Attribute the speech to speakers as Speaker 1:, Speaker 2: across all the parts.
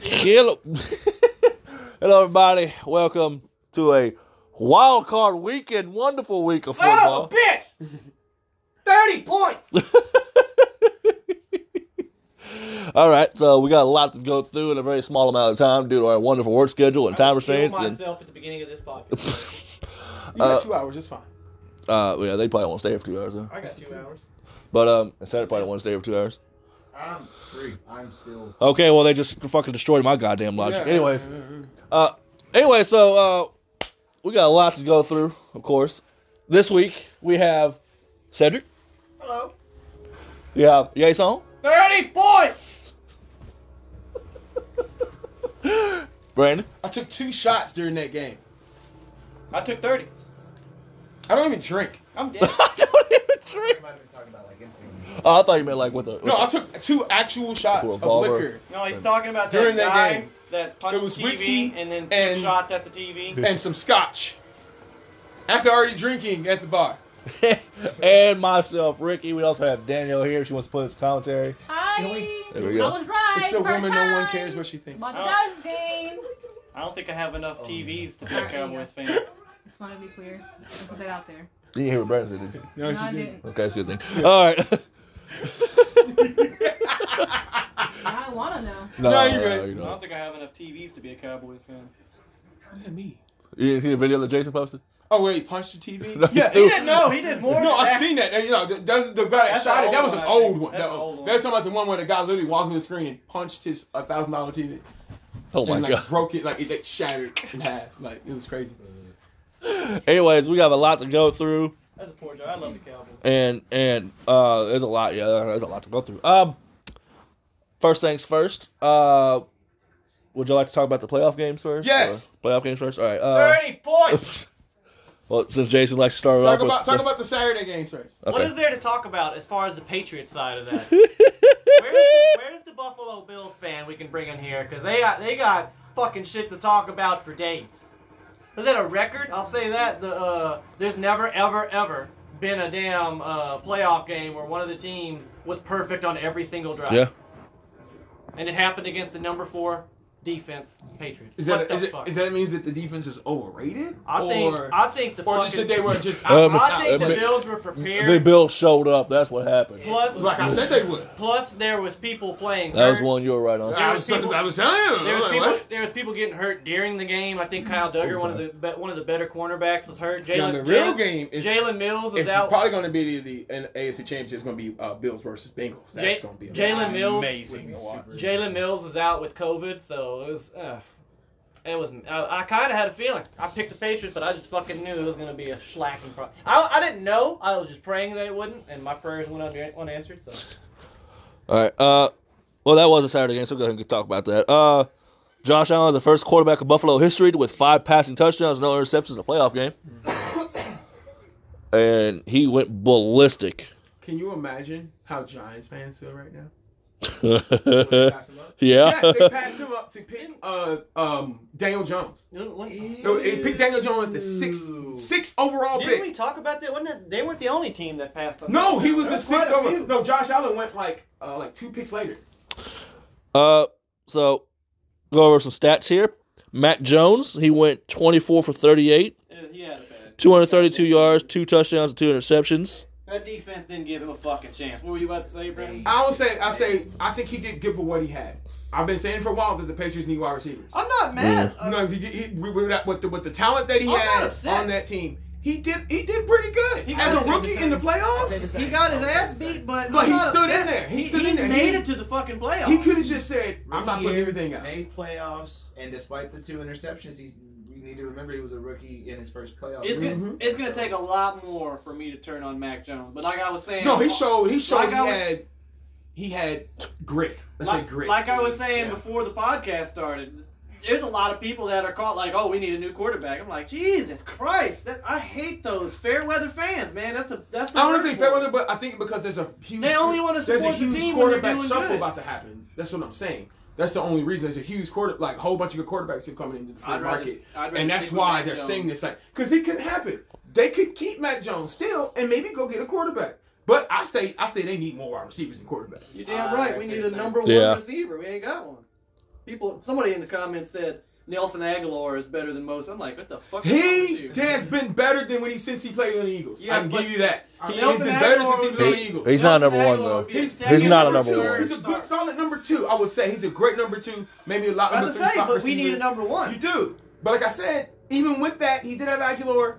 Speaker 1: Hello. Hello, everybody. Welcome to a wild card weekend. Wonderful week of
Speaker 2: Oh,
Speaker 1: football.
Speaker 2: bitch! 30 points!
Speaker 1: All right, so we got a lot to go through in a very small amount of time due to our wonderful work schedule and time restraints.
Speaker 2: I
Speaker 1: And
Speaker 2: myself at the beginning of this podcast.
Speaker 3: You got
Speaker 1: Uh,
Speaker 3: two hours, it's fine.
Speaker 1: uh, yeah, they probably won't stay for two hours though.
Speaker 2: I got two hours.
Speaker 1: But um, and Saturday probably won't stay for two hours.
Speaker 4: I'm free. I'm still.
Speaker 1: Okay, well they just fucking destroyed my goddamn logic.
Speaker 3: Yeah.
Speaker 1: Anyways, uh, anyway, so uh, we got a lot to go through. Of course, this week we have Cedric.
Speaker 2: Hello.
Speaker 1: You have Jason,
Speaker 2: 30 points!
Speaker 1: Brandon.
Speaker 3: I took two shots during that game.
Speaker 2: I took 30.
Speaker 3: I don't even drink.
Speaker 2: I'm dead.
Speaker 4: I might have been talking about like Instagram.
Speaker 1: Oh, I thought you meant like with a.
Speaker 3: No, I took two actual shots
Speaker 1: With
Speaker 3: of
Speaker 1: a revolver.
Speaker 3: liquor
Speaker 2: no, he's talking about that
Speaker 3: During that
Speaker 2: guy
Speaker 3: game,
Speaker 2: that punched
Speaker 3: it was
Speaker 2: the TV
Speaker 3: whiskey
Speaker 2: and then
Speaker 3: and-
Speaker 2: shot at the TV.
Speaker 3: and some scotch. After already drinking at the bar.
Speaker 1: and myself, Ricky. We also have Daniel here. if She wants to put in some commentary.
Speaker 5: I,
Speaker 1: There we go.
Speaker 5: I was right.
Speaker 3: It's a
Speaker 5: first
Speaker 3: woman, no one
Speaker 5: time.
Speaker 3: cares what she thinks.
Speaker 5: About the
Speaker 2: Oh.
Speaker 5: Dodgers game.
Speaker 2: I don't think I have enough TVs to be a
Speaker 5: Alright, there you
Speaker 2: Cowboys
Speaker 5: go.
Speaker 2: fan.
Speaker 5: Just want to be clear. Just put that out there.
Speaker 1: You didn't hear what Brandon said, did you?
Speaker 3: No,
Speaker 5: No, I
Speaker 3: she didn't.
Speaker 5: didn't.
Speaker 1: Okay, that's a good thing. All right.
Speaker 5: I want to know.
Speaker 3: No, you're right.
Speaker 1: you
Speaker 2: I don't
Speaker 1: don't.
Speaker 2: think I have enough TVs to be a Cowboys fan.
Speaker 3: What does that mean?
Speaker 1: You didn't see the video that Jason posted?
Speaker 3: Oh, wait, he punched the TV?
Speaker 1: No,
Speaker 3: yeah.
Speaker 1: he did.
Speaker 2: no, he did more.
Speaker 3: No, I've seen that. You know, the, the, the guy that
Speaker 2: That's
Speaker 3: shot
Speaker 2: an
Speaker 3: it, that
Speaker 2: old
Speaker 3: was an
Speaker 2: one, I
Speaker 3: old
Speaker 2: think.
Speaker 3: one.
Speaker 2: That's
Speaker 3: That,
Speaker 2: an old one.
Speaker 3: There's something like the one where the guy literally walked through the screen and punched his $1,000 TV.
Speaker 1: Oh my
Speaker 3: and, like,
Speaker 1: god.
Speaker 3: broke it, like, it like, shattered in half. Like, it was crazy.
Speaker 1: Anyways, we have a lot to go through,
Speaker 2: That's a poor joke. I love the Cowboys.
Speaker 1: and and uh, there's a lot. Yeah, there's a lot to go through. Um, first things first. Uh, would you like to talk about the playoff games first?
Speaker 3: Yes.
Speaker 1: Or playoff games first. All right. Uh,
Speaker 2: 30 points!
Speaker 1: well, since Jason likes to start
Speaker 3: Talk
Speaker 1: off
Speaker 3: about,
Speaker 1: with
Speaker 3: talk about the Saturday games first.
Speaker 1: Okay.
Speaker 2: What is there to talk about as far as the Patriots side of that? where's, the, where's the Buffalo Bills fan we can bring in here? Because they got they got fucking shit to talk about for days. Is that a record? I'll say that. The uh, there's never ever ever been a damn uh, playoff game where one of the teams was perfect on every single drive.
Speaker 1: yeah.
Speaker 2: And it happened against the number four defense Patriots.
Speaker 3: Is
Speaker 2: What
Speaker 3: that,
Speaker 2: the
Speaker 3: is, it,
Speaker 2: fuck?
Speaker 3: is that means that the defense is overrated?
Speaker 2: I think
Speaker 3: Or-
Speaker 2: I think the
Speaker 3: Or
Speaker 2: fucking,
Speaker 3: just that they were just.
Speaker 1: Um,
Speaker 2: I think
Speaker 1: Uh,
Speaker 2: the
Speaker 1: but-
Speaker 2: Bills were prepared.
Speaker 1: The Bills showed up. That's what happened.
Speaker 2: plus,
Speaker 3: like I said they would.
Speaker 2: Plus, there was people playing.
Speaker 1: That was
Speaker 2: hurt.
Speaker 1: one you were right on.
Speaker 3: I was, I was telling you.
Speaker 2: There
Speaker 3: I'm
Speaker 2: was,
Speaker 3: like,
Speaker 2: people,
Speaker 3: what?
Speaker 2: there was people getting hurt during the game. I think
Speaker 3: Mm.
Speaker 2: Kyle Duggar, one of the be, one of the better cornerbacks, was hurt.
Speaker 3: Yeah,
Speaker 2: Jalen
Speaker 3: the real
Speaker 2: Jalen-
Speaker 3: game is
Speaker 2: Jalen Mills is
Speaker 3: it's
Speaker 2: out.
Speaker 3: probably going to be the, the an AFC Championship. It's going to be uh, Bills versus Bengals. That's
Speaker 2: J-
Speaker 3: going to be
Speaker 2: Jalen Mills-
Speaker 3: amazing. to watch.
Speaker 2: Jalen Mills is out with COVID, so it was. Uh, it was. I, I kind of had a feeling. I picked the Patriots, but I just fucking knew it was going to be a slacking. Pro- I, I didn't know. I was just praying that it wouldn't, and my prayers went under, unanswered. So
Speaker 1: All right. Uh, well, that was a Saturday game, so go ahead and talk about that. Uh, Josh Allen is the first quarterback of Buffalo history with five passing touchdowns, no interceptions in a playoff game, and he went ballistic.
Speaker 3: Can you imagine how Giants fans feel right now?
Speaker 1: yeah.
Speaker 3: Pass him up? Yes, they passed him up to pick uh, um, Daniel Jones. No, They picked Daniel Jones at the sixth, sixth overall
Speaker 2: Didn't we
Speaker 3: pick.
Speaker 2: talk about that? Wasn't it, they weren't the only team that passed. on
Speaker 3: No,
Speaker 2: that.
Speaker 3: he was
Speaker 2: There
Speaker 3: the
Speaker 2: quite
Speaker 3: sixth
Speaker 2: a
Speaker 3: overall.
Speaker 2: few.
Speaker 3: No, Josh Allen went like uh, like two picks later.
Speaker 1: Uh, so go over some stats here. Matt Jones, he went 24 for 38,
Speaker 2: Uh, He had a bad.
Speaker 1: 232 yards, two touchdowns, and two interceptions.
Speaker 2: That defense didn't give him a fucking chance. What were you about to say, Brandon?
Speaker 3: I don't say I say I think he did good for what he had. I've been saying for a while that the Patriots need wide receivers.
Speaker 2: I'm not mad. I'm-
Speaker 3: No, he, he, we- we- that- with the with the talent that he
Speaker 2: I'm not
Speaker 3: had
Speaker 2: upset.
Speaker 3: on that team, he did he did pretty good
Speaker 2: He
Speaker 3: as
Speaker 2: was
Speaker 3: a rookie in the playoffs.
Speaker 2: He got his ass beat, but
Speaker 3: But
Speaker 2: I'm
Speaker 3: he
Speaker 2: not
Speaker 3: stood
Speaker 2: upset.
Speaker 3: in there. He stood
Speaker 2: he
Speaker 3: in there.
Speaker 2: made
Speaker 3: He-
Speaker 2: it to the fucking playoffs.
Speaker 3: He could have just said, "I'm not putting
Speaker 4: Rookie year,
Speaker 3: everything out."
Speaker 4: Made playoffs, and despite the two interceptions, he's. We need to remember he was a rookie in his first playoff.
Speaker 2: It's gonna,
Speaker 4: game.
Speaker 3: Mhm.
Speaker 2: it's gonna take a lot more for me to turn on Mac Jones. But like I was saying,
Speaker 3: No, he showed he showed
Speaker 2: Like
Speaker 3: he
Speaker 2: I was-
Speaker 3: had he had grit. Let's say
Speaker 2: like,
Speaker 3: grit.
Speaker 2: like I was saying
Speaker 3: Yeah.
Speaker 2: before the podcast started. There's a lot of people that are caught like, oh, we need a new quarterback. I'm like, Jesus Christ, that, I hate those fair weather fans, man. That's a that's. The
Speaker 3: I don't
Speaker 2: word
Speaker 3: think
Speaker 2: for it.
Speaker 3: fair weather, but I think because there's a huge
Speaker 2: They only wanna
Speaker 3: there's a
Speaker 2: support the
Speaker 3: huge
Speaker 2: team when they're
Speaker 3: quarterback
Speaker 2: doing
Speaker 3: shuffle
Speaker 2: good.
Speaker 3: about to happen. That's what I'm saying. That's the only reason. There's a huge quarter like a whole bunch of good quarterbacks who are coming into the free
Speaker 2: I'd rather-
Speaker 3: market,
Speaker 2: I'd rather
Speaker 3: and that's
Speaker 2: stick with
Speaker 3: why
Speaker 2: Mac
Speaker 3: they're
Speaker 2: Jones.
Speaker 3: saying this like because it could happen. They could keep Matt Jones still and maybe go get a quarterback. But I say I say they need more wide receivers than quarterbacks.
Speaker 2: Ah, You're damn right.
Speaker 4: I'd
Speaker 2: We
Speaker 4: say
Speaker 2: need
Speaker 4: the
Speaker 2: a
Speaker 4: same.
Speaker 2: number one
Speaker 1: Yeah.
Speaker 2: receiver. We ain't got one. people, somebody in the comments said Nelson Aguilar is better than most. I'm like, what the fuck? is wrong with
Speaker 3: He
Speaker 2: you?
Speaker 3: has been better than when he since he played on the Eagles.
Speaker 2: Yes,
Speaker 3: I can
Speaker 2: but-
Speaker 3: give you that.
Speaker 2: Uh,
Speaker 3: He has
Speaker 2: Nelson
Speaker 3: been better
Speaker 2: Aguilar
Speaker 3: since he
Speaker 2: would
Speaker 3: played on
Speaker 2: be-
Speaker 3: the Eagles.
Speaker 1: He's not a number
Speaker 2: Nelson
Speaker 1: one,
Speaker 2: Aguilar
Speaker 1: though.
Speaker 2: would be a
Speaker 3: He's-
Speaker 2: second
Speaker 1: He's not a
Speaker 2: two.
Speaker 1: number one.
Speaker 3: He's a good, solid number two. I would say he's a great number two. Maybe a lot
Speaker 2: I
Speaker 3: number
Speaker 2: was
Speaker 3: three.
Speaker 2: about to say,
Speaker 3: slot
Speaker 2: but we
Speaker 3: receiver.
Speaker 2: need a number one.
Speaker 3: You do. But like I said, even with that, he did have Aguilar.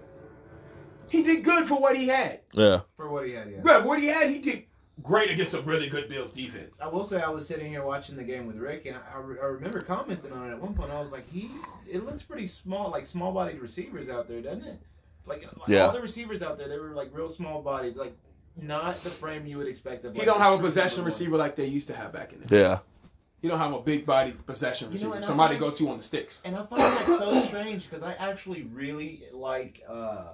Speaker 3: He did good for what he had.
Speaker 1: Yeah.
Speaker 4: for what he had. Yeah.
Speaker 3: Bruh, what he had, he did great against a really good Bills defense.
Speaker 4: I will say I was sitting here watching the game with Rick, and I, I re- I remember commenting on it at one point. I was like, "He, it looks pretty small, like small-bodied receivers out there, doesn't it?" Like, like
Speaker 1: Yeah.
Speaker 4: all the receivers out there, they were like real small bodies, like not the frame you would expect. Of,
Speaker 3: He
Speaker 4: like,
Speaker 3: don't have a
Speaker 4: true
Speaker 3: possession
Speaker 4: number one.
Speaker 3: receiver like they used to have back in the day.
Speaker 1: Yeah.
Speaker 3: He don't have a big body possession
Speaker 4: You know,
Speaker 3: receiver.
Speaker 4: and I
Speaker 3: Somebody go
Speaker 4: find-
Speaker 3: to on the sticks.
Speaker 4: And I find that so strange because I actually really like uh,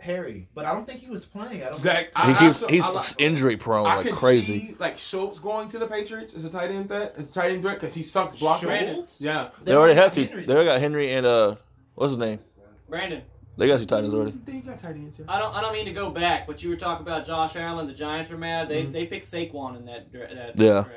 Speaker 4: Harry, but I don't think he was playing. I don't.
Speaker 3: That,
Speaker 1: He
Speaker 3: I,
Speaker 1: keeps
Speaker 3: I,
Speaker 1: he's
Speaker 3: I, like-
Speaker 1: injury prone
Speaker 3: I
Speaker 1: like
Speaker 3: could
Speaker 1: crazy.
Speaker 3: See, like Schultz going to the Patriots as a tight end threat, as a tight end threat because he sucks blocking.
Speaker 2: Schultz?
Speaker 3: Yeah.
Speaker 1: They already
Speaker 4: don't
Speaker 1: have two.
Speaker 4: have
Speaker 1: They
Speaker 4: Henry.
Speaker 1: already got Henry and uh, what's his name?
Speaker 2: Brandon,
Speaker 1: They got two tight ends already.
Speaker 3: They got tight ends. yeah.
Speaker 2: I don't, I don't mean to go back, but you were talking about Josh Allen. The Giants were mad. They,
Speaker 3: Mhm.
Speaker 2: they picked Saquon in that, dra- that
Speaker 1: Mm-hmm. Yeah.
Speaker 2: draft.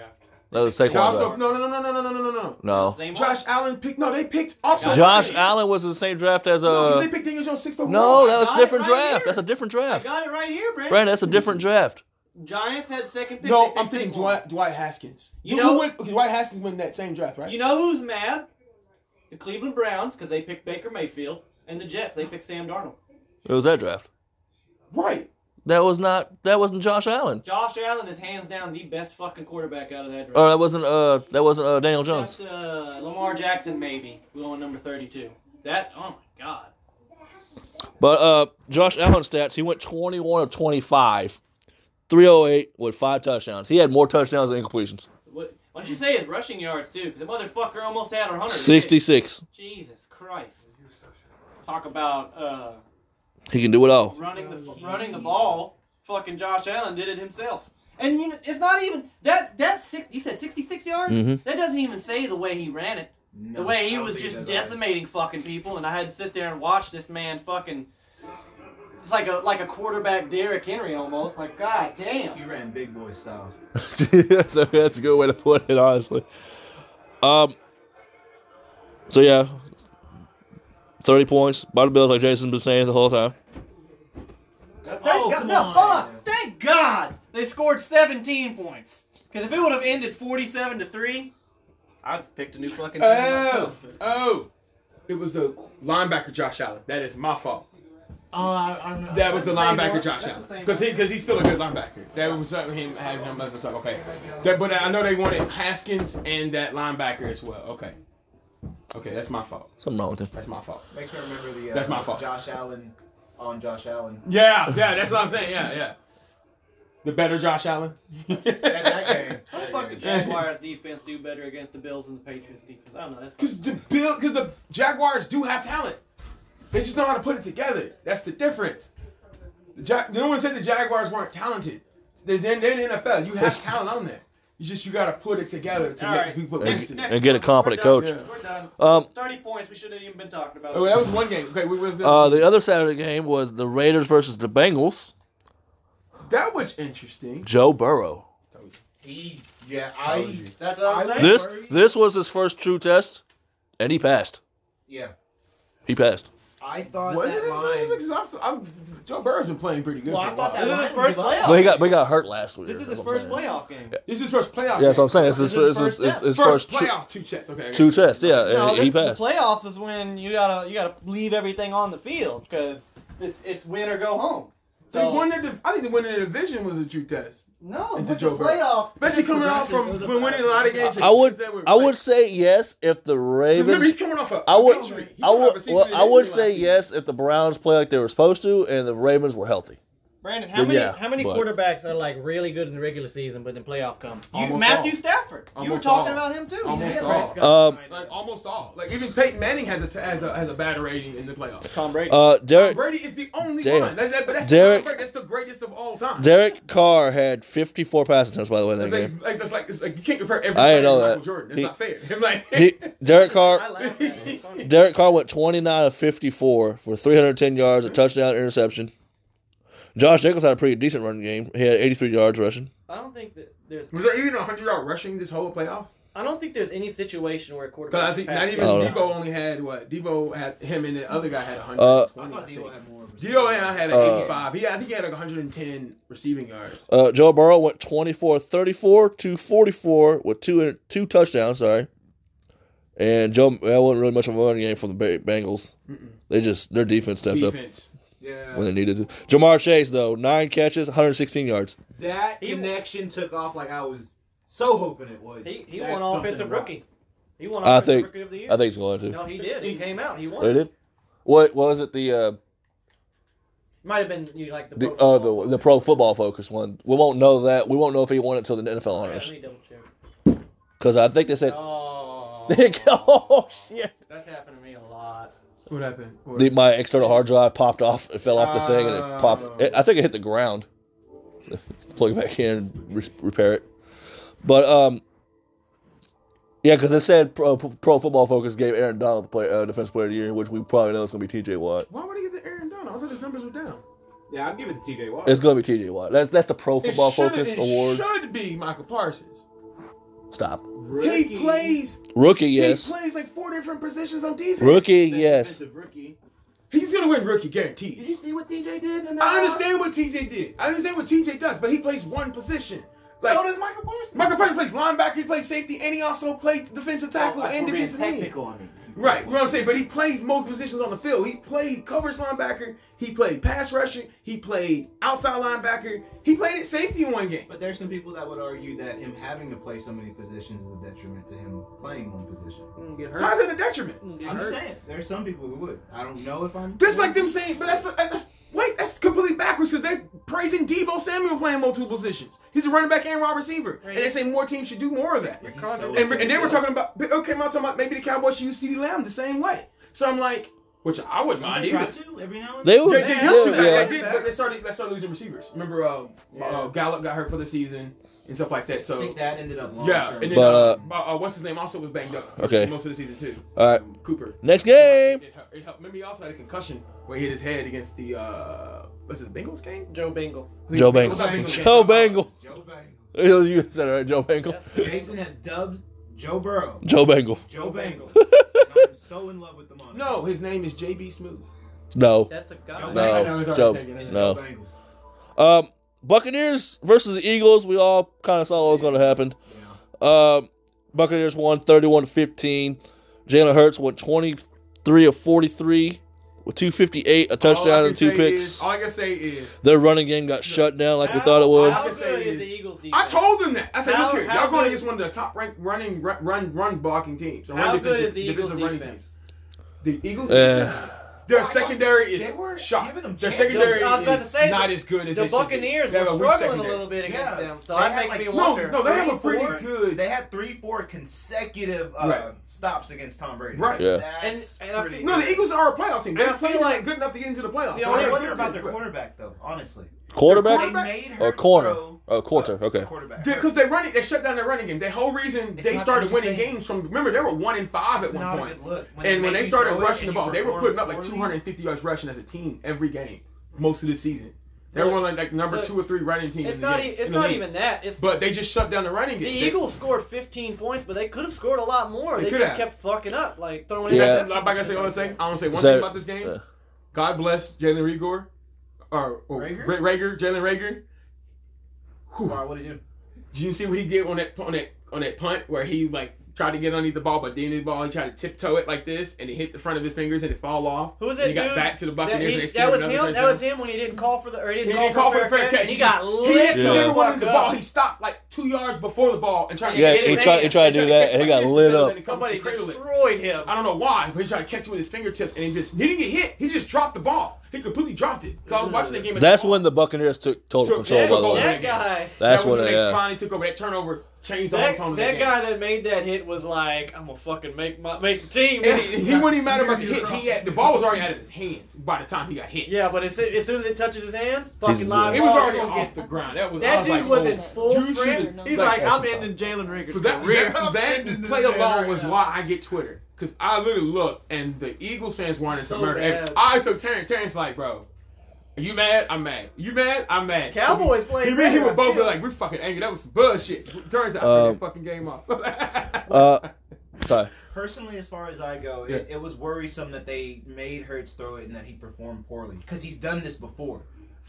Speaker 1: That was Saquon.
Speaker 3: They also,
Speaker 1: though.
Speaker 3: no, no, no, no, no, no, no, no, no.
Speaker 1: no.
Speaker 2: Same one.
Speaker 3: Josh Allen picked. No, they picked also.
Speaker 1: Josh
Speaker 2: Allen.
Speaker 1: Allen was in the same draft as
Speaker 3: No, 'cause
Speaker 1: uh.
Speaker 3: they picked Daniel Jones sixth
Speaker 1: No,
Speaker 3: overall.
Speaker 1: that was
Speaker 2: got
Speaker 1: a
Speaker 2: it
Speaker 1: different
Speaker 2: right
Speaker 1: draft.
Speaker 2: here.
Speaker 1: That's a different
Speaker 2: I
Speaker 1: draft.
Speaker 2: got it right here, Brandon.
Speaker 1: Brandon, that's a different draft.
Speaker 2: Giants had second pick. they
Speaker 3: No,
Speaker 2: picked
Speaker 3: I'm thinking
Speaker 2: Saquon.
Speaker 3: Dwight, Dwight Haskins.
Speaker 2: You
Speaker 3: Who
Speaker 2: know-
Speaker 3: went- okay, Dwight Haskins went in that same draft, right?
Speaker 2: You know who's mad? The Cleveland Browns, because they picked Baker Mayfield, and the Jets, they picked Sam Darnold.
Speaker 1: It was that draft.
Speaker 3: right.
Speaker 1: That was not. That wasn't Josh Allen.
Speaker 2: Josh Allen is hands down the best fucking quarterback out of that draft.
Speaker 1: Or that wasn't uh. That wasn't uh Daniel Jones.
Speaker 2: Except, uh, Lamar Jackson, maybe going number 32. That, oh my god.
Speaker 1: But uh, Josh Allen stats. He went 21 of 25, 308 with five touchdowns. He had more touchdowns than incompletions.
Speaker 2: What, why don't you say his rushing yards too? Because the motherfucker almost had 100.
Speaker 1: 66.
Speaker 2: Jesus Christ. Talk about uh,
Speaker 1: He can do it all.
Speaker 2: running the running the ball. Fucking Josh Allen did it himself. And you know, it's not even that that six, you said 66 yards.
Speaker 1: Mhm.
Speaker 2: That doesn't even say the way he ran it. The way he was just decimating fucking people, and I had to sit there and watch this man fucking. It's like a like a quarterback Derrick Henry almost. Like god
Speaker 4: He
Speaker 2: damn.
Speaker 4: ran big boy style.
Speaker 1: that's, a, that's a good way to put it, honestly. Um. So yeah, thirty points by the Bills, like Jason's been saying the whole time.
Speaker 2: Thank
Speaker 4: Oh,
Speaker 2: God,
Speaker 4: come
Speaker 2: no,
Speaker 4: on.
Speaker 2: hold on. Thank God they scored 17 points. Because if it would have ended 47 to three, I'd picked a new fucking team.
Speaker 3: Oh,
Speaker 2: myself.
Speaker 3: oh. It was the linebacker Josh Allen. That is my fault.
Speaker 4: Oh, I, I
Speaker 3: That was the
Speaker 2: That's the same
Speaker 3: linebacker
Speaker 2: one.
Speaker 3: Josh
Speaker 2: That's
Speaker 3: Allen
Speaker 2: the same
Speaker 3: because he
Speaker 2: one.
Speaker 3: because he's still a good linebacker. That was something him having him as a top. Okay, that, but I know they wanted Haskins and that linebacker as well. Okay, okay, that's my fault.
Speaker 1: Something wrong with him.
Speaker 3: That's my fault.
Speaker 4: Makes me remember the. Uh,
Speaker 3: That's my fault.
Speaker 4: Josh Allen on Josh Allen.
Speaker 3: Yeah, yeah, that's what I'm saying. Yeah, yeah. The better Josh Allen.
Speaker 4: That, that game.
Speaker 2: How the fuck did Jaguars defense do better against the Bills and the Patriots defense? I don't know. That's
Speaker 3: Because the Bill, because the Jaguars do have talent. They just know how to put it together. That's the difference. The ja- no one said the Jaguars weren't talented. There's in, they're in the NFL. You have talent on there. You just you gotta put it together to
Speaker 2: All
Speaker 3: make
Speaker 2: right.
Speaker 3: people
Speaker 1: Thank
Speaker 3: listen.
Speaker 1: you. And get a competent
Speaker 2: We're done.
Speaker 3: coach.
Speaker 2: We're done.
Speaker 1: Um.
Speaker 2: 30 points. We shouldn't have even been talking about
Speaker 3: Oh, that was one game. Okay, what was it?
Speaker 1: Uh, the other Saturday game was the Raiders versus the Bengals.
Speaker 3: that was interesting.
Speaker 1: Joe Burrow.
Speaker 4: He, yeah,
Speaker 3: Told
Speaker 4: I.
Speaker 3: you.
Speaker 2: That's what I'm
Speaker 4: I-
Speaker 2: saying.
Speaker 1: This this was his first true test, and he passed.
Speaker 4: Yeah,
Speaker 1: He passed.
Speaker 4: I thought
Speaker 3: Was
Speaker 4: that
Speaker 3: it this
Speaker 4: line.
Speaker 3: one? 'Cause I'm, I'm, Joe Burrow's been playing pretty good.
Speaker 4: Well,
Speaker 3: for
Speaker 4: I
Speaker 3: a
Speaker 4: thought
Speaker 3: while.
Speaker 4: that
Speaker 2: This is
Speaker 4: line
Speaker 2: his first
Speaker 4: was up.
Speaker 2: playoff.
Speaker 1: But he got but he got hurt last year.
Speaker 2: This is
Speaker 1: that's
Speaker 2: his
Speaker 1: what I'm
Speaker 2: first
Speaker 1: saying.
Speaker 2: playoff game.
Speaker 3: This is his first playoff.
Speaker 1: Yeah, that's what I'm
Speaker 3: game.
Speaker 1: saying. This
Speaker 2: This
Speaker 1: is his
Speaker 2: is his
Speaker 1: his,
Speaker 2: first
Speaker 1: his, his first
Speaker 3: first,
Speaker 1: true,
Speaker 3: playoff two chess. Okay, okay.
Speaker 1: true test. Yeah, and
Speaker 2: No,
Speaker 1: he
Speaker 2: this, the
Speaker 1: passed.
Speaker 2: playoffs is when you gotta you gotta leave everything on the field because it's it's win or go home.
Speaker 3: They
Speaker 2: So
Speaker 3: won their div- I think the winning the division was a true test,
Speaker 2: no,
Speaker 3: Into
Speaker 2: but the
Speaker 3: Joe Burrow.
Speaker 2: playoffs,
Speaker 3: especially coming off from,
Speaker 4: progression.
Speaker 3: from winning a lot of games.
Speaker 1: I would
Speaker 3: That were-
Speaker 1: I would say yes if the
Speaker 3: Because Remember, he's
Speaker 1: Ravens.
Speaker 3: coming off a
Speaker 1: I would
Speaker 3: injury. He
Speaker 1: I
Speaker 3: coming off a
Speaker 1: would
Speaker 3: season
Speaker 1: well,
Speaker 3: ending
Speaker 1: I would
Speaker 3: last
Speaker 1: say
Speaker 3: season.
Speaker 1: yes if the Browns play like they were supposed to and the Ravens were healthy.
Speaker 2: Brandon,
Speaker 1: how many- Yeah, how many but-
Speaker 2: quarterbacks are like really good in the regular season, but then playoff come? You,
Speaker 3: Almost
Speaker 2: Matthew
Speaker 3: all.
Speaker 2: Stafford. you were
Speaker 3: Almost
Speaker 2: talking
Speaker 3: all.
Speaker 2: about him too.
Speaker 3: Almost
Speaker 2: Yeah.
Speaker 3: all.
Speaker 1: Um,
Speaker 3: Like almost all. Like even Peyton Manning has a t- has a has a bad rating in the playoffs.
Speaker 2: Tom Brady.
Speaker 1: Uh, Derek
Speaker 3: Brady is the only
Speaker 1: Damn.
Speaker 3: one. That's, that, but that's
Speaker 1: Derek-
Speaker 3: The, that's the greatest of all time.
Speaker 1: Derek Carr had 54 passing touchdowns by the way in that
Speaker 3: It's like,
Speaker 1: game.
Speaker 3: it's like, that's like, it's like you can't compare every
Speaker 1: I
Speaker 3: player
Speaker 1: didn't know
Speaker 3: to Michael
Speaker 1: that.
Speaker 3: Jordan. That's
Speaker 1: He-
Speaker 3: not fair. I'm like,
Speaker 1: He, Derek
Speaker 2: I
Speaker 1: Carr
Speaker 2: laughed at it. It was funny.
Speaker 1: Derek Carr went 29 of 54 for 310 yards, a touchdown, interception. Josh Jacobs had a pretty decent running game. He had 83 yards rushing.
Speaker 2: I don't think that there's.
Speaker 3: was there even a hundred yard rushing this whole playoff?
Speaker 2: I don't think there's any situation where a quarterback.
Speaker 3: Because I think
Speaker 2: should
Speaker 3: not
Speaker 2: pass
Speaker 3: even
Speaker 1: Oh, no.
Speaker 3: Debo only had what Debo had him and the other guy had
Speaker 1: Uh,
Speaker 3: 120.
Speaker 4: I
Speaker 3: I think.
Speaker 4: thought Dio had more.
Speaker 3: Debo and I had
Speaker 1: Uh,
Speaker 3: 85. He I think he had like 110 receiving yards.
Speaker 1: Uh, Joe Burrow went 24 34 to 44 with two two touchdowns, sorry. And Joe, that wasn't really much of a running game for the Ba- Bengals.
Speaker 3: Mm-mm.
Speaker 1: They just, their defense stepped
Speaker 3: Defense.
Speaker 1: up when
Speaker 4: Yeah,
Speaker 1: they needed to. Jamar Chase, though, nine catches, 116 yards.
Speaker 4: that
Speaker 2: He-
Speaker 4: connection took off like I was so hoping it would.
Speaker 2: He he
Speaker 4: That's
Speaker 2: won
Speaker 4: something
Speaker 2: offensive
Speaker 4: wrong.
Speaker 2: rookie. He won
Speaker 1: I
Speaker 2: offensive
Speaker 1: think-
Speaker 2: rookie of the year.
Speaker 1: I think he's going to.
Speaker 2: no, he did. He came out. He won.
Speaker 1: They Oh, did? What was it? The, uh,
Speaker 2: Might have been you know, like the.
Speaker 1: the,
Speaker 2: Pro
Speaker 1: uh,
Speaker 2: Football
Speaker 1: the, the pro football focus one. We won't know that. We won't know if he won it until the NFL
Speaker 2: Focus.
Speaker 1: honors.
Speaker 2: Yeah, let me double check.
Speaker 1: Because I think they said,
Speaker 2: Oh.
Speaker 1: oh, shit.
Speaker 2: That's happened to me a lot.
Speaker 3: What happened? What?
Speaker 1: The, my external hard drive popped off. It fell off the thing and it
Speaker 3: Ah,
Speaker 1: popped. It, I think it hit the ground. Plug it back in and re- repair it. But um, yeah, because it said pro, pro Football Focus gave Aaron Donald the play, uh, Defense Player of the Year, which we probably know is going to be T.J. Watt.
Speaker 3: Why would he get the Aaron Donald? I thought his numbers were down.
Speaker 4: Yeah, I'm giving it to TJ Watt.
Speaker 1: It's going to be T.J. Watt. That's that's the Pro Football
Speaker 3: should-
Speaker 1: Focus
Speaker 3: it
Speaker 1: award.
Speaker 3: should be Michael Parsons.
Speaker 1: Stop.
Speaker 3: He plays.
Speaker 1: Rookie, yes.
Speaker 3: He plays like four different positions on defense.
Speaker 1: Rookie, yes.
Speaker 4: Rookie.
Speaker 3: He's gonna win rookie guaranteed.
Speaker 4: Did you see what TJ did? In uh, that
Speaker 3: I understand what TJ did. I understand what TJ does, but he plays one position. Like
Speaker 4: so does Michael Parsons.
Speaker 3: Michael Parsons plays linebacker, he plays safety, and he also played defensive tackle and defensive end.
Speaker 4: technical. I mean,
Speaker 3: Right, you know what I'm saying? But he plays most positions on the field. He played coverage linebacker, he played pass rusher, he played outside linebacker, he played at safety in one game.
Speaker 4: But there's some people that would argue that him having to play so many positions is a detriment to him playing one position.
Speaker 2: Mm, Get
Speaker 3: How's
Speaker 2: hurt.
Speaker 3: that a detriment?
Speaker 2: Mm, Get
Speaker 4: I'm just
Speaker 2: hurt.
Speaker 4: saying, there's some people who would. I don't know if I'm.
Speaker 3: That's like them saying, but that's, that's wait, that's completely backwards because they're praising Debo Samuel playing multiple positions. He's a running back and wide receiver, and they say more teams should do more of that.
Speaker 4: He's
Speaker 2: Ricardo.
Speaker 4: so
Speaker 3: And, and they were
Speaker 4: good.
Speaker 3: talking about but okay, I'm talking about maybe the Cowboys should use CeeDee Lamb the same way. So I'm like, which I wouldn't mind
Speaker 4: They try
Speaker 3: either.
Speaker 4: to every now and
Speaker 1: They
Speaker 4: then.
Speaker 1: would.
Speaker 3: They, they used to,
Speaker 1: Yeah.
Speaker 3: they, they did, but they started they started losing receivers. Remember, uh, uh, Gallup got hurt for the season and stuff like that.
Speaker 4: I
Speaker 3: So
Speaker 4: think that ended up long
Speaker 3: yeah,
Speaker 4: term.
Speaker 3: and then
Speaker 1: But,
Speaker 3: uh, uh, what's his name also was banged up for
Speaker 1: Okay.
Speaker 3: most of the season too.
Speaker 1: All right.
Speaker 3: Cooper.
Speaker 1: Next game.
Speaker 3: It helped. It helped. Remember, he also had a concussion where he hit his head against the uh, was it the Bengals game?
Speaker 2: Joe Bingle.
Speaker 1: Joe Bangle. Joe Bangle.
Speaker 4: Joe Bangle.
Speaker 1: It was you that said it, right? Joe Bangle.
Speaker 4: Jason has dubbed Joe Burrow.
Speaker 1: Joe Bangle.
Speaker 4: Joe Bangle. I'm so in love with the moniker.
Speaker 3: No, his name is JB Smooth.
Speaker 1: No.
Speaker 2: That's a guy.
Speaker 4: Joe
Speaker 1: No.
Speaker 3: I know he's already
Speaker 1: Joe.
Speaker 3: taken it.
Speaker 4: It's
Speaker 1: Oh, No.
Speaker 4: Joe Bangles.
Speaker 1: Um, Buccaneers versus the Eagles. We all kind of saw what was going to happen. Um, Buccaneers won 31 15. Jalen Hurts went 23 of 43 with 258, a
Speaker 3: All I
Speaker 1: touchdown,
Speaker 3: can
Speaker 1: and two
Speaker 3: say
Speaker 1: picks.
Speaker 3: is- all I can say is,
Speaker 1: Their running game got shut down like we thought it would.
Speaker 2: How
Speaker 3: I can say
Speaker 2: good is
Speaker 3: is-
Speaker 2: the Eagles defense?
Speaker 3: I told them that. I said,
Speaker 2: How-
Speaker 3: look here,
Speaker 2: how
Speaker 3: y'all going
Speaker 2: good-
Speaker 3: against one of the top ranked running run run, run blocking teams. or run
Speaker 2: How good
Speaker 3: defensive-
Speaker 2: is the Eagles
Speaker 3: defensive running
Speaker 2: defense?
Speaker 3: teams. The Eagles.
Speaker 1: Eh.
Speaker 3: defense, Their
Speaker 4: Why-
Speaker 3: secondary
Speaker 4: they were
Speaker 3: is shot.
Speaker 4: giving them
Speaker 3: Their
Speaker 4: chances.
Speaker 3: secondary
Speaker 2: I was about to
Speaker 3: is
Speaker 2: say,
Speaker 3: not
Speaker 2: the-
Speaker 3: as good as
Speaker 2: The
Speaker 3: they should be.
Speaker 2: Buccaneers
Speaker 3: They
Speaker 2: were
Speaker 3: have a weak
Speaker 2: struggling a
Speaker 3: secondary.
Speaker 2: little bit against
Speaker 4: Yeah.
Speaker 2: them, so
Speaker 4: They
Speaker 2: that
Speaker 4: had,
Speaker 2: makes
Speaker 4: like,
Speaker 2: me
Speaker 4: no,
Speaker 2: wonder.
Speaker 3: No, they have a pretty
Speaker 4: Four.
Speaker 3: good.
Speaker 4: They had three, four consecutive uh,
Speaker 3: Right.
Speaker 4: stops against Tom Brady.
Speaker 3: Right.
Speaker 1: Yeah.
Speaker 4: That's
Speaker 2: And- and I
Speaker 4: pretty
Speaker 2: feel-
Speaker 3: no,
Speaker 4: good.
Speaker 3: the Eagles are a playoff team.
Speaker 2: And
Speaker 3: They're
Speaker 2: I feel like-
Speaker 3: like good enough to get into the playoffs.
Speaker 2: The only
Speaker 3: So they're
Speaker 4: I
Speaker 2: Sorry.
Speaker 4: wonder
Speaker 3: good.
Speaker 4: about their quarterback though. Honestly,
Speaker 1: Quarterback
Speaker 4: they made her
Speaker 1: or corner?
Speaker 4: throw-
Speaker 1: Oh, quarter.
Speaker 4: uh,
Speaker 1: Okay.
Speaker 4: quarterback.
Speaker 3: Because they run it, they shut down their running game. The whole reason
Speaker 4: It's
Speaker 3: they
Speaker 4: not- I'm
Speaker 3: started
Speaker 4: just
Speaker 3: winning
Speaker 4: saying-
Speaker 3: games from remember they were one in five at
Speaker 4: It's not
Speaker 3: one
Speaker 4: a
Speaker 3: point.
Speaker 4: good look.
Speaker 3: and when
Speaker 4: make
Speaker 3: they
Speaker 4: you
Speaker 3: started
Speaker 4: throw it
Speaker 3: rushing the
Speaker 4: and
Speaker 3: ball,
Speaker 4: you
Speaker 3: they were
Speaker 4: perform
Speaker 3: putting up like
Speaker 4: poorly,
Speaker 3: 250 yards rushing as a team every game, most of the season. They were
Speaker 2: Look,
Speaker 3: one of like number
Speaker 2: look,
Speaker 3: two or three running teams.
Speaker 2: It's
Speaker 3: in the
Speaker 2: not. e-
Speaker 3: game-
Speaker 2: It's
Speaker 3: in the
Speaker 2: not
Speaker 3: league.
Speaker 2: even that. It's
Speaker 3: But they just shut down the running
Speaker 2: the
Speaker 3: game.
Speaker 2: Eagles scored 15 points, but they could have scored a lot more.
Speaker 3: They
Speaker 2: They,
Speaker 3: could
Speaker 2: just
Speaker 3: have.
Speaker 2: kept fucking up, like throwing.
Speaker 3: They,
Speaker 1: Yeah.
Speaker 3: That's, like I say, I want to say, I want to say one
Speaker 1: Is that-
Speaker 3: thing about this game.
Speaker 1: uh,
Speaker 3: God bless Jalen Rigor, or, or
Speaker 4: Rager?
Speaker 3: Rager, Rager Jalen Rager. Whew.
Speaker 4: Why? What did you? do?
Speaker 3: Did you see what he did on that on that on that punt where he like tried to get underneath the ball but didn't hit the ball? He tried to tiptoe it like this and it hit the front of his fingers and it fall off.
Speaker 2: Who was
Speaker 3: And
Speaker 2: that
Speaker 3: he got
Speaker 2: dude?
Speaker 3: back to the
Speaker 2: That,
Speaker 3: Buccaneers.
Speaker 2: he-
Speaker 3: and they
Speaker 2: that
Speaker 3: scored
Speaker 2: was
Speaker 3: another
Speaker 2: him. That
Speaker 3: touchdown.
Speaker 2: was him when he didn't call for the or he
Speaker 3: He
Speaker 2: didn't,
Speaker 3: didn't call for the fair catch.
Speaker 2: and He got
Speaker 3: just-
Speaker 2: lit.
Speaker 3: He hit
Speaker 1: Yeah.
Speaker 3: the
Speaker 2: the
Speaker 3: little one in
Speaker 2: fuck
Speaker 3: the
Speaker 2: up.
Speaker 3: ball. He stopped like two yards before the ball and tried to
Speaker 1: Yeah,
Speaker 3: get it.
Speaker 1: he
Speaker 3: with
Speaker 1: tried-
Speaker 3: his
Speaker 1: he tried to
Speaker 3: hand.
Speaker 1: do
Speaker 3: tried
Speaker 1: that,
Speaker 3: catch
Speaker 1: and he
Speaker 3: like
Speaker 1: got
Speaker 3: this
Speaker 1: lit
Speaker 3: instead of
Speaker 1: up.
Speaker 3: letting it come
Speaker 2: Somebody
Speaker 3: cradle it.
Speaker 2: destroyed him.
Speaker 3: I don't know why, but he tried to catch it with his fingertips and he just he didn't get hit. He just dropped the ball. He completely dropped it. Because I was watching the game. and
Speaker 1: That's
Speaker 3: the
Speaker 1: when the
Speaker 3: ball-
Speaker 1: Buccaneers took total
Speaker 3: Took-
Speaker 1: control. By the
Speaker 3: took
Speaker 1: way,
Speaker 3: over.
Speaker 2: That guy.
Speaker 1: that's
Speaker 3: that was
Speaker 1: when
Speaker 3: when
Speaker 1: they
Speaker 3: they
Speaker 1: yeah.
Speaker 3: finally took over. That turnover changed the
Speaker 2: That,
Speaker 3: whole tone of the
Speaker 2: that
Speaker 3: game.
Speaker 2: guy that made that hit was like, I'm gonna fucking make my make the team.
Speaker 3: And he, he wouldn't even matter about the hit. He had the ball was already out of his hands by the time he got hit.
Speaker 2: yeah, but as, soon- as soon as it touches his hands, fucking live.
Speaker 3: It was
Speaker 2: ball,
Speaker 3: already
Speaker 2: he's gonna
Speaker 3: off
Speaker 2: get-
Speaker 3: the ground. That was I
Speaker 2: That
Speaker 3: was
Speaker 2: dude
Speaker 3: like,
Speaker 2: was
Speaker 3: oh.
Speaker 2: in full
Speaker 3: you
Speaker 2: strength.
Speaker 3: should've-
Speaker 2: He's
Speaker 3: like,
Speaker 2: like, I'm ending Jalen Riggs'
Speaker 3: So that
Speaker 2: career.
Speaker 3: that, that play alone was why I get Twitter because I literally looked and the Eagles fans wanted
Speaker 2: So
Speaker 3: to murder.
Speaker 2: bad.
Speaker 3: every- I so Terrence Terrence like bro, You mad? I'm mad. You mad? I'm mad.
Speaker 2: Cowboys played
Speaker 3: He mean he
Speaker 2: better,
Speaker 3: were
Speaker 2: I
Speaker 3: both
Speaker 2: feel.
Speaker 3: like we're fucking angry. That was some bullshit. Turns out
Speaker 1: Um,
Speaker 3: turn that fucking game off.
Speaker 1: Uh, sorry.
Speaker 4: Personally, as far as I go, it, it was worrisome that they made Hurts throw it and that he performed poorly because he's done this before.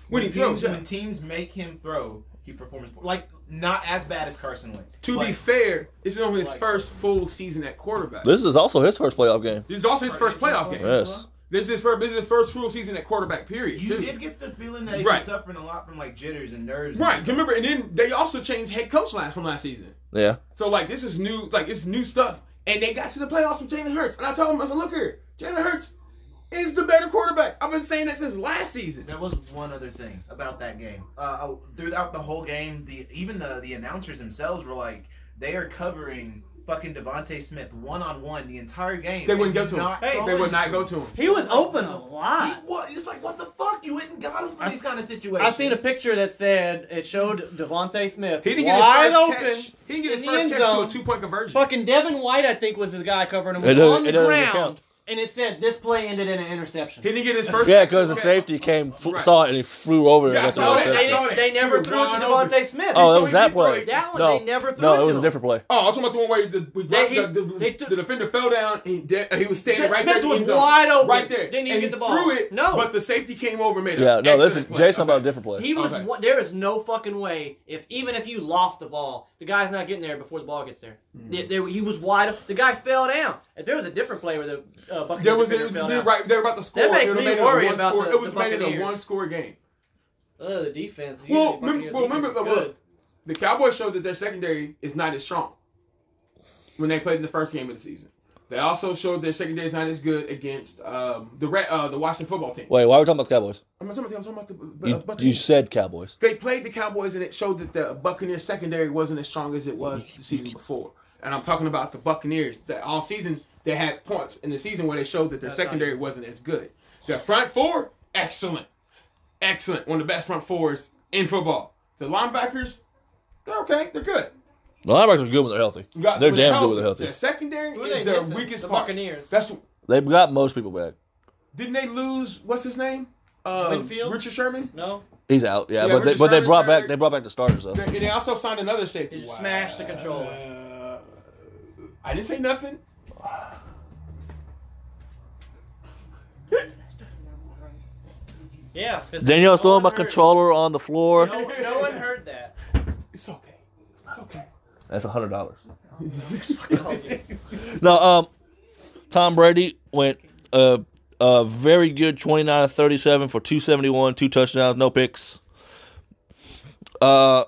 Speaker 3: When he
Speaker 4: teams,
Speaker 3: throws, yeah.
Speaker 4: when teams make him throw, he performs poor- like not as bad as Carson Wentz.
Speaker 3: to
Speaker 4: but
Speaker 3: be fair, this is only his
Speaker 4: Like-
Speaker 3: first full season at quarterback. This,
Speaker 1: This is also his first playoff game.
Speaker 3: is also his first playoff game.
Speaker 1: Yes.
Speaker 3: This is his first. This is his first full season at quarterback. Period.
Speaker 4: you
Speaker 3: too.
Speaker 4: did get the feeling that he
Speaker 3: Right.
Speaker 4: was suffering a lot from like jitters and nerves. and
Speaker 3: Right.
Speaker 4: stuff.
Speaker 3: Remember, and then they also changed head coach last from last season.
Speaker 1: Yeah.
Speaker 3: So like this is new, like it's new stuff. And they got to the playoffs with Jalen Hurts. And I told him, I said, look here, Jalen Hurts is the better quarterback. I've been saying that since last season.
Speaker 4: There was one other thing about that game. Uh, oh, throughout the whole game, the even the the announcers themselves were like, they are covering fucking Devonte Smith one on one the entire game.
Speaker 3: They wouldn't
Speaker 4: And
Speaker 3: go to him.
Speaker 4: not
Speaker 2: Hey,
Speaker 3: They
Speaker 4: throwing
Speaker 3: would not
Speaker 4: to
Speaker 3: go
Speaker 4: him.
Speaker 3: to him.
Speaker 2: He was open a lot.
Speaker 4: He, what? It's like what the fuck? You went and got him for
Speaker 2: I-
Speaker 4: these kind of situations.
Speaker 2: I've seen a picture that said it showed Devonte Smith
Speaker 3: He didn't get his
Speaker 2: wide
Speaker 3: first
Speaker 2: open.
Speaker 3: catch. He didn't get
Speaker 2: in
Speaker 3: his
Speaker 2: the
Speaker 3: first
Speaker 2: end
Speaker 3: catch
Speaker 2: zone.
Speaker 3: to a two point conversion.
Speaker 2: Fucking Devin White, I think, was the guy covering him.
Speaker 1: It
Speaker 2: was
Speaker 1: doesn't-
Speaker 2: on
Speaker 1: it
Speaker 2: the
Speaker 1: doesn't
Speaker 2: ground,
Speaker 1: count.
Speaker 2: and it said this play ended in an interception.
Speaker 3: He didn't get his first.
Speaker 1: Yeah,
Speaker 3: actual
Speaker 1: because the
Speaker 3: catch.
Speaker 1: safety came, fl-
Speaker 3: Right.
Speaker 1: saw it, and he flew over and
Speaker 3: Yeah, I
Speaker 1: got the
Speaker 3: saw
Speaker 2: No,
Speaker 3: it.
Speaker 2: they,
Speaker 1: interception.
Speaker 3: saw
Speaker 2: they, they
Speaker 3: He
Speaker 2: never
Speaker 3: was
Speaker 2: threw it to
Speaker 3: wide open.
Speaker 2: Devonte Smith.
Speaker 1: Oh,
Speaker 3: He
Speaker 1: that was
Speaker 3: threw- he
Speaker 1: that
Speaker 3: threw
Speaker 1: play.
Speaker 3: it.
Speaker 2: That one
Speaker 1: no,
Speaker 2: they never threw
Speaker 1: no,
Speaker 2: it
Speaker 1: it
Speaker 2: to
Speaker 1: was
Speaker 2: him.
Speaker 1: a different play.
Speaker 3: Oh, I was talking about the one where the, we
Speaker 2: They- he-
Speaker 3: the, the-
Speaker 2: they took-
Speaker 3: the defender fell down and de- he was standing
Speaker 2: Jack
Speaker 3: right
Speaker 2: Smith
Speaker 3: there. in the
Speaker 2: was
Speaker 3: end zone.
Speaker 2: wide open.
Speaker 3: Right there.
Speaker 2: Didn't even
Speaker 3: And
Speaker 2: get the
Speaker 3: he
Speaker 2: ball.
Speaker 3: Threw it.
Speaker 2: No.
Speaker 3: But the safety came over and made it.
Speaker 1: Yeah, no, listen, Jason about a different play.
Speaker 2: He was
Speaker 3: Okay.
Speaker 2: one- there is no fucking way if even if you loft the ball, the guy's not getting there before the ball gets there. They- they- he was wide. up. The guy fell down. If there was a different play where the uh, Buccaneers
Speaker 3: There was
Speaker 2: defender
Speaker 3: it was
Speaker 2: fell
Speaker 3: dude
Speaker 2: down,
Speaker 3: right there about the score.
Speaker 2: makes
Speaker 3: It would've
Speaker 2: me
Speaker 3: made it a
Speaker 2: worry
Speaker 3: one
Speaker 2: about
Speaker 3: score-
Speaker 2: the-
Speaker 3: It was
Speaker 2: the
Speaker 3: made it a
Speaker 2: Buccaneers.
Speaker 3: one score game.
Speaker 2: Uh, the defense.
Speaker 3: Well,
Speaker 2: usually
Speaker 3: mem-
Speaker 2: Buccaneers
Speaker 3: well, remember
Speaker 2: defense
Speaker 3: the
Speaker 2: is good.
Speaker 3: the Cowboys showed that their secondary is not as strong when they played in the first game of the season. They also showed their secondary is not as good against um, the Ra- uh, the Washington football team.
Speaker 1: Wait, why are we talking about the Cowboys?
Speaker 3: I'm not talking about the, I'm talking about the
Speaker 1: You,
Speaker 3: uh,
Speaker 1: you
Speaker 3: Buccaneers.
Speaker 1: said Cowboys.
Speaker 3: they played the Cowboys and it showed that the Buccaneers secondary wasn't as strong as it was the season before. And I'm talking about the Buccaneers that all season they had points in the season where they showed that their
Speaker 2: That's
Speaker 3: secondary wasn't as good. Their front four, excellent. Excellent. One of the best front fours in football. The linebackers, they're okay. They're good.
Speaker 1: The linebackers are good when they're healthy.
Speaker 3: You got-
Speaker 1: They're
Speaker 3: when
Speaker 1: damn good when
Speaker 3: healthy,
Speaker 1: they're healthy.
Speaker 3: Their secondary
Speaker 2: Who
Speaker 3: is
Speaker 2: they
Speaker 3: their
Speaker 2: missing?
Speaker 3: weakest
Speaker 2: The
Speaker 3: part.
Speaker 2: Buccaneers.
Speaker 3: That's
Speaker 1: They've got most people back.
Speaker 3: didn't they lose what's his name? Uh,
Speaker 2: Winfield?
Speaker 3: Richard Sherman.
Speaker 2: No,
Speaker 1: He's out. Yeah,
Speaker 3: Yeah,
Speaker 1: but they,
Speaker 3: Richard
Speaker 1: but they
Speaker 3: Sherman's
Speaker 1: brought back
Speaker 3: hurt.
Speaker 1: they brought back the starters though.
Speaker 3: They, and they also signed another safety.
Speaker 2: they just smashed the controller.
Speaker 3: Uh, I didn't say nothing.
Speaker 2: Yeah. 'cause
Speaker 1: Danielle's
Speaker 2: no
Speaker 1: throwing my
Speaker 2: one heard-
Speaker 1: controller on the floor.
Speaker 2: No, no one heard that.
Speaker 3: It's okay. It's okay.
Speaker 1: That's a hundred dollars. no, um, Tom Brady went uh a very good twenty nine of thirty seven for two seventy one, two touchdowns, no picks. Uh,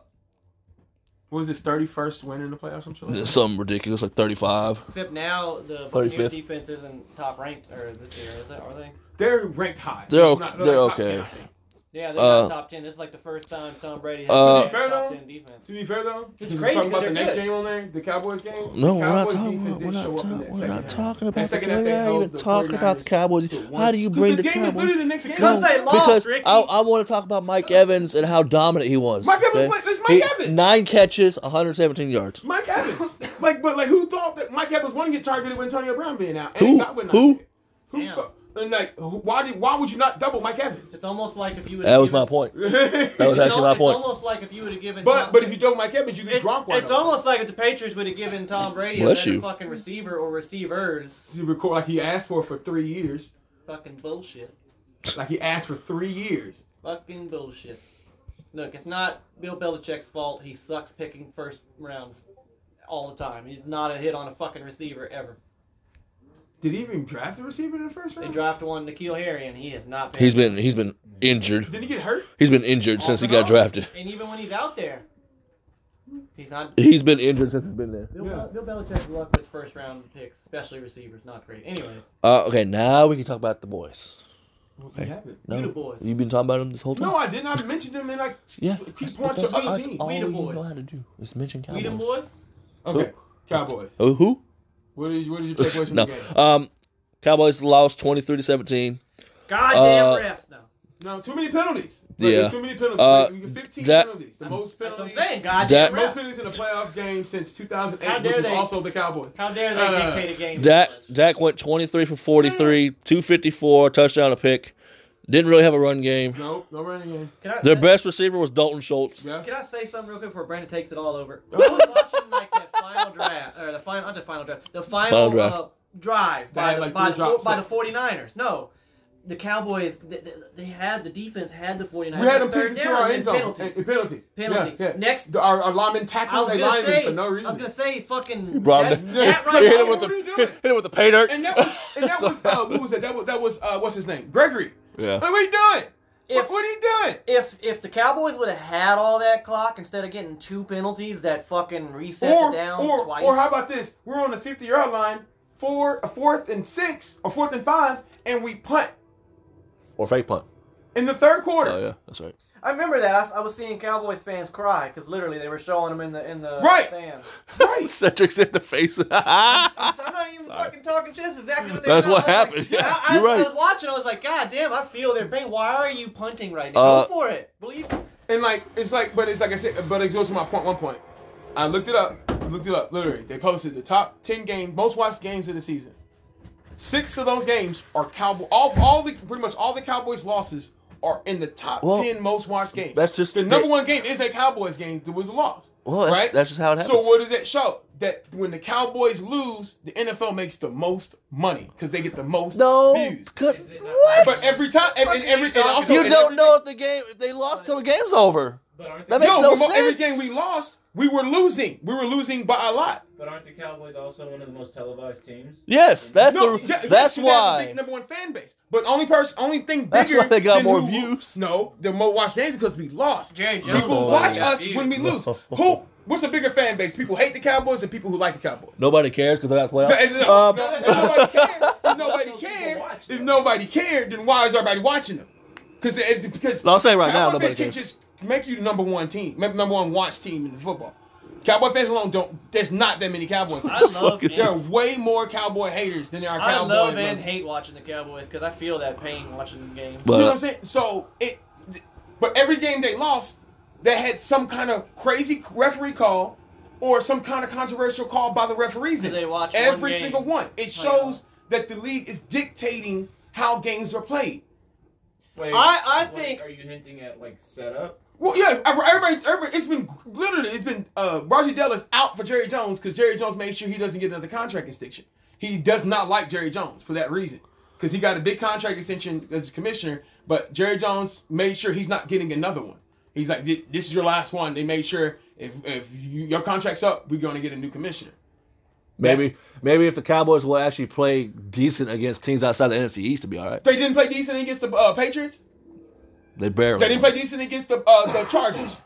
Speaker 3: What was his thirty first win in the playoffs? I'm sure.
Speaker 1: something ridiculous like thirty five.
Speaker 2: Except now the Buccaneers
Speaker 1: 35th.
Speaker 2: defense isn't top ranked or this year, is it? Are they?
Speaker 3: They're ranked high.
Speaker 1: They're okay-
Speaker 3: It's not-
Speaker 1: they're
Speaker 3: like top
Speaker 1: okay.
Speaker 3: 10, I think.
Speaker 2: Yeah, they're not
Speaker 1: Uh,
Speaker 2: top ten. This is like the first time Tom Brady has
Speaker 1: Uh,
Speaker 2: a
Speaker 3: Fair
Speaker 2: top
Speaker 3: though.
Speaker 2: ten defense.
Speaker 3: To be fair though,
Speaker 2: It's
Speaker 3: since we're
Speaker 2: crazy
Speaker 3: talking
Speaker 2: 'cause
Speaker 3: about the
Speaker 2: they're
Speaker 3: next
Speaker 2: good.
Speaker 3: game on there, the Cowboys game.
Speaker 1: No,
Speaker 3: the
Speaker 1: we're not
Speaker 3: Cowboys
Speaker 1: talking
Speaker 3: defense
Speaker 1: about. We're
Speaker 3: did
Speaker 1: not,
Speaker 3: show up in
Speaker 1: talking.
Speaker 3: that
Speaker 1: we're
Speaker 3: second
Speaker 1: not
Speaker 3: half.
Speaker 1: talking
Speaker 3: That
Speaker 1: about. The,
Speaker 3: second
Speaker 1: we're
Speaker 3: half, they
Speaker 1: not
Speaker 3: held
Speaker 1: even
Speaker 3: the
Speaker 1: talking about the
Speaker 3: 49ers
Speaker 1: Cowboys.
Speaker 3: to one.
Speaker 1: How do you
Speaker 3: 'Cause
Speaker 1: bring
Speaker 3: the
Speaker 1: the,
Speaker 3: game is
Speaker 1: Cowboys?
Speaker 3: literally the next game.
Speaker 2: Because they lost,
Speaker 1: because
Speaker 2: Ricky.
Speaker 1: I, I want to talk about Mike Evans and how dominant he was.
Speaker 3: Mike Evans
Speaker 1: okay?
Speaker 3: was- it's Mike Evans.
Speaker 1: Nine catches, 117 yards.
Speaker 3: Mike Evans. like, but like, who thought that Mike Evans wouldn't get targeted with Antonio Brown being out?
Speaker 1: Who?
Speaker 3: Not with
Speaker 1: Who?
Speaker 3: Who?
Speaker 2: Damn.
Speaker 3: thought- And like, who- why did? Why would you not double Mike Evans?
Speaker 2: It's almost like if you would.
Speaker 1: That was my point. Oh, That was
Speaker 2: It's,
Speaker 1: actually
Speaker 2: al-
Speaker 1: my
Speaker 2: it's
Speaker 1: point.
Speaker 2: almost like if you would have given.
Speaker 3: but
Speaker 2: Tom,
Speaker 3: but if you double Mike Evans, you get
Speaker 2: it's,
Speaker 3: Gronk. wide
Speaker 2: it's
Speaker 3: open.
Speaker 2: almost like if the Patriots would have given Tom Brady a
Speaker 1: Bless
Speaker 2: better
Speaker 1: you.
Speaker 2: fucking receiver or receivers.
Speaker 3: He record like he asked for for three years.
Speaker 2: Fucking bullshit.
Speaker 3: Like he asked for three years.
Speaker 2: Fucking bullshit. Look, it's not Bill Belichick's fault. He sucks picking first rounds all the time. He's not a hit on a fucking receiver ever.
Speaker 3: Did he even draft the receiver in the first
Speaker 2: They
Speaker 3: round?
Speaker 2: drafted one Nikhil Harry, and he has not been.
Speaker 1: He's been he's been injured.
Speaker 3: Did he get hurt?
Speaker 1: He's been injured since he got drafted.
Speaker 2: And even when he's out there, he's not.
Speaker 1: He's been injured since he's been there.
Speaker 2: Bill,
Speaker 3: Yeah.
Speaker 2: Bill Belichick's luck with first round picks, especially receivers, not great. Anyway,
Speaker 1: Uh, okay, now we can talk about the boys.
Speaker 3: He haven't.
Speaker 1: No,
Speaker 2: You the boys.
Speaker 1: You've been talking about them this whole time.
Speaker 3: No, I did not mention him in like
Speaker 1: yeah,
Speaker 3: key
Speaker 1: that's, but
Speaker 3: points
Speaker 1: that's,
Speaker 3: to
Speaker 1: all-
Speaker 3: other
Speaker 1: that's
Speaker 3: teams.
Speaker 1: all
Speaker 2: We
Speaker 1: you
Speaker 2: the
Speaker 1: know
Speaker 2: boys.
Speaker 1: how to do is mention
Speaker 2: we them
Speaker 1: Cowboys.
Speaker 2: boys.
Speaker 3: Okay, Cowboys.
Speaker 1: Oh, who?
Speaker 3: What did you, what did you take away from
Speaker 1: no,
Speaker 3: the game?
Speaker 1: um, Cowboys lost twenty three to seventeen.
Speaker 2: Goddamn
Speaker 1: Uh,
Speaker 2: refs now.
Speaker 3: No, too many penalties. Like,
Speaker 1: Yeah.
Speaker 3: there's too many penalties.
Speaker 1: Uh,
Speaker 3: Like, we get 15
Speaker 1: that-
Speaker 3: penalties. The
Speaker 2: I'm-
Speaker 3: most
Speaker 2: That's what
Speaker 3: penalties.
Speaker 2: I'm saying. Goddamn
Speaker 1: That-
Speaker 3: the most
Speaker 2: refs.
Speaker 3: penalties in a playoff game since 2008,
Speaker 2: How dare
Speaker 3: which was
Speaker 2: they-
Speaker 3: also the Cowboys.
Speaker 2: How dare they
Speaker 3: Uh,
Speaker 2: dictate a game?
Speaker 1: Dak
Speaker 2: this much?
Speaker 1: Dak went twenty three for forty three, two fifty four, touchdown a pick. Didn't really have a run game.
Speaker 3: Nope, no running game.
Speaker 2: Can I,
Speaker 1: Their best receiver was Dalton Schultz.
Speaker 3: Yeah.
Speaker 2: Can I say something real quick before Brandon takes it all over? I was watching like that final draft, or the final, not the final draft, the final,
Speaker 1: Final draft.
Speaker 2: Uh, drive
Speaker 3: They
Speaker 2: by,
Speaker 3: had,
Speaker 2: the,
Speaker 3: like,
Speaker 2: by,
Speaker 3: three
Speaker 2: the, four-
Speaker 3: drops.
Speaker 2: by the 49ers. No, the Cowboys, they, they- they had, the defense had the 49ers.
Speaker 3: We had them
Speaker 2: third
Speaker 3: picked to our
Speaker 2: down,
Speaker 3: end
Speaker 2: then
Speaker 3: zone.
Speaker 2: penalty.
Speaker 3: And- and Penalty.
Speaker 2: Penalty.
Speaker 3: Yeah, yeah.
Speaker 2: Next-
Speaker 3: The- our, our linemen
Speaker 2: I was
Speaker 3: tackled their
Speaker 2: gonna
Speaker 3: linemen
Speaker 2: say,
Speaker 3: for no
Speaker 2: I was
Speaker 3: reason.
Speaker 2: gonna say, fucking.
Speaker 1: Brought
Speaker 2: that,
Speaker 1: him down.
Speaker 2: that right
Speaker 1: You hit
Speaker 2: there.
Speaker 1: him with the
Speaker 3: What are you doing?
Speaker 1: hit him with the pay dirt.
Speaker 3: and that was, and that was uh, what was that? That was, that was uh, what's his name? Gregory.
Speaker 1: Yeah.
Speaker 3: Like, what are you doing?
Speaker 2: If-
Speaker 3: what, what are you doing?
Speaker 2: If if the Cowboys would have had all that clock instead of getting two penalties that fucking reset
Speaker 3: or,
Speaker 2: the downs
Speaker 3: or,
Speaker 2: twice.
Speaker 3: or how about this? We're on the 50 yard line, four, a fourth and six, or fourth and five, and we punt
Speaker 1: Or fake punt.
Speaker 3: in the third quarter.
Speaker 1: Oh yeah, that's right.
Speaker 2: I remember that. I, s- I was seeing Cowboys fans cry because literally they were showing them in the in the
Speaker 3: Right.
Speaker 2: stands.
Speaker 3: Right.
Speaker 1: Cedric's in the face.
Speaker 2: I'm, I'm not even fucking talking shit. That's exactly what they
Speaker 1: That's
Speaker 2: were
Speaker 1: what
Speaker 2: doing. I was
Speaker 1: happened,
Speaker 2: Like,
Speaker 1: yeah.
Speaker 2: I, I,
Speaker 1: You're
Speaker 2: I
Speaker 1: right.
Speaker 2: was watching. I was like, God damn, I feel their pain. Why are you punting right now?
Speaker 1: Uh,
Speaker 2: Go for it. Believe.
Speaker 3: And like it's like, but it's like I said, but it goes to my point. One point, I looked it up, looked it up. Literally, they posted the top ten games, most watched games of the season. Six of those games are Cowboy. All, all the pretty much all the Cowboys losses are in the top
Speaker 1: Well,
Speaker 3: ten most watched games.
Speaker 1: that's just-
Speaker 3: the number one game is a Cowboys game. There was a loss.
Speaker 1: Well, that's-
Speaker 3: right?
Speaker 1: that's just how it
Speaker 3: So
Speaker 1: happens.
Speaker 3: what does that show? That when the Cowboys lose, the NFL makes the most money because they get the most
Speaker 1: No,
Speaker 3: views.
Speaker 1: could,
Speaker 4: Is it not-
Speaker 1: what?
Speaker 3: But every time, and, and
Speaker 2: fuck
Speaker 3: every
Speaker 2: you
Speaker 3: and also
Speaker 2: talking
Speaker 1: you
Speaker 3: and
Speaker 1: don't
Speaker 3: every-
Speaker 1: know if the game if they lost till the game's over.
Speaker 4: But aren't
Speaker 1: That
Speaker 4: the,
Speaker 1: makes
Speaker 3: no,
Speaker 1: no
Speaker 3: but mo- every
Speaker 1: sense.
Speaker 3: game we lost, we were losing. We were losing by a lot.
Speaker 4: but aren't the Cowboys also one of the most televised teams?
Speaker 1: Yes, that's
Speaker 3: No,
Speaker 1: the
Speaker 3: yeah, yes,
Speaker 1: that's
Speaker 3: you have the
Speaker 1: why.
Speaker 3: big number one fan base. But only person, only thing bigger.
Speaker 1: That's why they got
Speaker 3: than
Speaker 1: more
Speaker 3: who-
Speaker 1: views.
Speaker 3: No, they're more watched games because we lost.
Speaker 2: Jerry Jones.
Speaker 3: People
Speaker 1: Oh,
Speaker 3: watch
Speaker 1: yeah.
Speaker 3: us when we lose. who? What's the bigger fan base? People hate the Cowboys and people who like the Cowboys.
Speaker 1: Nobody cares because they're not
Speaker 3: No, and
Speaker 1: playoffs.
Speaker 3: no,
Speaker 2: Uh,
Speaker 3: no,
Speaker 1: Um,
Speaker 3: if nobody cared, if nobody
Speaker 4: Those people
Speaker 3: cared,
Speaker 4: watch
Speaker 3: if
Speaker 4: them.
Speaker 3: nobody cared, then why is everybody watching them? Because because
Speaker 1: No, I'm saying right now,
Speaker 3: Cowboy
Speaker 1: nobody
Speaker 3: fans can
Speaker 1: cares.
Speaker 3: just make you the number one team, ma- number one watch team in football. Cowboy fans alone don't. There's not that many Cowboy
Speaker 2: I love.
Speaker 3: fans.
Speaker 1: fuck is
Speaker 3: There are
Speaker 2: and-
Speaker 3: way more cowboy haters than there are
Speaker 2: I
Speaker 3: cowboys.
Speaker 2: love
Speaker 3: man.
Speaker 2: and hate watching the Cowboys because I feel that pain watching them games.
Speaker 1: But-
Speaker 3: you know what I'm saying? So it, but every game they lost, they had some kind of crazy referee call, or some kind of controversial call by the referees. in it.
Speaker 2: They watch one
Speaker 3: every
Speaker 2: game. uh,
Speaker 3: single one. It shows that the league is dictating how games are played.
Speaker 4: Wait,
Speaker 2: I- I
Speaker 4: wait,
Speaker 2: think-
Speaker 4: Are you hinting at like setup?
Speaker 3: Well, yeah, everybody, everybody, it's been literally, it's been uh, Roger Dell is out for Jerry Jones because Jerry Jones made sure he doesn't get another contract extension. He does not like Jerry Jones for that reason because he got a big contract extension as commissioner, but Jerry Jones made sure he's not getting another one. He's like, "Th- this is your last one. They made sure if if you, your contract's up, we're going to get a new commissioner.
Speaker 1: Maybe maybe if the Cowboys will actually play decent against teams outside the NFC East, to be all right.
Speaker 3: They didn't play decent against the uh, Patriots.
Speaker 1: They barely
Speaker 3: They didn't play decent against the uh, the Chargers.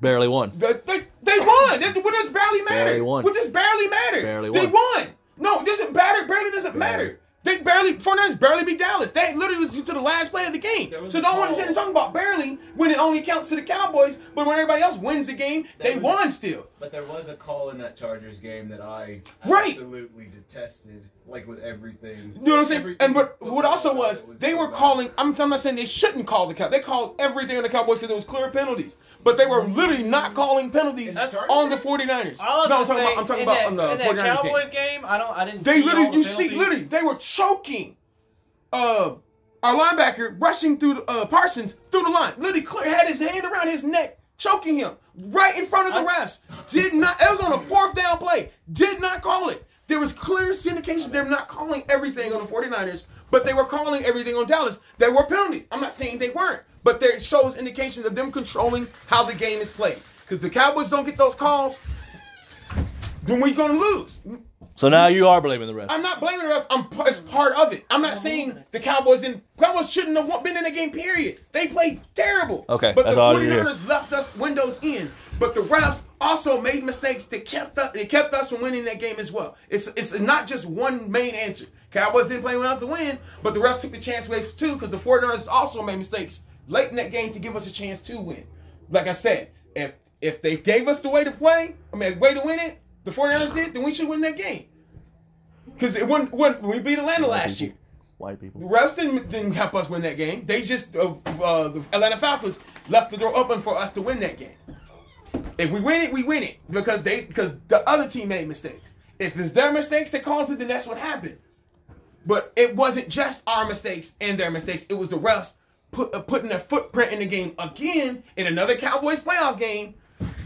Speaker 1: barely won.
Speaker 3: They, they, they won. That, what does barely matter?
Speaker 1: Barely won.
Speaker 3: What does barely matter?
Speaker 1: Barely
Speaker 3: They
Speaker 1: won.
Speaker 3: won. No, it doesn't matter. Barely doesn't matter. They barely, 49ers barely beat Dallas. They literally was to the last play of the game.
Speaker 4: There was
Speaker 3: So
Speaker 4: a
Speaker 3: don't want to
Speaker 4: call.
Speaker 3: sit and talk about barely when it only counts to the Cowboys, but when everybody else wins the game,
Speaker 4: There
Speaker 3: they
Speaker 4: was-
Speaker 3: won still.
Speaker 4: But there was a call in that Chargers game that I
Speaker 3: Right.
Speaker 4: absolutely detested, like with everything.
Speaker 3: You know what I'm saying?
Speaker 4: Everything
Speaker 3: And but what also
Speaker 4: about
Speaker 3: was,
Speaker 4: it
Speaker 3: they
Speaker 4: so
Speaker 3: were
Speaker 4: bad.
Speaker 3: calling. I'm, I'm not saying they shouldn't call the Cowboys. They called everything on the Cowboys because there was clear penalties. But they were literally not calling penalties
Speaker 4: That's-
Speaker 3: on the 49ers.
Speaker 2: I was
Speaker 3: no,
Speaker 2: gonna
Speaker 3: I'm talking
Speaker 2: say,
Speaker 3: about. I'm talking
Speaker 2: in
Speaker 3: about
Speaker 2: that,
Speaker 3: on the
Speaker 2: in
Speaker 3: 49ers
Speaker 2: that
Speaker 3: game.
Speaker 2: Cowboys game. I don't. I didn't.
Speaker 3: They
Speaker 2: see all
Speaker 3: literally,
Speaker 2: the
Speaker 3: you see,
Speaker 2: penalties.
Speaker 3: literally, they were choking. Uh, our linebacker rushing through the, uh, Parsons through the line. Literally, clear had his hand around his neck, choking him right in front of the refs. Did not. That was on a fourth down play. Did not call it. There was clear syndication. They're not calling everything on the 49ers, but they were calling everything on Dallas. There were penalties. I'm not saying they weren't, but there shows indications of them controlling how the game is played. Because the Cowboys don't get those calls, then we're gonna lose.
Speaker 1: So now you are blaming the refs.
Speaker 3: I'm not blaming the refs. I'm p- it's part of it. I'm not saying the Cowboys didn't. Cowboys shouldn't have won- been in the game. Period. They played terrible.
Speaker 1: Okay,
Speaker 3: but
Speaker 1: that's
Speaker 3: the
Speaker 1: all I need to hear.
Speaker 3: 49ers left us windows in. But the refs also made mistakes that kept us. It kept us from winning that game as well. It's it's not just one main answer. Cowboys didn't play well enough to win, but the refs took the chance away too because the 49ers also made mistakes late in that game to give us a chance to win. Like I said, if if they gave us the way to play, I mean, way to win it, the 49ers did, then we should win that game. Because it wasn't, wasn't when we beat Atlanta last year.
Speaker 1: White
Speaker 3: The
Speaker 1: people.
Speaker 3: refs didn't, didn't help us win that game. They just uh, uh, the Atlanta Falcons left the door open for us to win that game. If we win it, we win it because they because the other team made mistakes. If it's their mistakes that caused it, then that's what happened. But it wasn't just our mistakes and their mistakes. It was the refs put, uh, putting their footprint in the game again in another Cowboys playoff game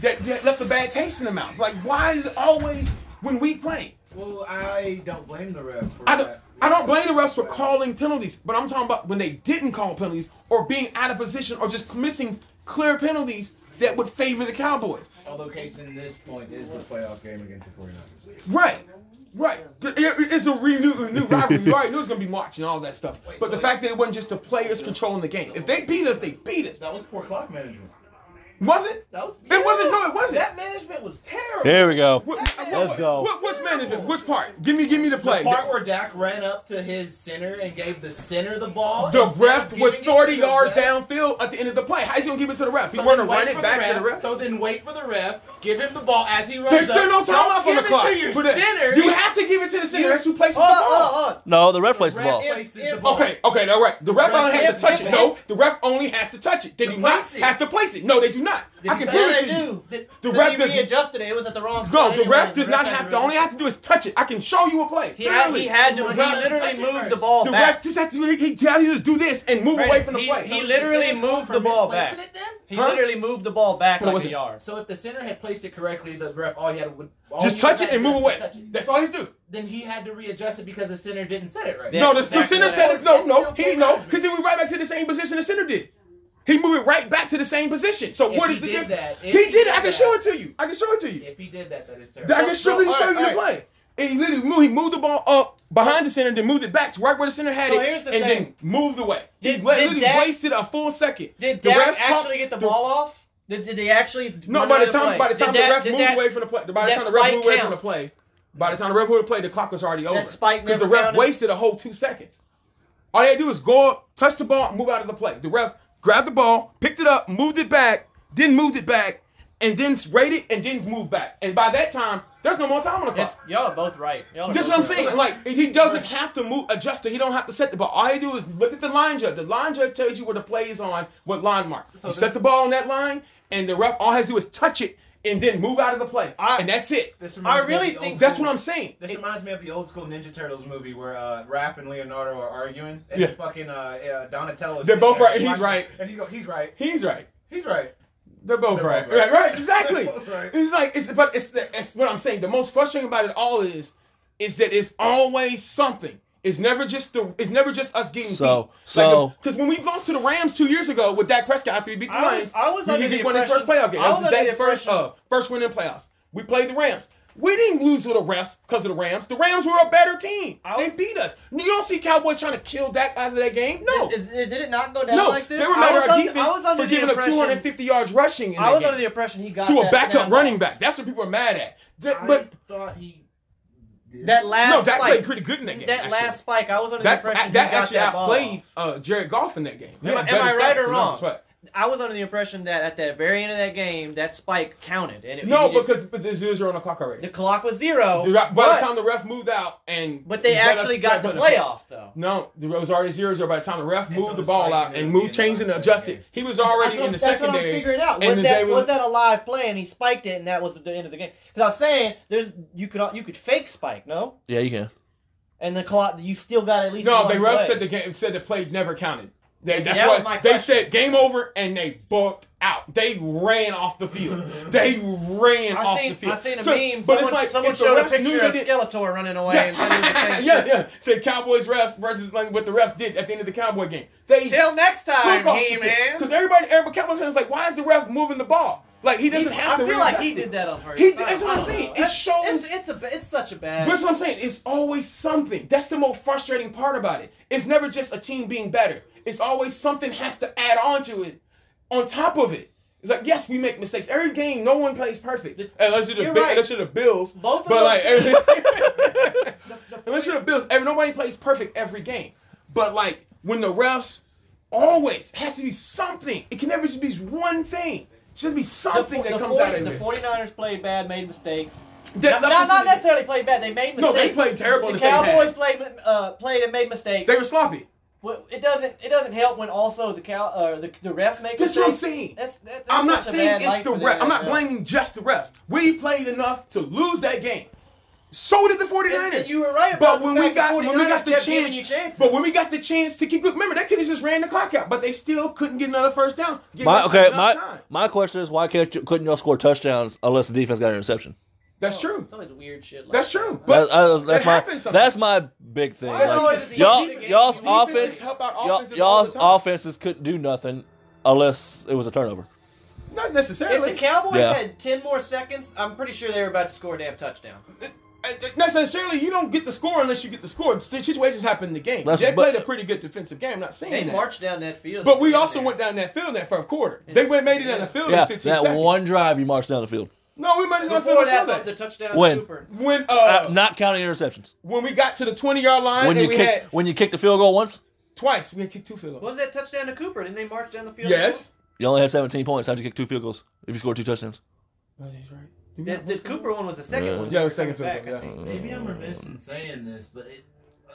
Speaker 3: that, that left a bad taste in the mouth. Like, why is it always when we play?
Speaker 6: Well, I don't blame the ref. For
Speaker 3: I don't.
Speaker 6: that.
Speaker 3: I don't blame the refs for calling penalties, but I'm talking about when they didn't call penalties or being out of position or just missing clear penalties that would favor the Cowboys.
Speaker 6: Although, case in this point is the playoff game against the 49ers.
Speaker 3: Right. Right. It- it- It's a renewed new rivalry. You already knew it was going to be watching all that stuff. But the fact that it wasn't just the players controlling the game. If they beat us, they beat us.
Speaker 4: That was poor clock management.
Speaker 3: Was it?
Speaker 4: That was.
Speaker 3: It wasn't. No, it wasn't.
Speaker 4: That management was terrible.
Speaker 1: Here we go.
Speaker 3: What- what-
Speaker 1: Let's
Speaker 3: what-
Speaker 1: go.
Speaker 3: What, what's management? Which part? Give me, give me the play.
Speaker 4: The part where Dak ran up to his center and gave the center the ball.
Speaker 3: The
Speaker 4: instead of
Speaker 3: ref was
Speaker 4: giving it to
Speaker 3: 40
Speaker 4: the
Speaker 3: yards
Speaker 4: ref.
Speaker 3: downfield at the end of the play. How's he gonna give it to the ref? He's
Speaker 7: So
Speaker 3: going to
Speaker 7: then wait
Speaker 3: run it
Speaker 7: for
Speaker 3: back to the ref.
Speaker 7: So then wait for the ref. Give him the ball as he runs
Speaker 3: There's still no
Speaker 7: up. Don't
Speaker 3: timeout on the
Speaker 7: give
Speaker 3: clock.
Speaker 7: It to your
Speaker 3: But, uh,
Speaker 7: center.
Speaker 3: You have to give it to the center. That's who places the
Speaker 2: Hold on,
Speaker 3: ball.
Speaker 2: hold on, hold on.
Speaker 1: No, the ref places the ball.
Speaker 7: places the
Speaker 4: if-
Speaker 7: ball.
Speaker 3: Okay, okay, all right. The ref
Speaker 4: Right,
Speaker 3: only has
Speaker 4: if-
Speaker 3: to touch it.
Speaker 4: if-
Speaker 3: No, the ref only has to touch it. They do not
Speaker 4: place it.
Speaker 3: have to place it. No, they do not. I can
Speaker 7: he
Speaker 3: prove
Speaker 2: Yeah,
Speaker 3: it
Speaker 2: they
Speaker 3: to you.
Speaker 2: do. The,
Speaker 3: The
Speaker 2: the
Speaker 3: ref
Speaker 2: ref
Speaker 3: does-
Speaker 2: readjusted it. It was at the wrong spot.
Speaker 3: No, the ref
Speaker 2: anyways.
Speaker 3: does
Speaker 2: The
Speaker 3: not
Speaker 2: had
Speaker 3: have
Speaker 2: to
Speaker 3: to. All
Speaker 2: really-
Speaker 3: he has to do is touch it. I can show you a play.
Speaker 2: He had,
Speaker 3: Clearly.
Speaker 2: he had to.
Speaker 4: Well,
Speaker 2: He
Speaker 4: he had to
Speaker 2: literally
Speaker 4: touch it
Speaker 2: moved
Speaker 4: first.
Speaker 2: the ball
Speaker 3: The
Speaker 2: back.
Speaker 3: ref just has to. He tells you to do this and move
Speaker 2: Right.
Speaker 3: away from the
Speaker 2: He-
Speaker 3: play.
Speaker 2: he
Speaker 7: if the
Speaker 2: literally
Speaker 7: center's
Speaker 2: moved
Speaker 7: going for
Speaker 2: the ball
Speaker 7: misplacing
Speaker 2: back.
Speaker 7: it then?
Speaker 2: He
Speaker 3: Huh?
Speaker 2: literally moved the ball back
Speaker 3: What was
Speaker 2: like a
Speaker 3: it?
Speaker 2: yard.
Speaker 7: So if the center had placed it correctly, the ref all he had would all
Speaker 3: just
Speaker 7: he would
Speaker 3: touch
Speaker 7: have
Speaker 3: it and
Speaker 7: done
Speaker 3: move
Speaker 7: was
Speaker 3: away.
Speaker 7: touch it.
Speaker 3: That's all he's do.
Speaker 7: Then he had to readjust it because the center didn't set it right.
Speaker 2: Yeah.
Speaker 3: no, the, the
Speaker 2: exactly
Speaker 3: center
Speaker 2: what
Speaker 3: said it. No,
Speaker 7: happened.
Speaker 3: no, he
Speaker 7: That's
Speaker 3: no,
Speaker 7: still
Speaker 3: because then we right back to the same position the center did. He moved it right back to the same position. So
Speaker 7: If
Speaker 3: what
Speaker 7: he
Speaker 3: is the
Speaker 7: did
Speaker 3: difference?
Speaker 7: that-
Speaker 3: He
Speaker 7: if he
Speaker 3: did. it.
Speaker 7: did
Speaker 3: I can
Speaker 7: that-
Speaker 3: show it to you. I can show it to you.
Speaker 7: If he did that, that is
Speaker 3: I
Speaker 7: terrible.
Speaker 3: can surely
Speaker 2: all
Speaker 3: show
Speaker 2: right,
Speaker 3: you the
Speaker 2: all
Speaker 3: play. And he literally moved, he moved the ball up behind the center, then moved it back to right where the center had
Speaker 2: So
Speaker 3: it,
Speaker 2: here's the
Speaker 3: and
Speaker 2: thing.
Speaker 3: then moved away. He
Speaker 2: Did-
Speaker 3: literally
Speaker 2: did Dak-
Speaker 3: wasted a full second.
Speaker 2: Did
Speaker 3: The refs
Speaker 2: Dak
Speaker 3: talk-
Speaker 2: actually get the ball off? Did, did they actually?
Speaker 3: No,
Speaker 2: run
Speaker 3: by the
Speaker 2: another
Speaker 3: time
Speaker 2: play?
Speaker 3: by the
Speaker 2: Did
Speaker 3: time
Speaker 2: that-
Speaker 3: the ref
Speaker 2: did
Speaker 3: moved
Speaker 2: that-
Speaker 3: away from the play, by the
Speaker 2: that
Speaker 3: time the ref
Speaker 2: spike
Speaker 3: moved away from
Speaker 2: count?
Speaker 3: the play, by the time the ref moved the play, the clock was already over.
Speaker 2: spike
Speaker 3: the
Speaker 2: never
Speaker 3: ref
Speaker 2: counted?
Speaker 3: wasted a whole two seconds. All they had to do is go up, touch the ball, and move out of the play. The ref grabbed the ball, picked it up, moved it back, then moved it back, and then sprayed it, and then moved back. And by that time, there's no more time on the clock.
Speaker 2: Yes, y'all are both right. Y'all are
Speaker 3: That's
Speaker 2: both
Speaker 3: what
Speaker 2: right.
Speaker 3: I'm saying. Like he doesn't have to move, adjust it. He don't have to set the ball. All he do is look at the line judge. The line judge tells you where the play is on, what line mark. you set the ball on that line, and the ref all he has to do is touch it and then move out of the play, and that's it.
Speaker 4: This
Speaker 2: I
Speaker 4: reminds me of
Speaker 2: really
Speaker 4: the
Speaker 2: think
Speaker 4: old
Speaker 3: That's
Speaker 4: school-
Speaker 3: what I'm saying.
Speaker 4: This reminds me of the old school Ninja Turtles movie where uh, Raph and Leonardo are arguing, and
Speaker 3: Yeah.
Speaker 4: fucking uh, uh, Donatello.
Speaker 3: They're both right, and he's right.
Speaker 4: and he's go, he's right,
Speaker 3: He's right.
Speaker 4: he's right.
Speaker 3: They're both
Speaker 4: They're
Speaker 3: right.
Speaker 4: both
Speaker 3: right.
Speaker 4: right.
Speaker 3: Right. Exactly.
Speaker 4: They're both right.
Speaker 3: It's like it's but it's the, it's what I'm saying. The most frustrating about it all is is that it's always something. It's never just the it's never just us getting
Speaker 1: So-
Speaker 3: beat.
Speaker 1: so-
Speaker 3: because when we lost to the Rams two years ago with Dak Prescott after he beat the
Speaker 2: I was-
Speaker 3: Lions,
Speaker 2: I was
Speaker 3: he-
Speaker 2: under
Speaker 3: he
Speaker 2: the
Speaker 3: won his first
Speaker 2: impression-
Speaker 3: playoff game.
Speaker 2: I
Speaker 3: That
Speaker 2: was
Speaker 3: was
Speaker 2: under
Speaker 3: Dak's
Speaker 2: the
Speaker 3: first
Speaker 2: impression-
Speaker 3: uh, first win in playoffs. We played the Rams. We didn't lose to the refs because of the Rams. The Rams were a better team.
Speaker 2: I
Speaker 3: they
Speaker 2: was-
Speaker 3: beat us. You don't see Cowboys trying to kill Dak after that game. No,
Speaker 2: Is- is- did it not go down
Speaker 3: no,
Speaker 2: like this?
Speaker 3: they were
Speaker 2: I was
Speaker 3: better at
Speaker 2: under- I
Speaker 3: defense
Speaker 2: was under
Speaker 3: for
Speaker 2: the
Speaker 3: giving up
Speaker 2: impression-
Speaker 3: 250 yards rushing. In
Speaker 2: I
Speaker 3: that
Speaker 2: was
Speaker 3: game
Speaker 2: under the impression he got
Speaker 3: to a
Speaker 2: that
Speaker 3: backup
Speaker 2: down.
Speaker 3: running back. That's what people are mad at. That, but
Speaker 4: I thought he. did.
Speaker 2: That last
Speaker 3: no, that
Speaker 2: spike,
Speaker 3: played pretty good in that game.
Speaker 2: that
Speaker 3: actually.
Speaker 2: last spike, I was under
Speaker 3: that,
Speaker 2: the impression
Speaker 3: that
Speaker 2: he got
Speaker 3: actually
Speaker 2: that ball.
Speaker 3: outplayed uh, Jared Goff in that game. He
Speaker 2: Am
Speaker 3: had
Speaker 2: I- am
Speaker 3: better
Speaker 2: I right
Speaker 3: stats
Speaker 2: or
Speaker 3: and
Speaker 2: wrong?
Speaker 3: numbers, but-
Speaker 2: I was under the impression that at the very end of that game, that spike counted, and it,
Speaker 3: No,
Speaker 2: he just-
Speaker 3: because but the zeros are on the clock
Speaker 2: the
Speaker 3: already.
Speaker 2: clock was zero.
Speaker 3: The- by
Speaker 2: but,
Speaker 3: the time the ref moved out and
Speaker 2: but they
Speaker 3: let us-
Speaker 2: actually got the playoff though.
Speaker 3: No, there was already zeros. there By the time the ref
Speaker 4: And
Speaker 3: moved
Speaker 4: so
Speaker 3: the
Speaker 4: the
Speaker 3: ball
Speaker 4: spike
Speaker 3: out
Speaker 4: ended
Speaker 3: and
Speaker 4: up
Speaker 3: moved,
Speaker 4: being
Speaker 3: changed,
Speaker 4: on
Speaker 3: and
Speaker 4: that
Speaker 3: adjusted,
Speaker 4: game.
Speaker 3: he was
Speaker 2: That's
Speaker 3: already
Speaker 2: what-
Speaker 3: in the
Speaker 2: that's What
Speaker 3: secondary.
Speaker 2: I'm figuring out.
Speaker 3: and
Speaker 2: Was
Speaker 3: then they
Speaker 2: that,
Speaker 3: were-
Speaker 2: was that a live play and he spiked it and that was the end of the game? Because I was saying there's you could you could fake spike no,
Speaker 1: Yeah, you can.
Speaker 2: and the clock you still got at least
Speaker 3: No,
Speaker 2: one
Speaker 3: they ref
Speaker 2: play.
Speaker 3: said the game said the play never counted. They,
Speaker 2: See,
Speaker 3: that's
Speaker 2: that was
Speaker 3: why
Speaker 2: my
Speaker 3: they
Speaker 2: question.
Speaker 3: said game over and they booked out. They ran off the field. They ran
Speaker 2: I
Speaker 3: off
Speaker 2: seen
Speaker 3: the field.
Speaker 2: I seen a
Speaker 3: So-
Speaker 2: meme.
Speaker 3: but
Speaker 2: someone,
Speaker 3: it's like
Speaker 2: someone
Speaker 3: if the
Speaker 2: showed a
Speaker 3: refs knew
Speaker 2: picture
Speaker 3: they
Speaker 2: of
Speaker 3: did-
Speaker 2: Skeletor running away and running the
Speaker 3: yeah,
Speaker 2: same
Speaker 3: yeah,
Speaker 2: shit.
Speaker 3: yeah. Say Cowboys refs versus like what the refs did at the end of the Cowboy game. They
Speaker 2: Till next time, He Man.
Speaker 3: because everybody, everybody Cowboys fans like, why is the ref moving the ball? Like he doesn't have
Speaker 2: I
Speaker 3: to.
Speaker 2: feel like
Speaker 3: readjust
Speaker 2: he
Speaker 3: it.
Speaker 2: did that on purpose.
Speaker 3: He did- that's what
Speaker 2: I
Speaker 3: I'm
Speaker 2: don't
Speaker 3: saying.
Speaker 2: know.
Speaker 3: It shows-
Speaker 2: It's, it's, a, ba- it's such a bad.
Speaker 3: But That's what I'm saying. It's always something. That's the most frustrating part about it. It's never just a team being better. It's always something has to add on to it, on top of it. It's like yes, we make mistakes. Every game, no one plays perfect. Unless you're the,
Speaker 2: You're
Speaker 3: Bi-
Speaker 2: right.
Speaker 3: unless you're the Bills.
Speaker 2: Both of
Speaker 3: but
Speaker 2: those
Speaker 3: like,
Speaker 2: teams-
Speaker 3: every- unless you're the Bills, every, nobody plays perfect every game. But like when the refs, always has to be something. It can never just be one thing. It should be something
Speaker 2: the,
Speaker 3: that
Speaker 2: the
Speaker 3: comes
Speaker 2: 40
Speaker 3: out of
Speaker 2: the
Speaker 3: it.
Speaker 2: 49ers played bad, made mistakes.
Speaker 3: That-
Speaker 2: not, not, not necessarily played bad. They made mistakes.
Speaker 3: No, they played terrible in
Speaker 2: The
Speaker 3: the second half.
Speaker 2: Cowboys played uh, played and made mistakes.
Speaker 3: They were sloppy.
Speaker 2: Well, it doesn't it doesn't help when also the cow uh, the, the refs make mistakes.
Speaker 3: That's what I'm saying.
Speaker 2: That's, that, that's
Speaker 3: I'm not
Speaker 2: such a
Speaker 3: saying
Speaker 2: bad
Speaker 3: it's
Speaker 2: life
Speaker 3: the
Speaker 2: for
Speaker 3: refs. I'm not
Speaker 2: NFL.
Speaker 3: blaming just the refs. We played enough to lose that game. So did the 49ers.
Speaker 2: And, and you were right
Speaker 3: But
Speaker 2: about
Speaker 3: when
Speaker 2: the
Speaker 3: we
Speaker 2: fact
Speaker 3: got
Speaker 2: the 49ers
Speaker 3: when we got the
Speaker 2: kept giving you
Speaker 3: chance,
Speaker 2: chances.
Speaker 3: but when we got the chance to keep, remember that kid just ran the clock out, but they still couldn't get another first down. Give
Speaker 1: My
Speaker 3: us
Speaker 1: okay,
Speaker 3: enough
Speaker 1: my
Speaker 3: time.
Speaker 1: my question is why can't you, couldn't y'all score touchdowns unless the defense got an interception?
Speaker 3: that's true.
Speaker 2: It's always weird shit. Like
Speaker 3: That's
Speaker 2: that.
Speaker 3: true. But
Speaker 1: That- that- that's
Speaker 3: it
Speaker 1: my
Speaker 3: happens sometimes.
Speaker 1: that's my big thing.
Speaker 3: Why is
Speaker 1: Like,
Speaker 3: it always the
Speaker 1: y'all
Speaker 3: defense?
Speaker 1: y'all's
Speaker 3: Defenses
Speaker 1: offense
Speaker 3: help out
Speaker 1: y'all,
Speaker 3: offenses all
Speaker 1: y'all's
Speaker 3: the time.
Speaker 1: offenses couldn't do nothing unless it was a turnover.
Speaker 3: not
Speaker 2: If
Speaker 3: necessarily
Speaker 2: the Cowboys
Speaker 1: Yeah.
Speaker 2: had ten more seconds, I'm pretty sure they were about to score a damn touchdown.
Speaker 3: Uh, necessarily you don't get the score unless you get the score. The situations happen in the game.
Speaker 1: That's-
Speaker 3: They
Speaker 1: but-
Speaker 3: played a pretty good defensive game. I'm not saying
Speaker 2: They
Speaker 3: that.
Speaker 2: marched down that field.
Speaker 3: but we also went down that field in that fourth quarter. They went made it down the field
Speaker 1: Yeah,
Speaker 3: in 15
Speaker 1: that
Speaker 3: seconds.
Speaker 1: one drive you marched down the field,
Speaker 3: no, we might as well
Speaker 2: before
Speaker 3: finish
Speaker 2: that.
Speaker 3: that.
Speaker 2: The touchdown
Speaker 1: When?
Speaker 2: to Cooper.
Speaker 3: when uh,
Speaker 1: Uh, not counting interceptions.
Speaker 3: when we got to the 20 yard line
Speaker 1: When
Speaker 3: and
Speaker 1: you
Speaker 3: we
Speaker 1: kick
Speaker 3: had
Speaker 1: when you kicked the field goal once,
Speaker 3: twice, we had kicked two field goals.
Speaker 2: What was that touchdown to Cooper? Didn't they march down the field?
Speaker 3: Yes.
Speaker 1: you only had 17 points. How'd you kick two field goals if you scored two touchdowns?
Speaker 3: Oh, he's right. Did we
Speaker 2: The,
Speaker 3: not
Speaker 2: the
Speaker 3: march down?
Speaker 2: Cooper one was the second
Speaker 1: Yeah.
Speaker 2: one.
Speaker 3: Yeah, it was second
Speaker 2: Back,
Speaker 3: field goal.
Speaker 2: I
Speaker 3: Yeah.
Speaker 2: think.
Speaker 4: Maybe I'm remiss in saying this, but it,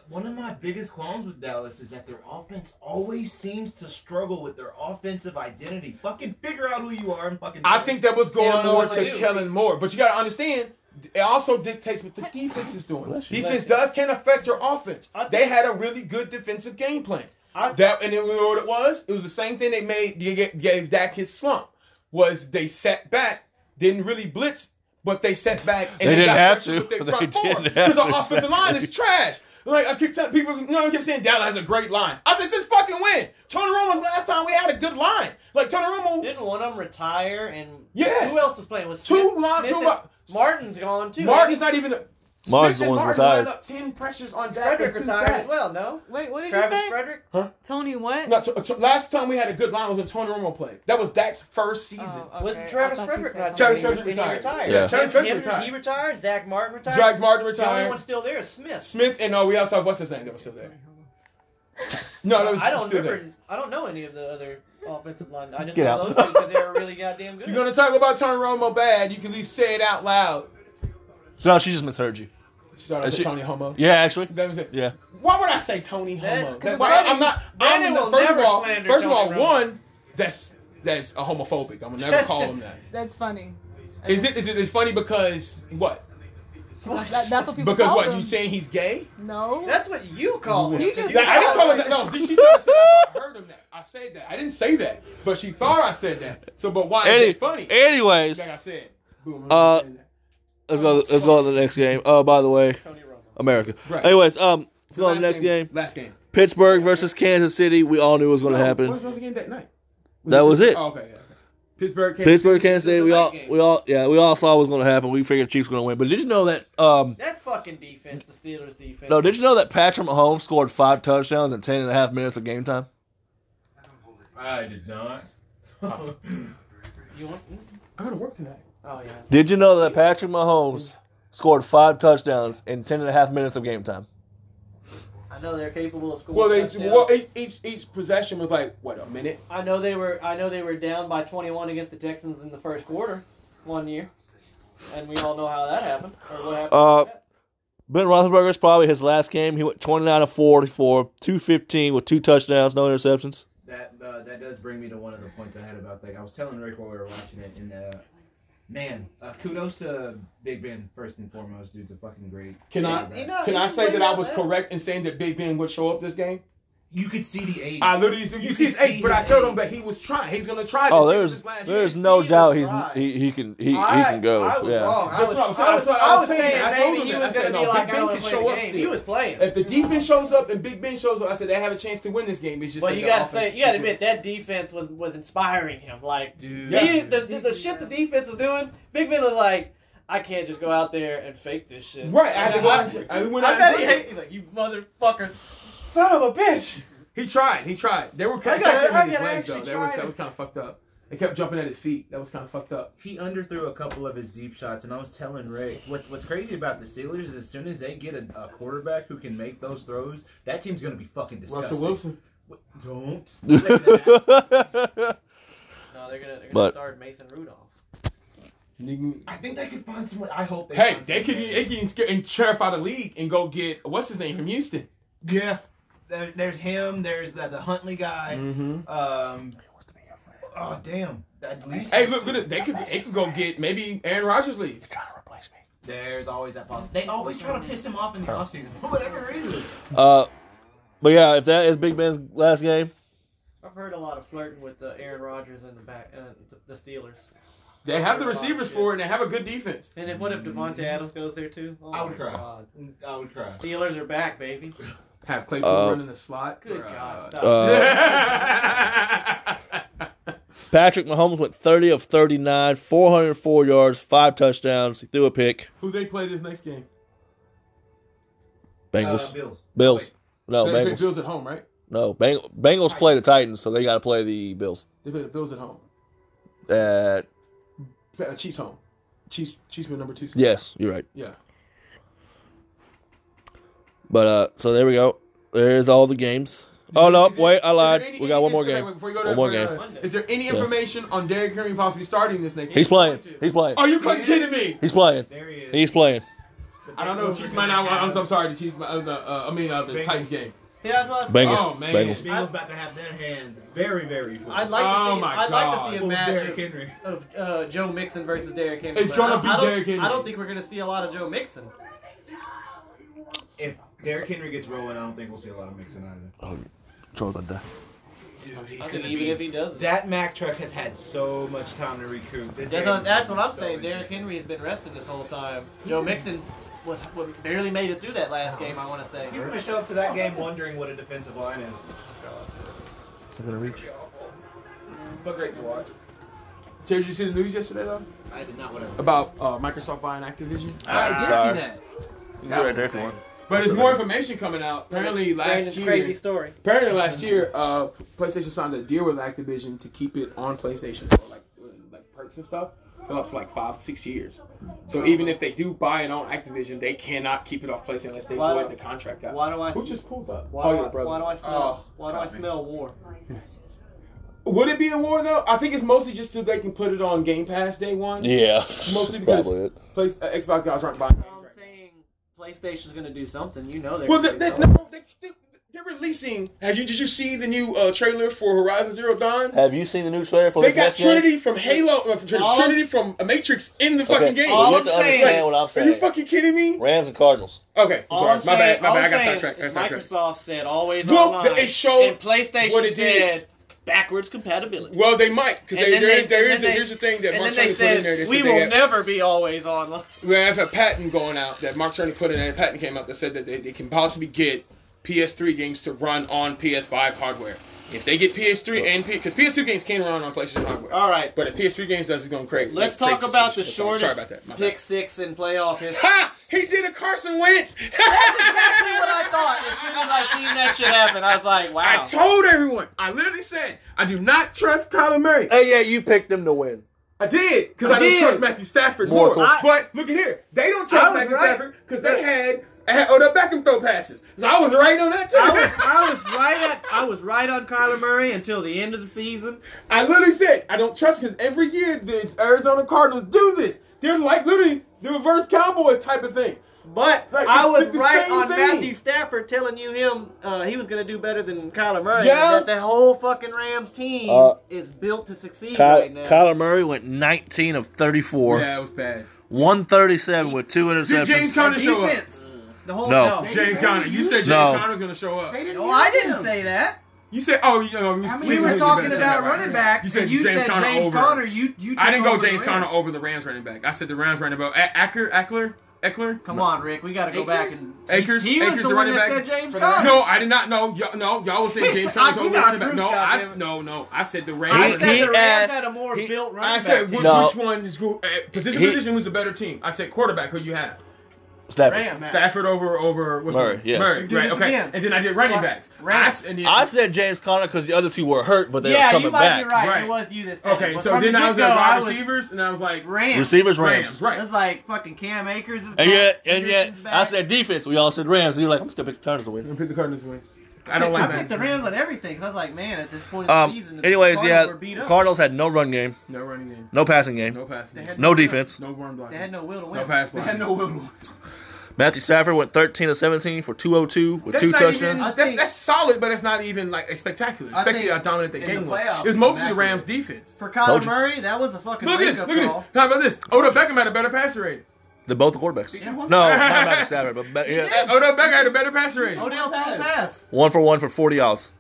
Speaker 4: one of my biggest qualms with Dallas is that their offense always seems to struggle with their offensive identity. Fucking figure out who you are and fucking.
Speaker 3: I think that was going
Speaker 2: don't know
Speaker 3: more
Speaker 2: what to
Speaker 3: to
Speaker 2: do.
Speaker 3: Kellen Moore, but you got to understand, it also dictates what the defense is doing.
Speaker 1: Bless you.
Speaker 3: Defense does can affect your offense.
Speaker 2: I think-
Speaker 3: They had a really good defensive game plan.
Speaker 2: I-
Speaker 3: That and then you know what it was? It was the same thing they made they ga- gave Dak his slump. Was they sat back, didn't really blitz, but they sat back and
Speaker 1: They didn't
Speaker 3: got
Speaker 1: have
Speaker 3: pressure
Speaker 1: to.
Speaker 3: with their
Speaker 1: They
Speaker 3: front
Speaker 1: didn't
Speaker 3: four
Speaker 1: have
Speaker 3: because the
Speaker 1: to,
Speaker 3: offensive line is trash. Like I keep telling people, you know, I keep saying Dallas has a great line. I said since fucking when? Tony Romo's last time we had a good line. Like Tony Romo,
Speaker 2: Didn't one of them retire? And
Speaker 3: Yes.
Speaker 2: who else was playing? Was
Speaker 3: Two
Speaker 2: Smith,
Speaker 3: line-
Speaker 2: Smith
Speaker 3: two
Speaker 2: and-
Speaker 3: line-
Speaker 2: Martin's gone too.
Speaker 3: Martin's not even. A,
Speaker 1: Martin's
Speaker 3: Smith
Speaker 1: the
Speaker 3: and
Speaker 1: one who's
Speaker 3: Martin
Speaker 1: retired.
Speaker 3: lined up Ten pressures on Jack
Speaker 2: Frederick retired as well. No,
Speaker 5: Wait, what did you
Speaker 2: Travis
Speaker 5: say?
Speaker 2: Frederick.
Speaker 5: Tony what?
Speaker 3: No, t- t- last time we had a good line was when Tony Romo played. That was Dak's first season.
Speaker 5: Oh, okay.
Speaker 2: Was
Speaker 5: I
Speaker 2: Travis
Speaker 5: thought you
Speaker 2: Frederick
Speaker 5: said
Speaker 2: not
Speaker 3: Travis
Speaker 5: something.
Speaker 3: Frederick
Speaker 2: He
Speaker 3: retired.
Speaker 2: retired.
Speaker 1: Yeah.
Speaker 3: Travis
Speaker 2: Him-
Speaker 3: Frederick
Speaker 2: him-
Speaker 3: retired.
Speaker 2: He retired. Zach Martin retired.
Speaker 3: Jack
Speaker 2: The
Speaker 3: Martin
Speaker 2: only one
Speaker 3: retired.
Speaker 2: still there is Smith.
Speaker 3: Smith and oh, we also have what's his name that was still there. No, that was
Speaker 2: I don't
Speaker 3: still
Speaker 2: remember.
Speaker 3: there.
Speaker 2: I don't know any of the other offensive line. I just
Speaker 1: Get
Speaker 2: know
Speaker 1: out.
Speaker 2: those two because they were really goddamn
Speaker 3: If
Speaker 2: good.
Speaker 3: you're gonna talk about Tony Romo bad, you can at least say it out loud.
Speaker 1: So no, she just misheard you.
Speaker 3: Start
Speaker 1: Is
Speaker 3: off
Speaker 1: she-
Speaker 3: with Tony Homo.
Speaker 1: Yeah, actually.
Speaker 3: That was it.
Speaker 1: Yeah.
Speaker 3: Why would I say Tony
Speaker 2: That-
Speaker 3: Homo?
Speaker 2: 'cause
Speaker 3: That- why-
Speaker 2: Brandon-
Speaker 3: I'm not.
Speaker 2: Brandon
Speaker 3: I'm not
Speaker 2: will
Speaker 3: first
Speaker 2: never
Speaker 3: of all,
Speaker 2: slander
Speaker 3: first of all,
Speaker 2: Tony Romo.
Speaker 3: one that's that's a homophobic. I'm gonna never call him that.
Speaker 5: That's funny.
Speaker 3: Is it is it is funny because what?
Speaker 5: That, that's what people
Speaker 3: Because
Speaker 5: call
Speaker 3: what
Speaker 5: them.
Speaker 3: you saying he's gay?
Speaker 5: No.
Speaker 2: That's what you call him.
Speaker 5: You just-
Speaker 3: Yeah, I didn't call him that. No, she thought I said I thought I heard him that. I said that. I didn't say that, but she thought I said that. So, but why is
Speaker 1: Any,
Speaker 3: it funny?
Speaker 1: anyways,
Speaker 3: Like I said, boom.
Speaker 1: Uh,
Speaker 3: I'm saying that.
Speaker 1: let's go. Let's go to the next game. Oh, by the way,
Speaker 2: Tony Romo.
Speaker 1: America.
Speaker 3: Right.
Speaker 1: Anyways, um, let's go to the next game.
Speaker 3: Last game.
Speaker 1: Pittsburgh versus Kansas City. We all knew it was going to
Speaker 3: What was
Speaker 1: happen.
Speaker 3: the other game that night?
Speaker 1: That was it.
Speaker 3: Oh, okay, yeah, okay. Pittsburgh. Kansas
Speaker 1: Pittsburgh,
Speaker 3: City.
Speaker 1: Kansas City. We all, we all, yeah, we all saw what was going to happen. We figured Chiefs going to win. But did you know that? Um,
Speaker 2: That fucking defense, the Steelers defense.
Speaker 1: no, did you know that Patrick Mahomes scored five touchdowns in ten and a half minutes of game time?
Speaker 4: I did not.
Speaker 2: You want?
Speaker 3: I gotta work tonight.
Speaker 2: Oh yeah.
Speaker 1: Did you know that Patrick Mahomes scored five touchdowns in ten and a half minutes of game time?
Speaker 2: I know they're capable of scoring.
Speaker 3: Well, they
Speaker 2: touchdowns.
Speaker 3: well each, each each possession was like what a minute.
Speaker 2: I know they were. I know they were down by 21 against the Texans in the first quarter, one year, and we all know how that happened or what happened.
Speaker 1: Uh,
Speaker 2: after that.
Speaker 1: Ben Roethlisberger is probably his last game. He went 29 of 44, 215 with two touchdowns, no interceptions.
Speaker 4: That uh, that does bring me to one of the points I had about that. I was telling Rick while we were watching it, and uh, man, uh, kudos to Big Ben first and foremost. Dude's a fucking great.
Speaker 3: Can I
Speaker 4: quarterback.
Speaker 2: You know,
Speaker 3: can
Speaker 2: Oh, he
Speaker 3: I
Speaker 2: didn't
Speaker 3: say
Speaker 2: play
Speaker 3: that I
Speaker 2: that
Speaker 3: was
Speaker 2: well.
Speaker 3: correct in saying that Big Ben would show up this game?
Speaker 4: You could see the age.
Speaker 3: I literally you,
Speaker 4: You
Speaker 3: see
Speaker 4: can
Speaker 3: his age,
Speaker 4: see
Speaker 3: but I
Speaker 4: his
Speaker 3: showed
Speaker 4: age.
Speaker 3: him that he was trying. He's gonna try.
Speaker 1: Oh,
Speaker 3: this. It
Speaker 1: there's
Speaker 3: was his last year.
Speaker 1: there's no
Speaker 2: see
Speaker 1: doubt
Speaker 2: the
Speaker 1: he's
Speaker 2: pride.
Speaker 1: he, he can he,
Speaker 2: I-
Speaker 1: he can go.
Speaker 2: I was
Speaker 1: yeah.
Speaker 2: wrong. Oh, I
Speaker 3: That's
Speaker 2: was,
Speaker 3: what I
Speaker 2: I
Speaker 3: was saying.
Speaker 2: was,
Speaker 3: That's what I was saying.
Speaker 2: saying
Speaker 3: I told
Speaker 2: maybe
Speaker 3: him
Speaker 2: he
Speaker 3: that. I
Speaker 2: was
Speaker 3: said,
Speaker 2: going to
Speaker 3: no,
Speaker 2: be
Speaker 3: Big
Speaker 2: like,
Speaker 3: Ben
Speaker 2: I don't
Speaker 3: can
Speaker 2: play
Speaker 3: show
Speaker 2: the
Speaker 3: up
Speaker 2: game.
Speaker 3: still.
Speaker 2: He was playing.
Speaker 3: If the defense shows up and Big Ben shows up, I said they have a chance to win this game. It's just
Speaker 2: But
Speaker 3: that
Speaker 2: you
Speaker 3: the
Speaker 2: gotta
Speaker 3: offense
Speaker 2: say, you gotta admit that defense was was inspiring him. Like,
Speaker 4: Dude.
Speaker 2: he, the, the the shit the defense was doing, Big Ben was like, I can't just go out there and fake this shit.
Speaker 3: Right, I had to go out and- I
Speaker 2: I,
Speaker 3: went out
Speaker 2: bet
Speaker 3: and
Speaker 2: he
Speaker 3: played.
Speaker 2: hate. He's like, you motherfucker,
Speaker 3: son of a bitch. He tried. He tried. They were
Speaker 2: I
Speaker 3: kind
Speaker 2: gotta-
Speaker 3: of
Speaker 2: I
Speaker 3: his
Speaker 2: gotta
Speaker 3: legs though.
Speaker 2: actually
Speaker 3: That was,
Speaker 2: try
Speaker 3: that
Speaker 2: to-
Speaker 3: was kind of fucked up. They kept jumping at his feet. That was kind of fucked up.
Speaker 4: he underthrew a couple of his deep shots, and I was telling Rick what, what's crazy about the Steelers is as soon as they get a, a quarterback who can make those throws, that team's gonna be fucking disgusting.
Speaker 3: Russell Wilson.
Speaker 4: What- Don't.
Speaker 2: No, they're gonna, they're gonna
Speaker 1: But-
Speaker 2: start Mason Rudolph.
Speaker 3: Nigga.
Speaker 4: I think they could find someone. I hope. They
Speaker 3: Hey,
Speaker 4: find
Speaker 3: they could
Speaker 4: someone.
Speaker 3: they can scare and terrify the league and go get what's his name from Houston.
Speaker 4: Yeah. There, there's him. There's the, the Huntley guy.
Speaker 3: Mm-hmm.
Speaker 4: Um. Oh damn. At least.
Speaker 3: Hey, look, look, they could they could go get maybe Aaron Rodgers league.
Speaker 1: Trying to replace me.
Speaker 4: There's always that possibility. They always try to piss him off in the offseason for whatever reason.
Speaker 1: Uh, but yeah, if that is Big Ben's last game,
Speaker 2: I've heard a lot of flirting with uh, Aaron Rodgers and the back uh, the Steelers.
Speaker 3: They have the receivers for it, and they have a good defense.
Speaker 2: And if what if Devonte
Speaker 3: Mm.
Speaker 2: Adams goes there too? Oh
Speaker 4: I
Speaker 2: my
Speaker 4: would cry.
Speaker 2: God.
Speaker 4: I would cry.
Speaker 2: Steelers are back, baby.
Speaker 3: Have Claypool
Speaker 1: Uh,
Speaker 3: running the slot.
Speaker 2: Good
Speaker 3: Bruh.
Speaker 2: God, stop.
Speaker 1: uh,
Speaker 3: yeah,
Speaker 1: Patrick Mahomes went 30 of 39, 404 yards, five touchdowns. He threw a pick.
Speaker 3: who they play this next game?
Speaker 1: Bengals.
Speaker 4: Uh, Bills.
Speaker 1: Bills. No,
Speaker 3: they play
Speaker 1: Bengals.
Speaker 3: Bills at home, right?
Speaker 1: No, Bang- Bengals play the Titans, so they got to play the Bills.
Speaker 3: They play the Bills at home.
Speaker 1: Uh,
Speaker 3: Uh, Chiefs home. Chiefs. Chiefs were number two. seed.
Speaker 1: yes, you're right.
Speaker 3: Yeah.
Speaker 1: But uh, so there we go. There's all the games. Oh no,
Speaker 3: Is there-
Speaker 1: wait, I
Speaker 3: is there
Speaker 1: lied.
Speaker 3: any-
Speaker 1: We got
Speaker 3: any-
Speaker 1: one more
Speaker 3: wait, wait,
Speaker 1: game.
Speaker 3: before you go to
Speaker 1: One
Speaker 3: that,
Speaker 1: more
Speaker 3: before you
Speaker 1: game.
Speaker 3: go to that, Is there uh, any information on Derrick Henry possibly starting this next?
Speaker 1: He's
Speaker 3: game?
Speaker 1: playing. He's playing.
Speaker 3: Are you fucking kidding me?
Speaker 1: He's playing.
Speaker 4: There he is.
Speaker 1: He's playing.
Speaker 3: I don't know. Chiefs might not. want- I'm, so sorry. The Chiefs. might- Uh, the, uh, I mean, uh, the
Speaker 4: Bengals.
Speaker 3: Titans game.
Speaker 2: See, that's what I was saying.
Speaker 1: Bengals.
Speaker 3: Oh, man.
Speaker 1: Bengals.
Speaker 4: Bengals about to have their hands very, very full.
Speaker 2: I'd like
Speaker 3: Oh,
Speaker 2: to see.
Speaker 3: my
Speaker 2: I'd like to see a
Speaker 3: God.
Speaker 4: Derrick
Speaker 2: match
Speaker 4: Henry.
Speaker 2: of, of uh, Joe Mixon versus Derrick Henry.
Speaker 3: It's
Speaker 2: but
Speaker 3: gonna
Speaker 2: I-
Speaker 3: be
Speaker 2: I don't-
Speaker 3: Derrick Henry.
Speaker 2: I don't think we're gonna see a lot of Joe Mixon.
Speaker 4: If Derrick Henry gets rolling, I don't think we'll see a lot of mixing either. Dude, he's
Speaker 2: I
Speaker 4: gonna
Speaker 2: think even
Speaker 4: be.
Speaker 2: if he doesn't,
Speaker 4: that Mac truck has had so much time to recoup. This
Speaker 2: that's,
Speaker 4: game
Speaker 2: what,
Speaker 4: is
Speaker 2: that's what I'm
Speaker 4: so
Speaker 2: saying. Derrick
Speaker 4: interesting.
Speaker 2: Henry has been rested this whole time. Joe Mixon was, was barely made it through that last game. I want to say.
Speaker 4: He's gonna show up to that game wondering what a defensive line is. But great to watch.
Speaker 3: Jay, did you see the news yesterday though
Speaker 4: I did not want to.
Speaker 3: about uh, Microsoft buying Activision?
Speaker 1: Sorry.
Speaker 4: I did see that.
Speaker 1: He's right there if you want.
Speaker 3: But there's more information coming out. Apparently last
Speaker 2: Brandon's
Speaker 3: year,
Speaker 2: crazy story.
Speaker 3: apparently last year, uh, PlayStation signed a deal with Activision to keep it on PlayStation, so like uh, like perks and stuff, for up to like five six years. So even if they do buy it on Activision, they cannot keep it off PlayStation unless they
Speaker 2: Why
Speaker 3: void
Speaker 2: do-
Speaker 3: the contract out.
Speaker 2: Why do I?
Speaker 3: Who
Speaker 2: sm-
Speaker 3: just pulled up?
Speaker 2: Why,
Speaker 3: oh,
Speaker 2: do
Speaker 3: your
Speaker 2: I,
Speaker 3: brother.
Speaker 2: why do I
Speaker 3: Oh.
Speaker 2: smell? why do I
Speaker 4: caught me.
Speaker 2: smell war?
Speaker 3: Would it be a war though? I think it's mostly just so they can put it on Game Pass day one.
Speaker 1: Yeah,
Speaker 3: Mostly because-
Speaker 1: probably it.
Speaker 3: Place, uh, Xbox guys aren't buying.
Speaker 2: I'm
Speaker 3: games right
Speaker 2: saying PlayStation's gonna do something. You know they're.
Speaker 3: Well, they,
Speaker 2: gonna
Speaker 3: they,
Speaker 2: do something.
Speaker 3: no, they, they, they're releasing. Have you? Did you see the new uh, trailer for Horizon Zero Dawn?
Speaker 1: Have you seen the new trailer for
Speaker 3: They
Speaker 1: this
Speaker 3: got
Speaker 1: next
Speaker 3: Trinity
Speaker 1: game?
Speaker 3: from Halo, uh, from Trin-
Speaker 2: All I'm-
Speaker 3: Trinity from uh, Matrix in the
Speaker 1: Okay,
Speaker 3: fucking game.
Speaker 1: well, you
Speaker 2: All
Speaker 1: have to
Speaker 2: I'm saying
Speaker 1: understand what I'm
Speaker 3: Are
Speaker 1: saying.
Speaker 3: you fucking kidding me?
Speaker 1: Rams and Cardinals.
Speaker 3: Okay, I'm
Speaker 2: All
Speaker 3: sorry.
Speaker 2: I'm
Speaker 3: my
Speaker 2: saying,
Speaker 3: bad. My
Speaker 2: all
Speaker 3: bad. I
Speaker 2: I'm
Speaker 3: got
Speaker 2: saying
Speaker 3: sidetracked. I
Speaker 2: is
Speaker 3: got sidetracked.
Speaker 2: Microsoft said always
Speaker 3: Well,
Speaker 2: online.
Speaker 3: it showed
Speaker 2: and PlayStation
Speaker 3: what it did.
Speaker 2: said backwards compatibility.
Speaker 3: Well, they might because
Speaker 2: And then
Speaker 3: there there
Speaker 2: they-
Speaker 3: is there
Speaker 2: and
Speaker 3: is a
Speaker 2: then they-
Speaker 3: here's the thing that
Speaker 2: and
Speaker 3: Mark
Speaker 2: then
Speaker 3: Trinity
Speaker 2: they
Speaker 3: put in
Speaker 2: said
Speaker 3: there. They
Speaker 2: we
Speaker 3: said
Speaker 2: will
Speaker 3: they have,
Speaker 2: never be always online.
Speaker 3: we have a patent going out that Mark Trinity put in, and a patent came out that said that they, they can possibly get PS3 games to run on PS5 hardware. If they get PS3 and P because PS2 games can run on PlayStation hardware.
Speaker 2: All right,
Speaker 3: But the PS3 games does is going crazy.
Speaker 2: let's
Speaker 3: Crazy
Speaker 2: talk about the
Speaker 3: situation. I'm
Speaker 2: shortest
Speaker 3: Sorry about that. My bad.
Speaker 2: pick six in playoff history.
Speaker 3: Ha! He did a Carson Wentz.
Speaker 2: That's exactly what I thought. As soon as I seen that shit happen, I was like,
Speaker 3: I
Speaker 2: wow.
Speaker 3: told everyone. I literally said I do not trust Kyler Murray.
Speaker 1: Hey, yeah, you picked them to win.
Speaker 3: I did because I, don't
Speaker 2: did.
Speaker 3: trust Matthew Stafford
Speaker 1: More
Speaker 3: more.
Speaker 1: to- I-
Speaker 3: but look at here, they don't
Speaker 2: I
Speaker 3: trust
Speaker 2: was
Speaker 3: Matthew
Speaker 2: right.
Speaker 3: Stafford because they had, had Odell Beckham throw passes. So I was right on that too.
Speaker 2: I was, I was right at I was right on Kyler Murray until the end of the season.
Speaker 3: I literally said I don't trust because every year the Arizona Cardinals do this. They're like literally the reverse Cowboys type of thing.
Speaker 2: But
Speaker 3: Like,
Speaker 2: I
Speaker 3: it's
Speaker 2: was
Speaker 3: like the
Speaker 2: right
Speaker 3: same
Speaker 2: on
Speaker 3: thing.
Speaker 2: Matthew Stafford telling you him uh, he was gonna do better than Kyler Murray.
Speaker 3: Yeah.
Speaker 2: That the whole fucking Rams team
Speaker 1: Uh,
Speaker 2: is built to succeed
Speaker 1: Ky-
Speaker 2: right now.
Speaker 1: Kyler Murray went 19 of 34,
Speaker 3: it was bad.
Speaker 1: 137 with two interceptions.
Speaker 3: James Conner show up?
Speaker 2: defense. The whole
Speaker 1: No.
Speaker 2: no.
Speaker 3: James Conner, you said James
Speaker 1: No.
Speaker 3: Conner was going to show up.
Speaker 6: They didn't
Speaker 2: No,
Speaker 6: use
Speaker 2: I didn't
Speaker 6: him.
Speaker 2: say that.
Speaker 3: You said, oh, you know, we,
Speaker 6: many
Speaker 2: We
Speaker 6: You
Speaker 2: were
Speaker 6: said
Speaker 2: talking
Speaker 6: James
Speaker 2: about
Speaker 6: Conner.
Speaker 2: running backs.
Speaker 3: You said
Speaker 2: and you
Speaker 3: James
Speaker 2: said
Speaker 3: Conner
Speaker 2: James
Speaker 3: over.
Speaker 2: Conner. You you.
Speaker 3: I
Speaker 2: took
Speaker 3: didn't go
Speaker 2: over the
Speaker 3: James
Speaker 2: Rams.
Speaker 3: Conner over the Rams running back. I said the Rams running back. A- Acker, Eckler, Eckler.
Speaker 2: Come on, Rick. We got to go back and.
Speaker 3: Akers-
Speaker 2: He was
Speaker 3: Akers
Speaker 2: the
Speaker 3: the
Speaker 2: one
Speaker 3: running
Speaker 2: that
Speaker 3: back
Speaker 2: said James
Speaker 6: for the
Speaker 2: Conner.
Speaker 3: No, I did not know. Y'all, no, y'all was saying James Conner's
Speaker 2: You
Speaker 3: over
Speaker 2: got
Speaker 3: running back.
Speaker 2: proof,
Speaker 3: No, I s-
Speaker 2: goddammit.
Speaker 3: no, no. I said the
Speaker 2: I
Speaker 3: Rams.
Speaker 2: said
Speaker 1: He- he
Speaker 2: the Rams
Speaker 1: asked-
Speaker 2: had a more
Speaker 1: he-
Speaker 2: built running
Speaker 3: I said
Speaker 2: back.
Speaker 3: wh-
Speaker 2: team.
Speaker 1: No.
Speaker 3: which one is who, uh, position
Speaker 1: He-
Speaker 3: position was the better team. I said quarterback. Who you have?
Speaker 1: Stafford.
Speaker 2: Rams.
Speaker 3: Stafford over over what's
Speaker 1: Murray,
Speaker 3: it?
Speaker 1: yes.
Speaker 3: Murray.
Speaker 2: Do
Speaker 3: Right.
Speaker 2: this
Speaker 3: Okay.
Speaker 2: again.
Speaker 3: And then I did running
Speaker 2: Right.
Speaker 3: backs.
Speaker 2: Right.
Speaker 3: I s- and then-
Speaker 1: I said James Conner because the other two were hurt, but they were
Speaker 2: yeah,
Speaker 1: coming
Speaker 2: you might
Speaker 1: back.
Speaker 2: be right.
Speaker 3: Right.
Speaker 2: It was you this time.
Speaker 3: Okay,
Speaker 2: But
Speaker 3: so
Speaker 2: from
Speaker 3: then
Speaker 2: the
Speaker 3: I was
Speaker 2: get-go,
Speaker 3: at
Speaker 2: I
Speaker 3: wide
Speaker 2: was
Speaker 3: receivers, and I was like
Speaker 2: Rams.
Speaker 1: Receivers, Rams.
Speaker 3: Rams, right?
Speaker 2: It's like fucking Cam Akers is
Speaker 1: And
Speaker 2: back,
Speaker 1: yet, and yet,
Speaker 2: Peterson's
Speaker 1: I
Speaker 2: back.
Speaker 1: said defense. We all said Rams. And you're like, I'm just gonna pick the Cardinals to win.
Speaker 3: I'm gonna pick the Cardinals to win. I
Speaker 2: I,
Speaker 3: don't like
Speaker 2: picked
Speaker 3: that.
Speaker 2: the Rams on everything 'cause I was like, man, at this point in the
Speaker 1: Um.
Speaker 2: season, the
Speaker 1: Anyways,
Speaker 2: Cardinals
Speaker 1: yeah.
Speaker 2: were beat up.
Speaker 1: Cardinals had no run game,
Speaker 3: No running game.
Speaker 1: no passing game,
Speaker 3: No passing.
Speaker 2: They
Speaker 3: game,
Speaker 2: had
Speaker 1: no
Speaker 2: will.
Speaker 1: defense,
Speaker 3: No run blocking.
Speaker 2: They had no will to win.
Speaker 3: No pass blocking.
Speaker 2: will.
Speaker 1: Matthew Stafford went 13 to 17 for 202 with two
Speaker 3: not
Speaker 1: touchdhdns.
Speaker 3: Even,
Speaker 2: I
Speaker 3: that's,
Speaker 2: think-
Speaker 3: that's solid, but it's not even like spectacular.
Speaker 2: I think
Speaker 3: Spectacular how dominant the
Speaker 2: in
Speaker 3: game
Speaker 2: the
Speaker 3: was.
Speaker 2: playoffs,
Speaker 3: It was mostly the
Speaker 2: it's
Speaker 3: Rams' defense.
Speaker 2: For
Speaker 1: Told
Speaker 2: Kyler
Speaker 1: you.
Speaker 2: Murray, that was a fucking
Speaker 3: Look at this.
Speaker 2: wake-up
Speaker 3: Look at this.
Speaker 2: call.
Speaker 3: How about this? Odell Beckham had a better passer rating.
Speaker 1: They're both the quarterbacks.
Speaker 6: Did you want-
Speaker 1: No, not Matthew Stafford, but but- yeah.
Speaker 3: Odell Beckham had a better passer rating.
Speaker 2: Odell threw
Speaker 6: Pass.
Speaker 2: a pass.
Speaker 1: one for one for 40 outs.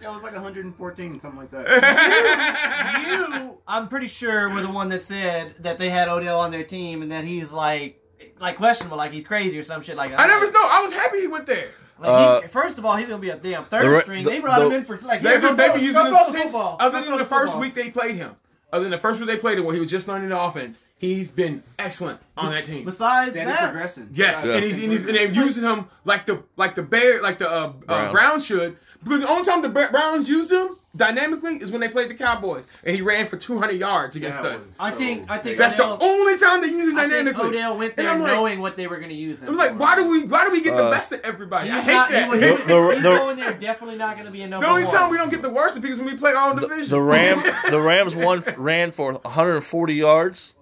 Speaker 6: Yeah, it was like 114, something like that.
Speaker 2: You, I'm pretty sure, were the one that said that they had Odell on their team and that he's like, like questionable, like he's crazy or some shit like that.
Speaker 3: I never know. I was happy he went there.
Speaker 2: Like, he's first of all, he's gonna be a damn third
Speaker 1: Uh, the re-
Speaker 2: string.
Speaker 1: the-
Speaker 2: they brought him
Speaker 1: the-
Speaker 2: in for like
Speaker 3: They've
Speaker 2: here,
Speaker 3: been,
Speaker 2: go
Speaker 3: they've
Speaker 2: throw-
Speaker 3: been using
Speaker 2: go
Speaker 3: him
Speaker 2: throw the
Speaker 3: since,
Speaker 2: football.
Speaker 3: other
Speaker 2: Go
Speaker 3: than
Speaker 2: throw
Speaker 3: the first
Speaker 2: football.
Speaker 3: week they played him. Other than the first week they played him, where he was just learning the offense, he's been excellent on that team.
Speaker 2: Besides
Speaker 6: Steady
Speaker 2: that,
Speaker 6: progressing.
Speaker 3: Yes,
Speaker 1: Yeah.
Speaker 3: and he's and, he's, and they're using him like the like the bear like the uh,
Speaker 1: Browns.
Speaker 3: uh, Browns should because the only time the Bra- Browns used him dynamically is when they played the Cowboys and he ran for 200 yards against
Speaker 6: That
Speaker 3: us.
Speaker 6: was
Speaker 2: I
Speaker 6: so
Speaker 2: think- I think
Speaker 6: big.
Speaker 3: That's the
Speaker 2: Odell-
Speaker 3: only time they used him
Speaker 2: I think
Speaker 3: dynamically.
Speaker 2: Odell went
Speaker 3: And
Speaker 2: there
Speaker 3: I'm like-
Speaker 2: knowing what they were gonna use him.
Speaker 3: I'm like,
Speaker 2: for.
Speaker 3: why do we why do we get
Speaker 1: Uh,
Speaker 3: the best of everybody?
Speaker 2: He's
Speaker 3: I hate
Speaker 2: not-
Speaker 3: that.
Speaker 2: He was,
Speaker 1: The- the-
Speaker 2: he's
Speaker 1: the-
Speaker 2: going there definitely not gonna be a number
Speaker 3: the only
Speaker 2: one.
Speaker 3: time we don't get the worst of people is when we play all
Speaker 1: The,
Speaker 3: division.
Speaker 1: the Ram the Rams won ran for 140 yards.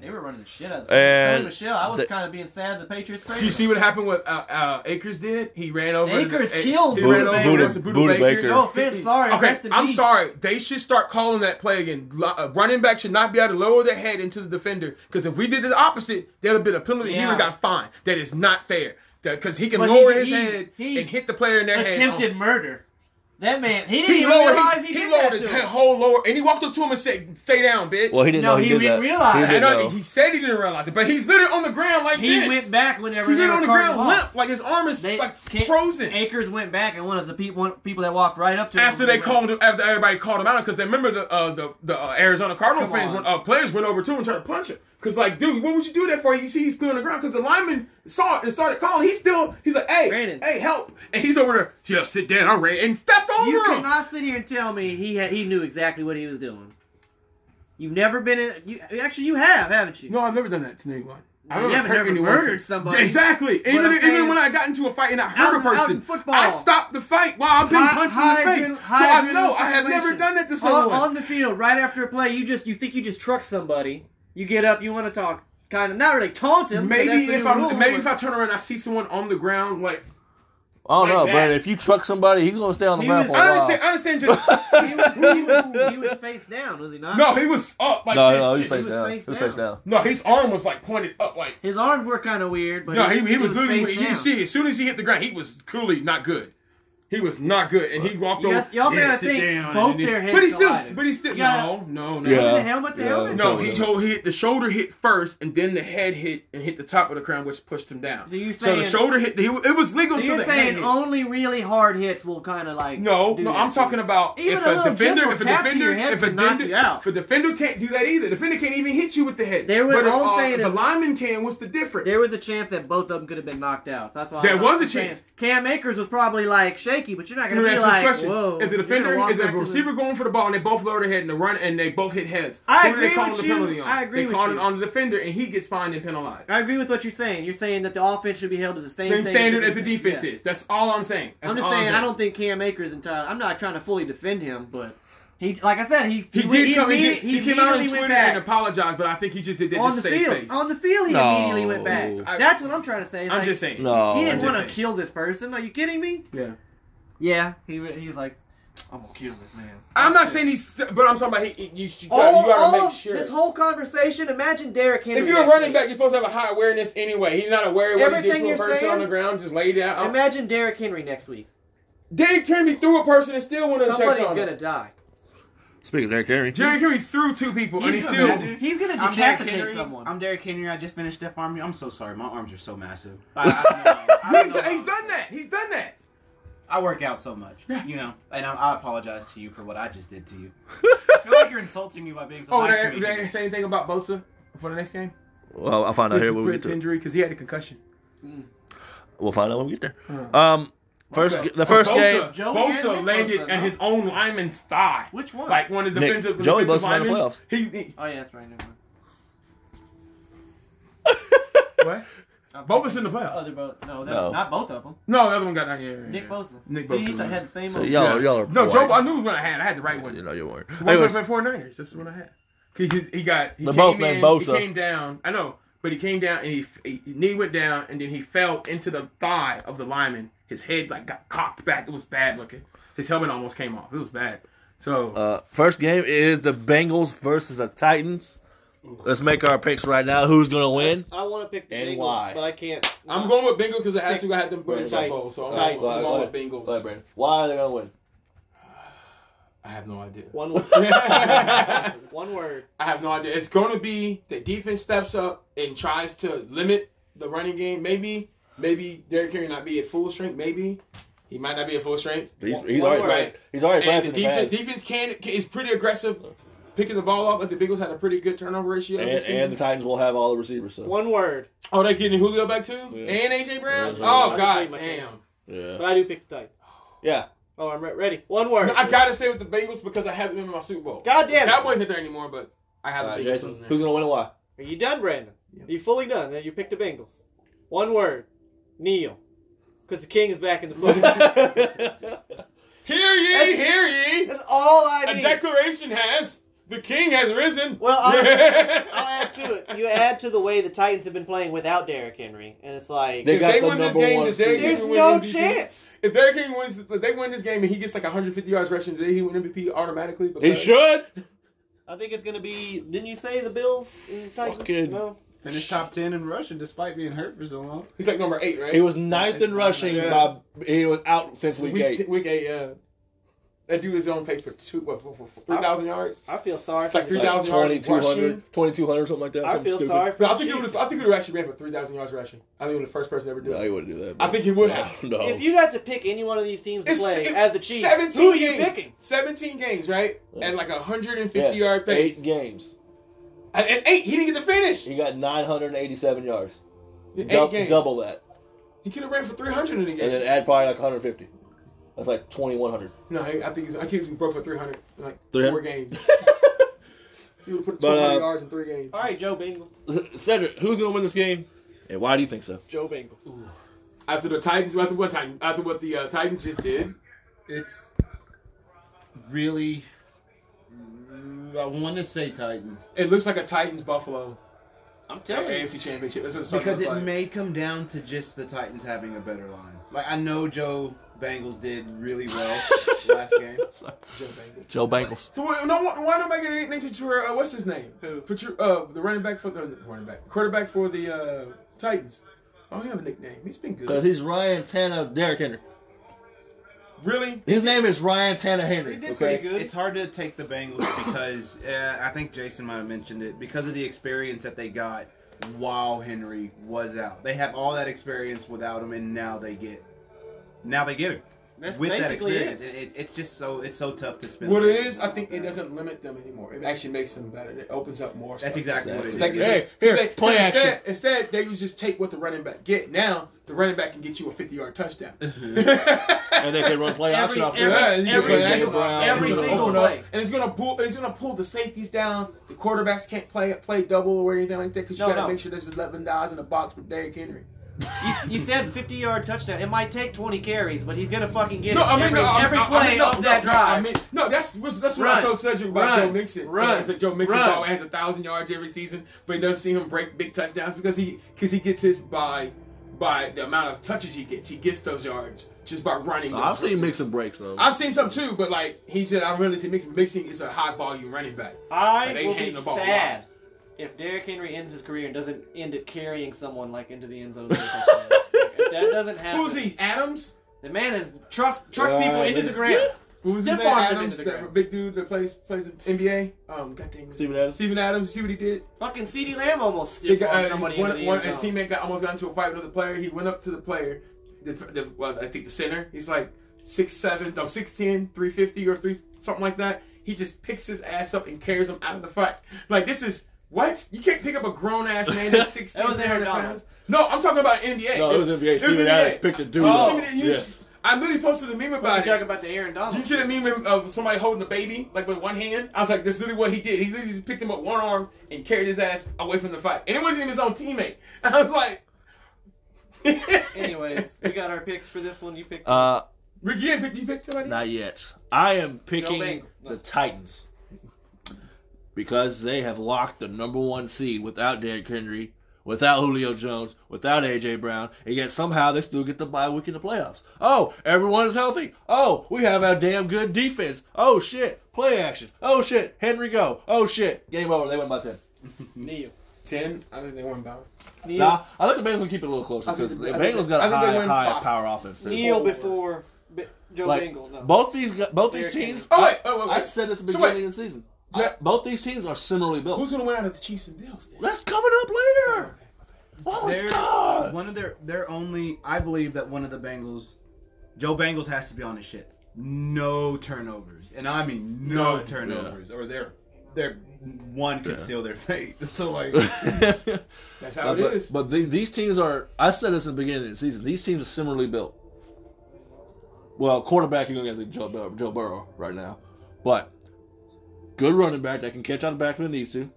Speaker 2: They were running the shit out of
Speaker 1: And
Speaker 2: Sony Michelle. I was
Speaker 1: the-
Speaker 2: kind of being sad the Patriots
Speaker 3: You
Speaker 2: crazy.
Speaker 3: see what happened with uh, uh, Akers did? He ran over.
Speaker 2: Akers
Speaker 3: he
Speaker 2: killed
Speaker 3: He
Speaker 2: Buda-
Speaker 3: ran over
Speaker 1: Buda-
Speaker 3: to Buda
Speaker 1: Buda
Speaker 3: Baker.
Speaker 1: Baker.
Speaker 2: No offense, sorry.
Speaker 3: Okay,
Speaker 2: rest in
Speaker 3: I'm
Speaker 2: peace.
Speaker 3: sorry. They should start calling that play again. Lo- uh, running back should not be able to lower their head into the defender because if we did the opposite, there'd have been a penalty. He
Speaker 2: Yeah.
Speaker 3: would have got fined. That is not fair because he can
Speaker 2: But he-
Speaker 3: lower his
Speaker 2: he-
Speaker 3: head
Speaker 2: he
Speaker 3: and hit the player in their head.
Speaker 2: Attempted murder. That man, he
Speaker 3: Oh.
Speaker 2: didn't
Speaker 3: He
Speaker 2: even
Speaker 3: lowered,
Speaker 2: realize
Speaker 3: he,
Speaker 2: he,
Speaker 3: he
Speaker 2: did
Speaker 3: lowered
Speaker 2: that
Speaker 3: his
Speaker 2: to
Speaker 3: head,
Speaker 2: him.
Speaker 3: whole lower, and he walked up to him and said, "Stay down, bitch."
Speaker 1: Well, he didn't
Speaker 2: No,
Speaker 1: know he,
Speaker 2: he
Speaker 1: did
Speaker 2: didn't
Speaker 1: that.
Speaker 2: realize.
Speaker 1: He
Speaker 2: I
Speaker 1: didn't
Speaker 3: I know
Speaker 1: know.
Speaker 3: he, he said he didn't realize it, but he's literally on the ground like
Speaker 2: He
Speaker 3: this.
Speaker 2: went back whenever
Speaker 3: He
Speaker 2: they
Speaker 3: literally
Speaker 2: were
Speaker 3: on the
Speaker 2: carting him
Speaker 3: ground,
Speaker 2: off.
Speaker 3: limp, like his arm is
Speaker 2: They
Speaker 3: like
Speaker 2: can't-
Speaker 3: frozen.
Speaker 2: Akers went back and one of the people, one, people that walked right up to him.
Speaker 3: after they called him, after everybody called him out, because they remember the uh, the the uh, Arizona Cardinal
Speaker 2: Come
Speaker 3: fans,
Speaker 2: on.
Speaker 3: went, uh, players went over to him and tried to punch him. Because like, dude, what would you do that for? You see, he's still on the ground. Because the lineman saw it and started calling. He's still, he's like, hey,
Speaker 2: Brandon.
Speaker 3: hey, help! And he's over there, just sit down. I ran and stepped over
Speaker 2: You
Speaker 3: him.
Speaker 2: cannot sit here and tell me he had, he knew exactly what he was doing. You've never been in. You, actually, you have, haven't you?
Speaker 3: no, I've never done that to anyone. I
Speaker 2: You
Speaker 3: don't
Speaker 2: haven't
Speaker 3: hurt
Speaker 2: never
Speaker 3: anyone.
Speaker 2: murdered somebody.
Speaker 3: Exactly. Even,
Speaker 2: I'm saying
Speaker 3: even when I got into a fight and I
Speaker 2: Out
Speaker 3: hurt a
Speaker 2: in- out in
Speaker 3: person,
Speaker 2: football.
Speaker 3: I stopped the fight while I'm being
Speaker 2: Hi-
Speaker 3: punched in the
Speaker 2: hide
Speaker 3: face.
Speaker 2: your-
Speaker 3: so
Speaker 2: hide
Speaker 3: I
Speaker 2: your
Speaker 3: know
Speaker 2: little
Speaker 3: I have never
Speaker 2: situation.
Speaker 3: done that to
Speaker 2: on,
Speaker 3: someone.
Speaker 2: on the field right after a play. You just you think you just truck somebody. You get up. You want to talk. Kind of not really taunt him. but that's
Speaker 3: Maybe
Speaker 2: the
Speaker 3: if
Speaker 2: new
Speaker 3: I
Speaker 2: rule,
Speaker 3: maybe if
Speaker 2: but
Speaker 3: I turn around, and I see someone on the ground like
Speaker 1: I don't know,
Speaker 3: that.
Speaker 1: Brandon. If you truck somebody, he's gonna stay on the
Speaker 2: He
Speaker 1: ground
Speaker 2: was-
Speaker 1: for
Speaker 3: I
Speaker 1: a
Speaker 3: understand.
Speaker 1: while.
Speaker 3: I understand. Just
Speaker 2: he was, he, was, he was face down, was he not?
Speaker 3: no, he was up like
Speaker 1: No,
Speaker 3: this.
Speaker 1: no,
Speaker 3: just-
Speaker 1: he's face
Speaker 2: was
Speaker 1: down.
Speaker 2: face
Speaker 1: He's face
Speaker 2: down.
Speaker 1: down.
Speaker 3: no, his arm was like pointed up like.
Speaker 2: His arms were kind of weird, but
Speaker 3: No, he, he was
Speaker 2: face
Speaker 3: literally. You
Speaker 2: down.
Speaker 3: can see as soon as he hit the ground, he was clearly not good. He was not good, and he walked
Speaker 2: You
Speaker 3: over.
Speaker 2: guys- y'all
Speaker 3: yeah,
Speaker 2: gotta
Speaker 3: sit
Speaker 2: think
Speaker 3: down,
Speaker 2: both
Speaker 3: and then-
Speaker 2: their heads
Speaker 3: But he still.
Speaker 2: collided.
Speaker 3: But he still.
Speaker 2: You gotta-
Speaker 3: no, no, no.
Speaker 1: Yeah.
Speaker 2: Wasn't it helmet to
Speaker 1: Yeah,
Speaker 2: helmet?
Speaker 1: that's
Speaker 3: No,
Speaker 1: all
Speaker 3: he
Speaker 1: it
Speaker 3: told he hit the shoulder hit first, and then the head hit and hit the top of the crown, which pushed him down.
Speaker 2: So you're
Speaker 3: the
Speaker 2: saying-
Speaker 3: shoulder hit? He, it was legal
Speaker 2: So
Speaker 3: until
Speaker 2: you're
Speaker 3: the head
Speaker 2: saying
Speaker 3: hit.
Speaker 2: only really hard hits will kind of like
Speaker 3: No,
Speaker 2: do
Speaker 3: no,
Speaker 2: that
Speaker 3: I'm
Speaker 2: to
Speaker 3: talking
Speaker 2: you?
Speaker 3: about
Speaker 2: Even
Speaker 3: if
Speaker 2: a
Speaker 3: a,
Speaker 2: little
Speaker 3: defender,
Speaker 2: gentle
Speaker 3: if a
Speaker 2: tap to
Speaker 3: defender,
Speaker 2: your head
Speaker 3: if a
Speaker 2: can knock
Speaker 3: defender,
Speaker 2: you out.
Speaker 3: if a defender can't do that either, the defender can't even hit you with the head.
Speaker 2: There was-
Speaker 3: but if,
Speaker 2: all I'm
Speaker 3: uh,
Speaker 2: saying
Speaker 3: if
Speaker 2: is-
Speaker 3: a lineman can, what's the difference?
Speaker 2: There was a chance that both of them could have been knocked out. That's why
Speaker 3: There
Speaker 2: I'm
Speaker 3: was a
Speaker 2: saying-
Speaker 3: chance.
Speaker 2: Cam Akers was probably like shaky, but you're not
Speaker 3: Let
Speaker 2: gonna be
Speaker 3: me ask you
Speaker 2: like,
Speaker 3: this question:
Speaker 2: whoa.
Speaker 3: If the
Speaker 2: you're gonna
Speaker 3: defender,
Speaker 2: walk
Speaker 3: if the
Speaker 2: back to
Speaker 3: receiver going for the ball and they both lower their head and the run and they both hit heads,
Speaker 2: I
Speaker 3: who do they
Speaker 2: agree
Speaker 3: call
Speaker 2: with
Speaker 3: the
Speaker 2: you.
Speaker 3: penalty on?
Speaker 2: I agree
Speaker 3: They
Speaker 2: with
Speaker 3: call it
Speaker 2: you.
Speaker 3: on the defender, and he gets fined and penalized.
Speaker 2: I agree with what you're saying. You're saying that the offense should be held to the same,
Speaker 3: Same
Speaker 2: thing
Speaker 3: standard as the defense
Speaker 2: Yeah.
Speaker 3: is. That's all I'm saying. That's
Speaker 2: I'm just
Speaker 3: all
Speaker 2: saying I don't think Cam Akers entirely. I'm not trying to fully defend him, but he, like I said, he
Speaker 3: He did come. He, did-
Speaker 2: immediate-
Speaker 3: he came out on
Speaker 2: immediately went
Speaker 3: Twitter
Speaker 2: back.
Speaker 3: and apologized, but I think he just did that
Speaker 2: on
Speaker 3: just
Speaker 2: the
Speaker 3: to save
Speaker 2: field.
Speaker 3: face.
Speaker 2: On the field, he
Speaker 1: No.
Speaker 2: immediately went back.
Speaker 3: I-
Speaker 2: That's what I'm trying to say. It's
Speaker 3: I'm
Speaker 2: like,
Speaker 3: just saying.
Speaker 1: No,
Speaker 2: He didn't
Speaker 3: I'm just
Speaker 2: want to
Speaker 3: saying.
Speaker 2: kill this person. Are you kidding me?
Speaker 3: Yeah.
Speaker 2: Yeah, he re- he's like, I'm gonna kill this man.
Speaker 3: I'm not saying he's, but I'm talking about he, he- you, you, gotta,
Speaker 2: all,
Speaker 3: you gotta
Speaker 2: all
Speaker 3: make sure.
Speaker 2: this whole conversation. Imagine Derrick Henry.
Speaker 3: if you're a
Speaker 2: next
Speaker 3: running
Speaker 2: week.
Speaker 3: back, you're supposed to have a high awareness anyway. He's not aware of what he did
Speaker 2: Everything
Speaker 3: to a
Speaker 2: you're
Speaker 3: person
Speaker 2: saying-
Speaker 3: on the ground. Just lay down.
Speaker 2: imagine Derrick Henry next week.
Speaker 3: Derrick Henry threw a person and still went unchecked
Speaker 2: Somebody's
Speaker 3: on
Speaker 2: gonna
Speaker 3: him.
Speaker 2: die.
Speaker 1: Speaking of Derrick Henry,
Speaker 3: Derrick Henry threw two people and he
Speaker 6: He's
Speaker 3: still.
Speaker 6: gonna-
Speaker 2: He's gonna
Speaker 6: I'm Derrick
Speaker 2: decapitate
Speaker 6: Henry.
Speaker 2: someone.
Speaker 6: I'm Derrick Henry. I just finished Stiff Army. I'm so sorry. My arms are so massive. I, I, don't
Speaker 3: He's,
Speaker 6: know. I, don't know.
Speaker 3: he's done that. He's done that.
Speaker 6: I work out so much, you know, and I, I apologize to you for what I just did to you. I feel like you're insulting me by being so
Speaker 3: Oh,
Speaker 6: nice
Speaker 3: did I-
Speaker 6: to me.
Speaker 3: did I say anything about Bosa for the next game?
Speaker 1: well, I'll find out
Speaker 3: His
Speaker 1: here when we get
Speaker 3: Brits
Speaker 1: to.
Speaker 3: injury because he had a concussion.
Speaker 1: We'll find out when we get there. Um, first,
Speaker 3: Okay.
Speaker 1: g- the first
Speaker 3: Bosa,
Speaker 1: game.
Speaker 2: Joey
Speaker 3: Bosa
Speaker 2: Anderson
Speaker 3: landed
Speaker 2: Bosa,
Speaker 3: on
Speaker 2: no?
Speaker 3: his own lineman's thigh.
Speaker 2: Which one?
Speaker 3: Like one of the
Speaker 1: Nick,
Speaker 3: defensive,
Speaker 1: Joey
Speaker 3: defensive
Speaker 1: Bosa made the
Speaker 3: linemen.
Speaker 1: playoffs.
Speaker 3: He, he,
Speaker 2: oh yeah, that's right. Never mind.
Speaker 3: what?
Speaker 2: I'm
Speaker 3: Bosa's
Speaker 2: thinking
Speaker 3: in the playoffs.
Speaker 2: Other Oh, both? No, that,
Speaker 1: No.
Speaker 2: not both of them.
Speaker 3: No, the other one got down here.
Speaker 2: Nick Bosa.
Speaker 3: Nick
Speaker 2: See,
Speaker 3: Bosa,
Speaker 2: he
Speaker 3: yeah.
Speaker 2: had the same.
Speaker 1: So
Speaker 2: old-
Speaker 1: y'all, y'all are
Speaker 3: No, Joe. I
Speaker 1: white.
Speaker 3: knew what I had. I had the right one.
Speaker 1: You know you weren't.
Speaker 3: One
Speaker 1: Anyways,
Speaker 3: was my 49ers. That's the one I had. He, he, he got. He
Speaker 1: They're
Speaker 3: came
Speaker 1: both
Speaker 3: in,
Speaker 1: named Bosa.
Speaker 3: He came down. I know, but he came down and he, he his knee went down and then he fell into the thigh of the lineman. His head like got cocked back. It was bad looking. His helmet almost came off. It was bad. So
Speaker 1: uh, first game is the Bengals versus the Titans. Let's make our picks right now. Who's gonna win?
Speaker 2: I want to pick the
Speaker 1: And
Speaker 2: Bengals,
Speaker 1: why?
Speaker 2: but I can't.
Speaker 3: I'm going with Bengals because I had to. I had them put in
Speaker 2: Tight.
Speaker 3: Super Bowl, so I'm
Speaker 2: Tight.
Speaker 3: going, I'm going with
Speaker 1: Go ahead,
Speaker 3: Bengals.
Speaker 1: Brandon. Why are they gonna win?
Speaker 3: I have no idea.
Speaker 2: One word.
Speaker 3: I
Speaker 2: one word.
Speaker 3: have no idea. It's going to be the defense steps up and tries to limit the running game. Maybe, maybe Derrick Henry not be at full strength. Maybe he might not be at full strength.
Speaker 1: He's, he's
Speaker 2: One
Speaker 1: already
Speaker 2: word.
Speaker 1: right. He's already
Speaker 3: And the
Speaker 1: blasting the
Speaker 3: defense,
Speaker 1: pads.
Speaker 3: defense can, can is pretty aggressive, picking the ball off. Like the Bengals had a pretty good turnover ratio.
Speaker 1: And,
Speaker 3: this season.
Speaker 1: and the Titans will have all the receivers. So.
Speaker 2: One word.
Speaker 3: oh, they're getting Julio back too,
Speaker 1: Yeah.
Speaker 3: and AJ Brown.
Speaker 1: Yeah,
Speaker 3: Oh
Speaker 2: yeah.
Speaker 3: god,
Speaker 2: Yeah.
Speaker 3: damn!
Speaker 1: Yeah.
Speaker 2: But I do pick the Titans.
Speaker 1: Yeah.
Speaker 2: Oh, I'm re- ready. One word.
Speaker 3: I gotta stay with the Bengals because I have them in my Super Bowl.
Speaker 2: God damn it.
Speaker 3: Cowboys ain't there anymore, but I have
Speaker 1: All right,
Speaker 3: the Bengals.
Speaker 1: Jason,
Speaker 3: in there.
Speaker 1: who's gonna win and why?
Speaker 2: Are you done, Brandon? Are you fully done? You picked the Bengals. One word. Kneel. Because the king is back in the foot.
Speaker 3: Hear ye,
Speaker 2: That's-
Speaker 3: hear ye!
Speaker 2: That's all I
Speaker 3: A
Speaker 2: need.
Speaker 3: declaration has the king has risen.
Speaker 2: Well, I'll- I'll add to it. You add to the way the Titans have been playing without Derrick Henry, and it's like
Speaker 1: They
Speaker 3: If
Speaker 1: got
Speaker 3: they
Speaker 1: the
Speaker 3: win this
Speaker 1: number
Speaker 3: game,
Speaker 1: one
Speaker 3: does Derrick
Speaker 1: seed.
Speaker 2: there's
Speaker 3: Henry win
Speaker 2: no
Speaker 3: MVP?
Speaker 2: chance.
Speaker 3: If Derrick King wins, if they win this game and he gets like 150 yards rushing, did he win MVP automatically?
Speaker 1: He
Speaker 3: Because-
Speaker 1: should.
Speaker 2: I think it's gonna be. Didn't you say the Bills and Titans?
Speaker 1: Fucking-
Speaker 2: No.
Speaker 6: Finished top ten in rushing despite being hurt for so long.
Speaker 3: He's like number eight, right?
Speaker 1: He was ninth in rushing.
Speaker 3: Yeah.
Speaker 1: By, he was out since week
Speaker 3: week
Speaker 1: eight.
Speaker 3: Week eight, yeah. That dude is on pace for two, what, for, for, for 3,000 yards.
Speaker 2: I feel sorry for
Speaker 3: Like
Speaker 2: the
Speaker 3: 3,000
Speaker 2: Chiefs.
Speaker 1: Like
Speaker 3: yards rushing.
Speaker 1: 2200, 2200, something like that.
Speaker 2: I
Speaker 1: something
Speaker 2: feel
Speaker 1: stupid.
Speaker 2: sorry for
Speaker 3: No, I
Speaker 2: the
Speaker 3: think he would.
Speaker 2: Chiefs.
Speaker 3: I think he would actually ran for 3,000 yards rushing. I think he was the first person to ever do
Speaker 1: No,
Speaker 3: it.
Speaker 1: he wouldn't do that.
Speaker 3: I think he would
Speaker 1: No,
Speaker 3: have.
Speaker 1: No.
Speaker 2: If you got to pick any one of these teams to play
Speaker 3: it-
Speaker 2: as the Chiefs,
Speaker 3: 17
Speaker 2: who are you
Speaker 3: games,
Speaker 2: picking?
Speaker 3: 17 games, right?
Speaker 1: Yeah.
Speaker 3: At like a 150
Speaker 1: Yeah,
Speaker 3: yard pace.
Speaker 1: Eight games.
Speaker 3: At, at eight, he didn't get to finish.
Speaker 1: He got 987 yards.
Speaker 3: Eight
Speaker 1: Dou-
Speaker 3: games.
Speaker 1: Double that.
Speaker 3: He could have ran for 300 in the game.
Speaker 1: And then add probably like 150. That's like 2100.
Speaker 3: no, he, I think he's, I think he broke for 300 in like
Speaker 1: 300?
Speaker 3: four games. he would put
Speaker 1: But,
Speaker 3: 200
Speaker 1: uh,
Speaker 3: yards in three games.
Speaker 2: All right, Joe Bingle.
Speaker 1: Cedric, who's going to win this game? And why do you think so?
Speaker 2: Joe Bingle.
Speaker 3: After the Titans, after what Titan, after what the uh, Titans just did,
Speaker 6: It's really. I want to say Titans
Speaker 3: it looks like a Titans Buffalo
Speaker 2: I'm telling you.
Speaker 3: AFC Championship. That's what it's
Speaker 6: because it
Speaker 3: like.
Speaker 6: may come down to just the Titans having a better line. Like I know Joe Bengals did really well last game.
Speaker 3: Joe Bengals.
Speaker 1: Joe Bengals.
Speaker 3: So why- no, why why don't I get a nickname for Tru- uh, what's his name?
Speaker 2: Who?
Speaker 3: For Tru- uh, the running back for the running back quarterback for the uh, Titans. I don't have a nickname. He's been
Speaker 1: Because
Speaker 3: good.
Speaker 1: he's Ryan Tanner Derrick Henry.
Speaker 3: Really?
Speaker 1: His name is Ryan Tanner Henry.
Speaker 2: He did
Speaker 1: okay?
Speaker 2: pretty good.
Speaker 6: It's hard to take the Bengals because uh, I think Jason might have mentioned it because of the experience that they got while Henry was out. They have all that experience without him, and now they get now they get it
Speaker 2: That's
Speaker 6: with that
Speaker 2: basically
Speaker 6: experience.
Speaker 2: it.
Speaker 6: And it, it's just so it's so tough to spend.
Speaker 3: What it is, I think it doesn't limit them anymore. It actually makes them better. It opens up more.
Speaker 6: That's
Speaker 3: stuff.
Speaker 6: exactly what it is.
Speaker 3: So they can
Speaker 1: Hey,
Speaker 3: just-
Speaker 1: here,
Speaker 3: they-
Speaker 1: play
Speaker 3: instead,
Speaker 1: action.
Speaker 3: Instead, they would just take what the running back get. Now the running back can get you a fifty-yard touchdown.
Speaker 1: And they can run play
Speaker 2: Every-
Speaker 1: option off
Speaker 2: every-
Speaker 1: that.
Speaker 3: Yeah, you
Speaker 2: every
Speaker 3: can play
Speaker 2: single-
Speaker 3: action.
Speaker 2: every
Speaker 3: It's gonna
Speaker 2: single
Speaker 3: open up,
Speaker 2: play.
Speaker 3: and it's gonna pull. It's gonna pull the safeties down. The quarterbacks can't play play double or anything like that because you
Speaker 2: No,
Speaker 3: gotta
Speaker 2: no.
Speaker 3: make sure there's eleven guys in the box for Derrick Henry.
Speaker 2: You said 50 yard touchdown. It might take 20 carries, but he's gonna fucking get
Speaker 3: No,
Speaker 2: it
Speaker 3: I mean
Speaker 2: every,
Speaker 3: no, I mean,
Speaker 2: every
Speaker 3: I- I
Speaker 2: play
Speaker 3: mean, no,
Speaker 2: of
Speaker 3: no,
Speaker 2: that
Speaker 3: no,
Speaker 2: drive.
Speaker 3: I mean, no, that's that's, that's what I
Speaker 2: Run.
Speaker 3: told Cedric about
Speaker 2: Run.
Speaker 3: Joe Mixon.
Speaker 2: Run.
Speaker 3: I said Joe Mixon's
Speaker 2: Run.
Speaker 3: always has a thousand yards every season, but it doesn't see him break big touchdowns because he because he gets his by by the amount of touches he gets. He gets those yards just by running.
Speaker 1: I've
Speaker 3: those
Speaker 1: seen
Speaker 3: routes.
Speaker 1: mix and breaks though.
Speaker 3: I've seen some too, but like he said, I really see Mixon. Mixon is a high volume running back.
Speaker 2: I
Speaker 3: They
Speaker 2: will
Speaker 3: hand
Speaker 2: be
Speaker 3: the ball
Speaker 2: sad if Derrick Henry ends his career and doesn't end it carrying someone like into the end zone. Like, if that doesn't happen.
Speaker 3: Who's he? Adams.
Speaker 2: The man has truff, trucked people
Speaker 1: Uh,
Speaker 2: into
Speaker 1: yeah.
Speaker 2: the ground.
Speaker 3: Who was his
Speaker 2: Stephon
Speaker 3: name?
Speaker 2: Adams
Speaker 3: Adams,
Speaker 2: did the
Speaker 3: that
Speaker 2: ground.
Speaker 3: big dude that plays plays in NBA. Um, God dang,
Speaker 1: Steven Adams.
Speaker 3: Steven Adams. See what he did?
Speaker 2: Fucking CeeDee Lamb almost
Speaker 3: He
Speaker 2: stiffed
Speaker 3: got, uh, his-
Speaker 2: somebody into
Speaker 3: one,
Speaker 2: the
Speaker 3: one,
Speaker 2: end
Speaker 3: his
Speaker 2: zone.
Speaker 3: teammate got almost got into a fight with another player. He went up to the player, the, the, well, I think the center. He's like six seven, no six ten, three fifty or three something like that. He just picks his ass up and carries him out of the fight. Like this is what you can't pick up a grown ass man that's sixteen.
Speaker 2: That was Aaron
Speaker 3: 300
Speaker 2: Donald.
Speaker 3: pounds. No, I'm talking about NBA.
Speaker 1: No, it was NBA. Steven Adams picked a
Speaker 2: Oh.
Speaker 1: dude
Speaker 3: You
Speaker 1: up.
Speaker 3: see me- Oh. you-
Speaker 1: Yes.
Speaker 3: I literally posted a meme
Speaker 2: What
Speaker 3: about
Speaker 2: you talking
Speaker 3: it.
Speaker 2: about the Aaron Donald?
Speaker 3: Did you see the meme of somebody holding a baby, like with one hand? I was like, this is literally what he did. He literally just picked him up one arm and carried his ass away from the fight. And it wasn't even his own teammate. I was like,
Speaker 2: Anyways, we got our picks for this one. You picked.
Speaker 1: uh,
Speaker 3: Ricky, you picked, you picked somebody?
Speaker 1: not yet. I am
Speaker 2: Joe
Speaker 1: picking
Speaker 2: Bang-
Speaker 1: the Titans because they have locked the number one seed without Derrick Henry, without Julio Jones, without AJ Brown, and yet somehow they still get the bye week in the playoffs. Oh, everyone is healthy. Oh, we have our damn good defense. Oh shit, play action. Oh shit, Henry go. Oh shit, game over. They win by ten.
Speaker 2: Neil.
Speaker 3: Ten. I think they won Bauer.
Speaker 2: Neil,
Speaker 1: Nah, I think the Bengals gonna keep it a little closer
Speaker 2: I think-
Speaker 1: because the
Speaker 2: I think
Speaker 1: Bengals
Speaker 2: they-
Speaker 1: got
Speaker 2: I
Speaker 1: a
Speaker 2: think they
Speaker 1: high,
Speaker 2: win
Speaker 1: high
Speaker 2: by-
Speaker 1: power offense. too.
Speaker 2: Neil before B- Joe
Speaker 1: Like,
Speaker 2: Bingle. No.
Speaker 1: Both these gu- both these
Speaker 2: Derrick
Speaker 1: teams.
Speaker 2: Henry.
Speaker 3: Oh, wait, wait, wait,
Speaker 1: I
Speaker 3: wait.
Speaker 1: said this at the
Speaker 3: So,
Speaker 1: beginning
Speaker 3: wait.
Speaker 1: of the season.
Speaker 3: Yeah.
Speaker 1: I- both these teams are similarly built.
Speaker 3: Who's gonna win out of the Chiefs and Bills? Then?
Speaker 1: That's coming up later. Oh my
Speaker 4: They're-
Speaker 1: god!
Speaker 4: One of their their only I believe that one of the Bengals Joe Bengals has to be on his shit. No turnovers. And I mean no
Speaker 3: None.
Speaker 4: turnovers. Or they're they're one could seal their fate. So like
Speaker 3: That's how it
Speaker 1: but
Speaker 3: is.
Speaker 1: but the, these teams are. I said this at the beginning of the season. These teams are similarly built. Well, quarterback you're gonna get Joe Bur- Joe Burrow right now, but good running back that can catch out the backfield when it needs to.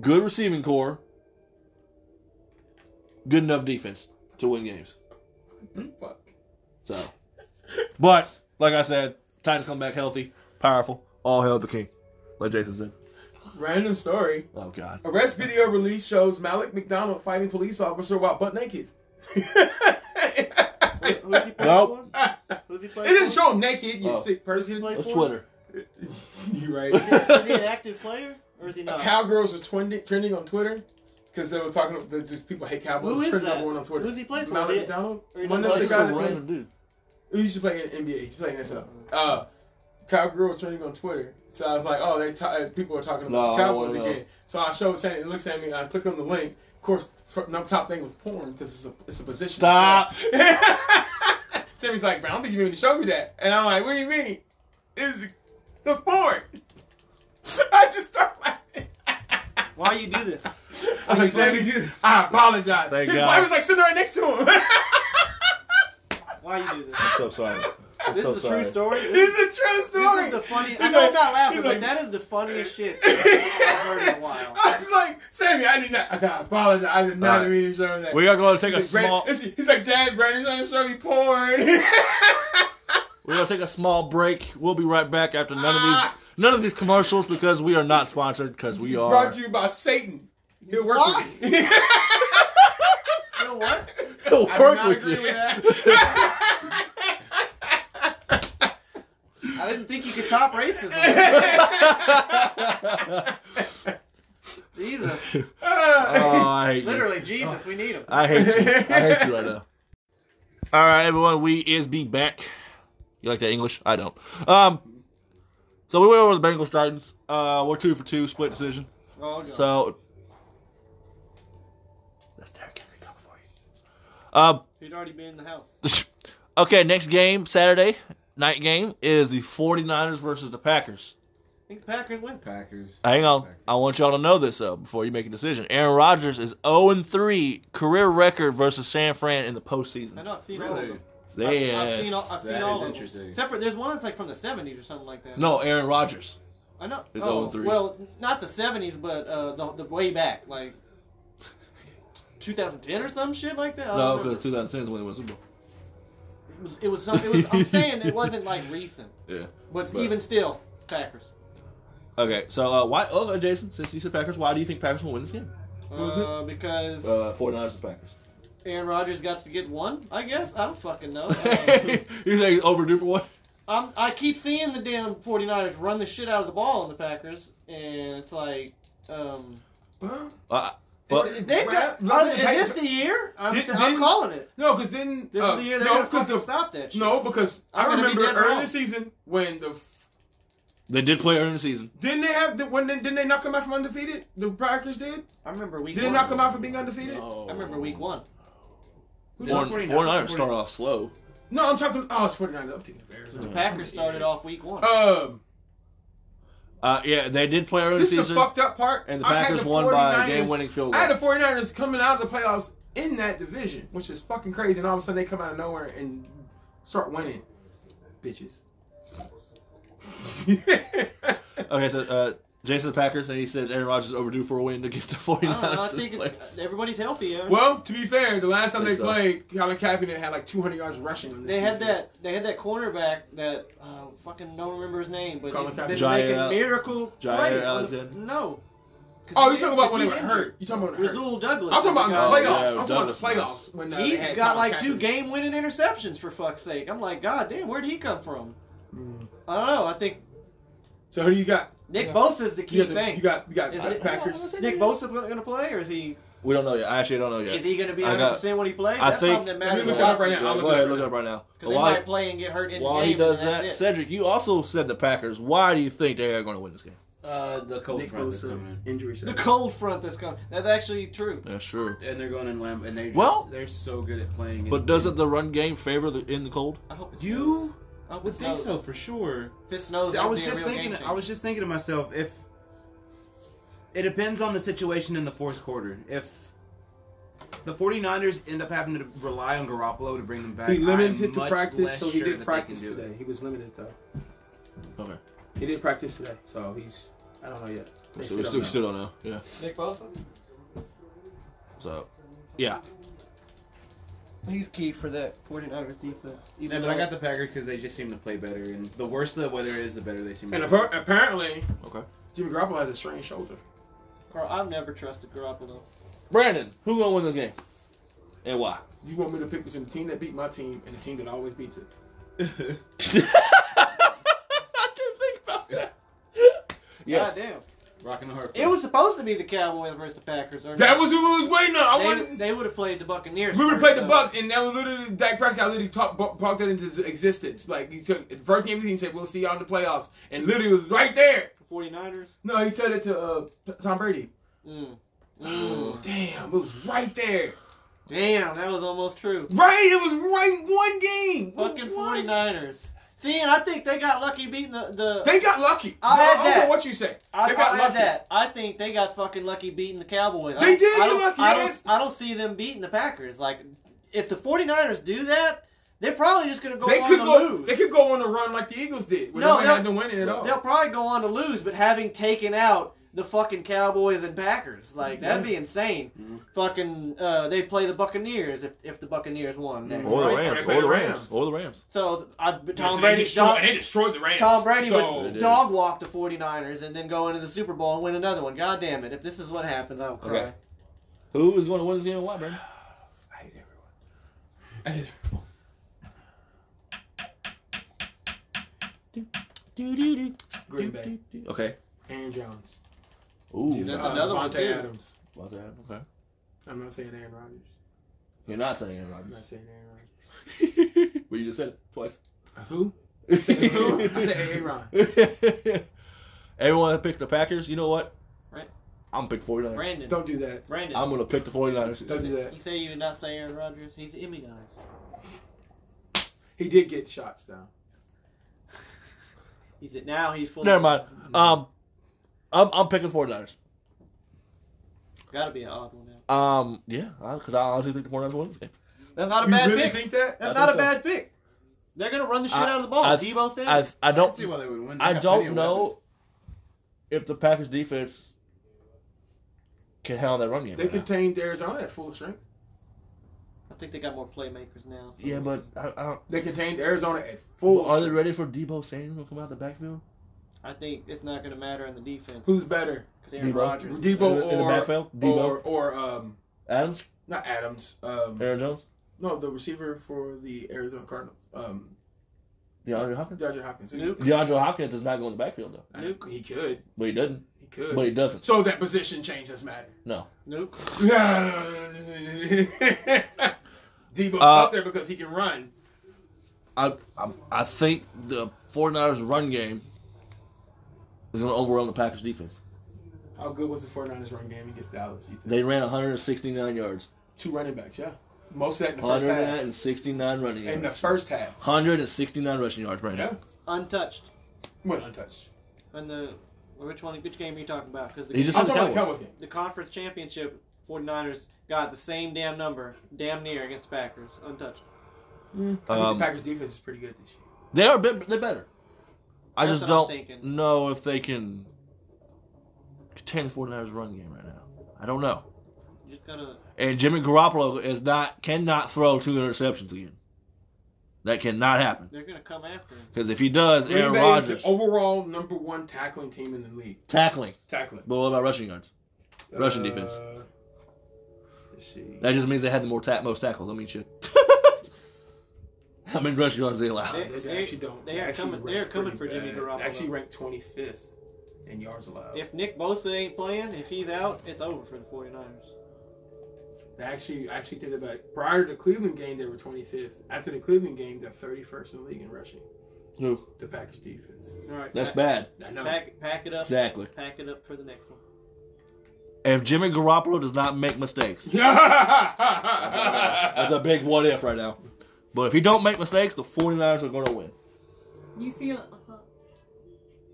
Speaker 1: Good receiving core. Good enough defense to win games.
Speaker 3: Hmm?
Speaker 1: So, but like I said, Titans come back healthy, powerful, all hail the king, like Jason said.
Speaker 3: Random story.
Speaker 1: Oh God.
Speaker 3: Arrest video release shows Malik McDonald fighting police officer while butt naked.
Speaker 2: Who-
Speaker 3: it
Speaker 2: Who's he playing
Speaker 1: Nope.
Speaker 2: for? Who's he playing
Speaker 3: didn't
Speaker 2: for?
Speaker 3: show him naked, you
Speaker 1: Oh.
Speaker 3: sick person.
Speaker 2: Like-
Speaker 1: That's Twitter.
Speaker 3: you right.
Speaker 2: Is he an active player or is he not?
Speaker 3: Cowgirls was trending, trending on Twitter because they were talking. That just people hate cowboys.
Speaker 2: Who
Speaker 3: It's
Speaker 2: is
Speaker 3: trending
Speaker 2: that?
Speaker 3: number one on Twitter.
Speaker 2: Who's he playing for?
Speaker 3: Malik
Speaker 2: Is he-
Speaker 3: McDonald.
Speaker 2: or he
Speaker 3: One
Speaker 2: doesn't
Speaker 3: of the
Speaker 2: play?
Speaker 3: guys
Speaker 1: That's
Speaker 3: that
Speaker 1: a
Speaker 3: played-
Speaker 1: random dude.
Speaker 3: He used to play in NBA. He's playing NFL.
Speaker 2: Oh.
Speaker 3: Uh, Cowgirl was trending on Twitter, so I was like, "Oh, they t- uh, people are talking
Speaker 1: No, I
Speaker 3: about the
Speaker 1: don't
Speaker 3: Cowboys
Speaker 1: wanna know.
Speaker 3: again." So I showed Sandy. It looks at me. I click on the link. Of course, fr- num- top thing was porn because it's a it's a position.
Speaker 1: Stop.
Speaker 3: Sammy's like, "Bro, I don't think you mean to show me that," and I'm like, "What do you mean? It's the porn?" I just start laughing.
Speaker 2: Why you do this?
Speaker 3: I was like, Sammy, I apologize.
Speaker 1: Thank
Speaker 3: His
Speaker 1: God.
Speaker 3: wife was like sitting right next to him.
Speaker 2: Why you do this?
Speaker 1: I'm so sorry. I'm
Speaker 2: This
Speaker 1: so
Speaker 2: is a
Speaker 1: sorry.
Speaker 2: true story. This,
Speaker 3: this is a true story.
Speaker 2: this is the funniest. I
Speaker 3: He's
Speaker 2: know I'm
Speaker 3: like-
Speaker 2: not laughing,
Speaker 3: he's
Speaker 2: but
Speaker 3: like-
Speaker 2: that is the funniest shit I've heard in a while.
Speaker 3: I was like, Sammy, I did not. I said, I apologize. I did not
Speaker 1: All right.
Speaker 3: mean to show that.
Speaker 1: We are going to take a
Speaker 3: he's, like,
Speaker 1: small.
Speaker 3: Brandon- he's like, Dad, Brandon's trying to show me porn.
Speaker 1: We're going to take a small break. We'll be right back after none of
Speaker 2: Ah!
Speaker 1: these none of these commercials because we are not sponsored because we are.
Speaker 3: Brought to you by Satan. He'll work with you.
Speaker 2: You know what?
Speaker 1: He'll
Speaker 8: I do
Speaker 1: work
Speaker 8: not
Speaker 1: with
Speaker 8: agree
Speaker 1: you.
Speaker 8: with that.
Speaker 2: I didn't think you could top racism. Jesus.
Speaker 1: oh, I hate you.
Speaker 2: Literally, Jesus, we need him.
Speaker 1: I hate you. I hate you right now. All right, everyone. We is be back. You like that English? I don't. Um. So we went over the Bengals Titans. Uh, we're two for two, split decision.
Speaker 2: Oh, God.
Speaker 1: So. That's Derrick Henry coming for you. Um.
Speaker 2: He'd already been in the house.
Speaker 1: Okay, next game, Saturday night game, is the 49ers versus the Packers.
Speaker 2: I think the Packers win.
Speaker 4: Packers.
Speaker 1: Hang on. I want y'all to know this, though, before you make a decision. Aaron Rodgers is 0 3, career record versus San Fran in the
Speaker 2: I
Speaker 1: postseason.
Speaker 2: know, I've seen all of
Speaker 4: Really?
Speaker 2: them.
Speaker 1: Yes.
Speaker 2: I've, I've seen all, I've seen
Speaker 4: That
Speaker 2: all
Speaker 4: is
Speaker 2: of
Speaker 4: interesting.
Speaker 2: them. Except for there's one that's like from the 70s or something like that.
Speaker 1: no, Aaron Rodgers.
Speaker 2: I know.
Speaker 1: It's
Speaker 2: oh,
Speaker 1: 0-3.
Speaker 2: Well, not the 70s, but uh, the, the way back, like 2010 or some shit like that. I
Speaker 1: No,
Speaker 2: don't remember.
Speaker 1: because 2010 is when he won the Super Bowl.
Speaker 2: it was, it was, some, it was I'm saying it wasn't like recent,
Speaker 1: Yeah.
Speaker 2: but,
Speaker 1: But-
Speaker 2: even still, Packers.
Speaker 1: Okay, so uh, why, oh, Jason, since you said Packers, why do you think Packers will win this game?
Speaker 3: was it?
Speaker 2: Uh, because
Speaker 1: Uh, 49ers and Packers.
Speaker 2: Aaron Rodgers got to get one, I guess. I don't fucking know. Uh,
Speaker 1: you think he's overdue for what?
Speaker 2: I'm, I keep seeing the damn 49ers run the shit out of the ball on the Packers, and it's like, um,
Speaker 1: Uh, but,
Speaker 2: they've got, are they- is this the year? I'm,
Speaker 3: Did-
Speaker 2: I'm
Speaker 3: did-
Speaker 2: calling it.
Speaker 3: no, because then.
Speaker 2: This
Speaker 3: uh,
Speaker 2: is the year they're
Speaker 3: no,
Speaker 2: gonna
Speaker 3: because
Speaker 2: fucking
Speaker 3: the,
Speaker 2: stop that shit.
Speaker 3: No, because
Speaker 2: I'm
Speaker 3: I
Speaker 2: gonna be
Speaker 3: remember
Speaker 2: dead
Speaker 3: early in
Speaker 2: wrong.
Speaker 3: the season when the.
Speaker 1: they did play early in the season.
Speaker 3: Didn't they have the when they, didn't they not come out from undefeated? The Packers did.
Speaker 2: I remember week.
Speaker 3: Did they
Speaker 2: one.
Speaker 3: not come out Oh. from being undefeated?
Speaker 1: Oh.
Speaker 2: I remember week one.
Speaker 1: Four, 49ers start off slow.
Speaker 3: No, I'm talking. Oh, it's 49. I'm thinking the Bears.
Speaker 2: The Packers started off week one.
Speaker 3: Um,
Speaker 1: Uh, yeah, they did play early in the
Speaker 3: this is
Speaker 1: season.
Speaker 3: the fucked up part.
Speaker 1: And the
Speaker 3: I had
Speaker 1: Packers won by a
Speaker 3: 49ers
Speaker 1: game-winning field
Speaker 3: I had
Speaker 1: goal.
Speaker 3: the 49ers coming out of the playoffs in that division, which is fucking crazy. And all of a sudden they come out of nowhere and start winning, bitches.
Speaker 1: Okay, so uh, Jason the Packers, and he said Aaron Rodgers is overdue for a win against the
Speaker 2: I don't know. I
Speaker 1: 49ers.
Speaker 2: think it's, everybody's healthy. Aaron.
Speaker 3: well, to be fair, the last time they
Speaker 1: Think so.
Speaker 3: played, Colin Kaepernick had like 200 yards rushing. On this
Speaker 2: They had
Speaker 3: defense.
Speaker 2: that. They had that cornerback that uh, fucking don't remember his name, but
Speaker 3: Colin
Speaker 2: he's
Speaker 3: Kaepernick.
Speaker 2: been
Speaker 1: Jair
Speaker 2: making
Speaker 1: Al-
Speaker 2: miracle
Speaker 1: Jair
Speaker 2: plays. on the-
Speaker 1: Alexander.
Speaker 2: no. 'Cause
Speaker 3: Oh, you
Speaker 2: he's-
Speaker 3: talking about when they
Speaker 2: he's
Speaker 3: were
Speaker 2: injured.
Speaker 3: hurt? You talking about when they hurt?
Speaker 2: Razul Douglas.
Speaker 3: I'm talking about in
Speaker 1: Oh,
Speaker 3: the
Speaker 2: is
Speaker 3: playoffs.
Speaker 1: yeah,
Speaker 2: the
Speaker 3: I'm talking about
Speaker 1: Douglas
Speaker 3: the
Speaker 1: was.
Speaker 3: playoffs when uh,
Speaker 2: guy.
Speaker 3: they
Speaker 2: He's
Speaker 3: had
Speaker 2: got
Speaker 3: Colin
Speaker 2: like two
Speaker 3: Kaepernick.
Speaker 2: game-winning
Speaker 3: Mm.
Speaker 2: interceptions for fuck's sake. I'm like, God damn, where'd he come from? I don't know. I think
Speaker 3: So who do you got?
Speaker 2: Nick
Speaker 3: Yeah.
Speaker 2: Bosa's the
Speaker 3: You
Speaker 2: key
Speaker 3: got, the,
Speaker 2: thing.
Speaker 3: you got you got
Speaker 2: Is
Speaker 3: Pa-
Speaker 2: it-
Speaker 3: Packers.
Speaker 2: Nick Bosa going to play, or is he
Speaker 1: We don't know yet. I actually don't know yet.
Speaker 2: is he going to be
Speaker 1: I
Speaker 2: 100
Speaker 1: got-
Speaker 2: percent when he plays?
Speaker 1: I
Speaker 2: That's
Speaker 1: think-
Speaker 2: something that matters.
Speaker 3: Let me
Speaker 2: a
Speaker 3: look it
Speaker 2: lot
Speaker 3: up right
Speaker 2: to
Speaker 3: now.
Speaker 2: me.
Speaker 3: I'll
Speaker 1: Go
Speaker 3: look it
Speaker 1: ahead,
Speaker 3: up
Speaker 1: look it
Speaker 3: right
Speaker 1: up right now.
Speaker 2: 'Cause
Speaker 1: But
Speaker 2: they
Speaker 1: While,
Speaker 2: might play and get hurt in
Speaker 1: while
Speaker 2: the game.
Speaker 1: he does
Speaker 2: and
Speaker 1: that,
Speaker 2: that's it.
Speaker 1: Cedric, you also said the Packers. Why do you think they are going to win this game?
Speaker 4: Uh, the Colts.
Speaker 9: Nick
Speaker 4: probably come
Speaker 9: Bosa
Speaker 4: in.
Speaker 9: injury.
Speaker 2: the
Speaker 9: set.
Speaker 2: cold front that's coming. That's actually true.
Speaker 1: That's true.
Speaker 4: and they're going in Lamb, and they just,
Speaker 1: Well-
Speaker 4: they're so good at playing. in-
Speaker 1: But doesn't the run game favor the in the cold?
Speaker 2: I hope it
Speaker 4: you?
Speaker 2: snows. I hope
Speaker 4: would
Speaker 2: it
Speaker 4: think
Speaker 2: snows.
Speaker 4: so for sure.
Speaker 2: If it snows,
Speaker 4: I
Speaker 2: it'd
Speaker 4: was
Speaker 2: be a
Speaker 4: just
Speaker 2: real game
Speaker 4: thinking. I
Speaker 2: changer.
Speaker 4: was just thinking to myself if it depends on the situation in the fourth quarter. If the 49ers end up having to rely on Garoppolo to bring them back,
Speaker 9: He
Speaker 4: I'm
Speaker 9: limited to
Speaker 4: much
Speaker 9: practice,
Speaker 4: less
Speaker 9: so he
Speaker 4: sure that
Speaker 9: did
Speaker 4: they
Speaker 9: practice
Speaker 4: can do it.
Speaker 9: today. He was limited though.
Speaker 1: Okay.
Speaker 9: He did practice today, so he's. I don't know yet. They still
Speaker 1: We still, we
Speaker 9: don't
Speaker 1: still,
Speaker 9: know.
Speaker 1: still don't know. Yeah.
Speaker 2: Nick Bosa.
Speaker 1: So, yeah.
Speaker 2: He's key for that 49ers defense.
Speaker 4: Yeah, but I got the Packers because they just seem to play better, and the worse the weather is, the better they seem.
Speaker 3: And
Speaker 4: to play.
Speaker 3: appar- apparently,
Speaker 1: Okay.
Speaker 3: Jimmy Garoppolo has a strained shoulder.
Speaker 2: Carl, I've never trusted Garoppolo.
Speaker 1: Brandon, who going to win this game? And why?
Speaker 3: You want me to pick between the team that beat my team and the team that always beats us?
Speaker 1: I didn't think about that.
Speaker 2: Yes.
Speaker 1: Yes.
Speaker 2: damn.
Speaker 4: Rocking the hard.
Speaker 2: It was supposed to be the Cowboys versus the Packers. Or
Speaker 3: That
Speaker 2: no.
Speaker 3: was who we was waiting on. I
Speaker 2: they,
Speaker 3: wanted.
Speaker 2: they would have played the Buccaneers.
Speaker 3: We would have
Speaker 2: first,
Speaker 3: played the
Speaker 2: though.
Speaker 3: Bucks, and that was literally Dak Prescott literally talk, bu- talked that into existence. Like he took first game of the season, he said, "We'll see y'all in the playoffs," and literally was right there.
Speaker 2: 49ers.
Speaker 3: No, he said it to uh, Tom Brady.
Speaker 2: Mm.
Speaker 3: Damn, it was right there.
Speaker 2: Damn, that was almost true.
Speaker 3: Right, it was right one game.
Speaker 2: Fucking
Speaker 3: One.
Speaker 2: 49ers. See, and I think they got lucky beating the. the
Speaker 3: They got lucky.
Speaker 2: I'll
Speaker 3: No,
Speaker 2: add
Speaker 3: I don't know
Speaker 2: that.
Speaker 3: what you say.
Speaker 2: I,
Speaker 3: they got
Speaker 2: I
Speaker 3: lucky.
Speaker 2: that. I think they got fucking lucky beating the Cowboys.
Speaker 3: They
Speaker 2: I,
Speaker 3: did
Speaker 2: I
Speaker 3: get
Speaker 2: don't,
Speaker 3: lucky,
Speaker 2: I
Speaker 3: yeah.
Speaker 2: don't, I don't see them beating the Packers. Like, if the 49ers do that, they're probably just going to go
Speaker 3: They
Speaker 2: on
Speaker 3: could
Speaker 2: to
Speaker 3: go.
Speaker 2: lose.
Speaker 3: They could go on a run like the Eagles did. Where
Speaker 2: No,
Speaker 3: nobody
Speaker 2: they'll-
Speaker 3: had them winning at all.
Speaker 2: They'll probably go on to lose, but having taken out the fucking Cowboys and Packers, like that'd be insane. Fucking, uh, they play the Buccaneers if, if the Buccaneers won next,
Speaker 1: Or the
Speaker 2: right?
Speaker 1: Rams.
Speaker 3: Right,
Speaker 1: Or the
Speaker 3: right,
Speaker 1: Rams.
Speaker 3: Rams.
Speaker 1: Or the Rams.
Speaker 2: So I,
Speaker 3: So
Speaker 2: Tom
Speaker 3: they
Speaker 2: Brady,
Speaker 3: destroyed,
Speaker 2: dog,
Speaker 3: and they destroyed the Rams.
Speaker 2: Tom Brady
Speaker 3: So,
Speaker 1: They
Speaker 2: would
Speaker 1: did.
Speaker 2: dog walk the 49ers and then go into the Super Bowl and win another one. God damn it! If this is what happens, I'll cry.
Speaker 1: Okay. Who is going to win this game and why, Brandon?
Speaker 3: I hate everyone. I hate everyone. Green Bay.
Speaker 1: Okay.
Speaker 3: Aaron Jones.
Speaker 1: Ooh.
Speaker 2: Dude, that's another one,
Speaker 3: Davante
Speaker 2: too.
Speaker 3: Adams.
Speaker 1: What's that? Okay.
Speaker 3: I'm not saying Aaron Rodgers.
Speaker 1: You're not saying Aaron
Speaker 3: I'm
Speaker 1: Rodgers.
Speaker 3: not saying Aaron Rodgers.
Speaker 1: well, you just said it twice.
Speaker 3: Who? I said who? I said Aaron.
Speaker 1: Everyone that picks the Packers, you know what?
Speaker 2: Right.
Speaker 1: I'm gonna pick 49ers.
Speaker 2: Brandon,
Speaker 3: Don't do that.
Speaker 2: Brandon,
Speaker 1: I'm gonna pick the 49ers.
Speaker 3: Don't do that.
Speaker 2: you say you would not say Aaron Rodgers? He's immunized.
Speaker 3: He did get shots down.
Speaker 2: He's it now. He's full.
Speaker 1: Never mind. Um, I'm I'm picking 49ers.
Speaker 2: Gotta be an odd one. Now.
Speaker 1: Um, yeah, because I honestly think the 49ers will win this game.
Speaker 2: That's not a
Speaker 3: you
Speaker 2: bad
Speaker 3: really
Speaker 2: pick.
Speaker 3: think that?
Speaker 2: That's
Speaker 1: I
Speaker 2: not a
Speaker 1: think so.
Speaker 2: bad pick. They're gonna run the shit
Speaker 1: I-
Speaker 2: out of the ball.
Speaker 1: I-
Speaker 2: Debo
Speaker 1: I
Speaker 2: Sanders.
Speaker 1: I
Speaker 4: I
Speaker 1: don't
Speaker 4: see why they would win. They
Speaker 1: I
Speaker 4: got plenty
Speaker 1: don't
Speaker 4: of
Speaker 1: know
Speaker 4: weapons.
Speaker 1: if the Packers defense can handle that run game.
Speaker 3: They
Speaker 1: right now.
Speaker 3: contained Arizona at full strength.
Speaker 2: I, think they got more playmakers now. so
Speaker 1: yeah,
Speaker 2: we'll
Speaker 1: but
Speaker 2: see.
Speaker 1: I, I don't.
Speaker 3: They contained Arizona at
Speaker 1: Well,
Speaker 3: full
Speaker 1: are they
Speaker 3: strength.
Speaker 1: ready for Debo Samuel to come out the backfield?
Speaker 2: I think it's not gonna matter in the defense
Speaker 3: Who's better?
Speaker 2: because Aaron
Speaker 1: Debo?
Speaker 2: Rodgers.
Speaker 3: Debo
Speaker 1: in the, in the
Speaker 3: or,
Speaker 1: backfield? Debo,
Speaker 3: or or um
Speaker 1: Adams,
Speaker 3: not Adams. Um
Speaker 1: Aaron Jones,
Speaker 3: no, the receiver for the Arizona Cardinals. Um
Speaker 1: DeAndre Hopkins.
Speaker 3: Dodger Hopkins.
Speaker 2: Nope.
Speaker 1: DeAndre Hopkins does not go in the backfield though,
Speaker 3: I know, He could.
Speaker 1: but he didn't.
Speaker 3: He could.
Speaker 1: But he doesn't.
Speaker 3: So that position change doesn't matter.
Speaker 1: No.
Speaker 2: Nope.
Speaker 3: Debo's
Speaker 1: Uh,
Speaker 3: up there because he can run.
Speaker 1: I I, I think the 49ers run game is going to overwhelm the Packers defense.
Speaker 3: How good was the 49ers run game against Dallas? You think?
Speaker 1: They ran 169 yards,
Speaker 3: Two running backs, yeah. Most of that in the
Speaker 1: Oh,
Speaker 3: first half.
Speaker 1: 169 running
Speaker 3: In the
Speaker 1: yards,
Speaker 3: first half.
Speaker 1: 169 rushing yards, Brandon.
Speaker 3: Yeah.
Speaker 2: Untouched.
Speaker 3: Went untouched.
Speaker 2: And the which one? Which game are you talking about? Because the,
Speaker 1: He just
Speaker 3: I'm
Speaker 1: said the
Speaker 3: talking about the
Speaker 1: Cowboys.
Speaker 3: Cowboys game.
Speaker 2: the conference championship 49ers got the same damn number, damn near against the Packers, untouched.
Speaker 3: I think
Speaker 1: Um,
Speaker 3: the Packers defense is pretty good this year.
Speaker 1: They are a bit, they're better. I
Speaker 2: That's
Speaker 1: just
Speaker 2: what I'm
Speaker 1: don't
Speaker 2: thinking.
Speaker 1: know if they can contain the 49ers run game right now. I don't know.
Speaker 2: You just gotta.
Speaker 1: And Jimmy Garoppolo is not cannot throw two interceptions again. That cannot happen
Speaker 2: They're gonna come after him.
Speaker 1: because if he does, Aaron
Speaker 3: Green Bay is
Speaker 1: Rodgers
Speaker 3: the overall number one tackling team in the league.
Speaker 1: tackling.
Speaker 3: Tackling.
Speaker 1: But what about rushing yards? Rushing
Speaker 3: Uh,
Speaker 1: defense.
Speaker 3: Let's see.
Speaker 1: That just means they had the more ta- most tackles. I mean, shit. How many rushing yards they allow?
Speaker 2: They,
Speaker 3: They,
Speaker 2: they-
Speaker 3: actually don't.
Speaker 2: they are
Speaker 3: actually
Speaker 2: coming- they
Speaker 3: ranked
Speaker 2: are coming
Speaker 3: pretty
Speaker 2: for Jimmy
Speaker 3: bad.
Speaker 2: Garoppolo.
Speaker 3: Actually ranked 25th in yards allowed.
Speaker 2: If Nick Bosa ain't playing, if he's out, it's over for the 49ers.
Speaker 3: They actually I actually did it back. Prior to the Cleveland game, they were 25th. After the Cleveland game, they're 31st in the league in rushing.
Speaker 1: Who?
Speaker 3: The package defense.
Speaker 2: All right.
Speaker 1: That's
Speaker 2: pack-
Speaker 1: bad.
Speaker 3: I know.
Speaker 2: Pack, pack it up.
Speaker 1: Exactly.
Speaker 2: Pack it up for the next one.
Speaker 1: If Jimmy Garoppolo does not make mistakes, that's a big what if right now. But if he don't make mistakes, the 49ers are going to win.
Speaker 5: You see, uh,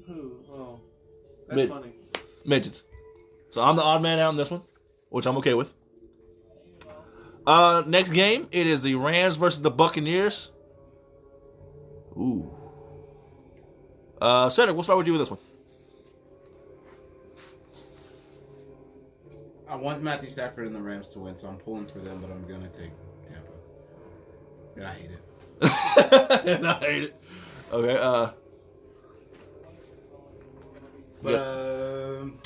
Speaker 2: Who? Oh, that's
Speaker 1: Mid.
Speaker 2: funny.
Speaker 1: midgets. So I'm the odd man out in this one, which I'm okay with. Uh, next game it is the Rams versus the Buccaneers. Ooh. Uh, Cedric, we'll start with you with this one.
Speaker 4: I want Matthew Stafford and the Rams to win, so I'm pulling for them, but I'm gonna take Tampa. And I hate it.
Speaker 1: and I hate it. Okay. Uh,
Speaker 4: But
Speaker 1: Yep.
Speaker 4: um,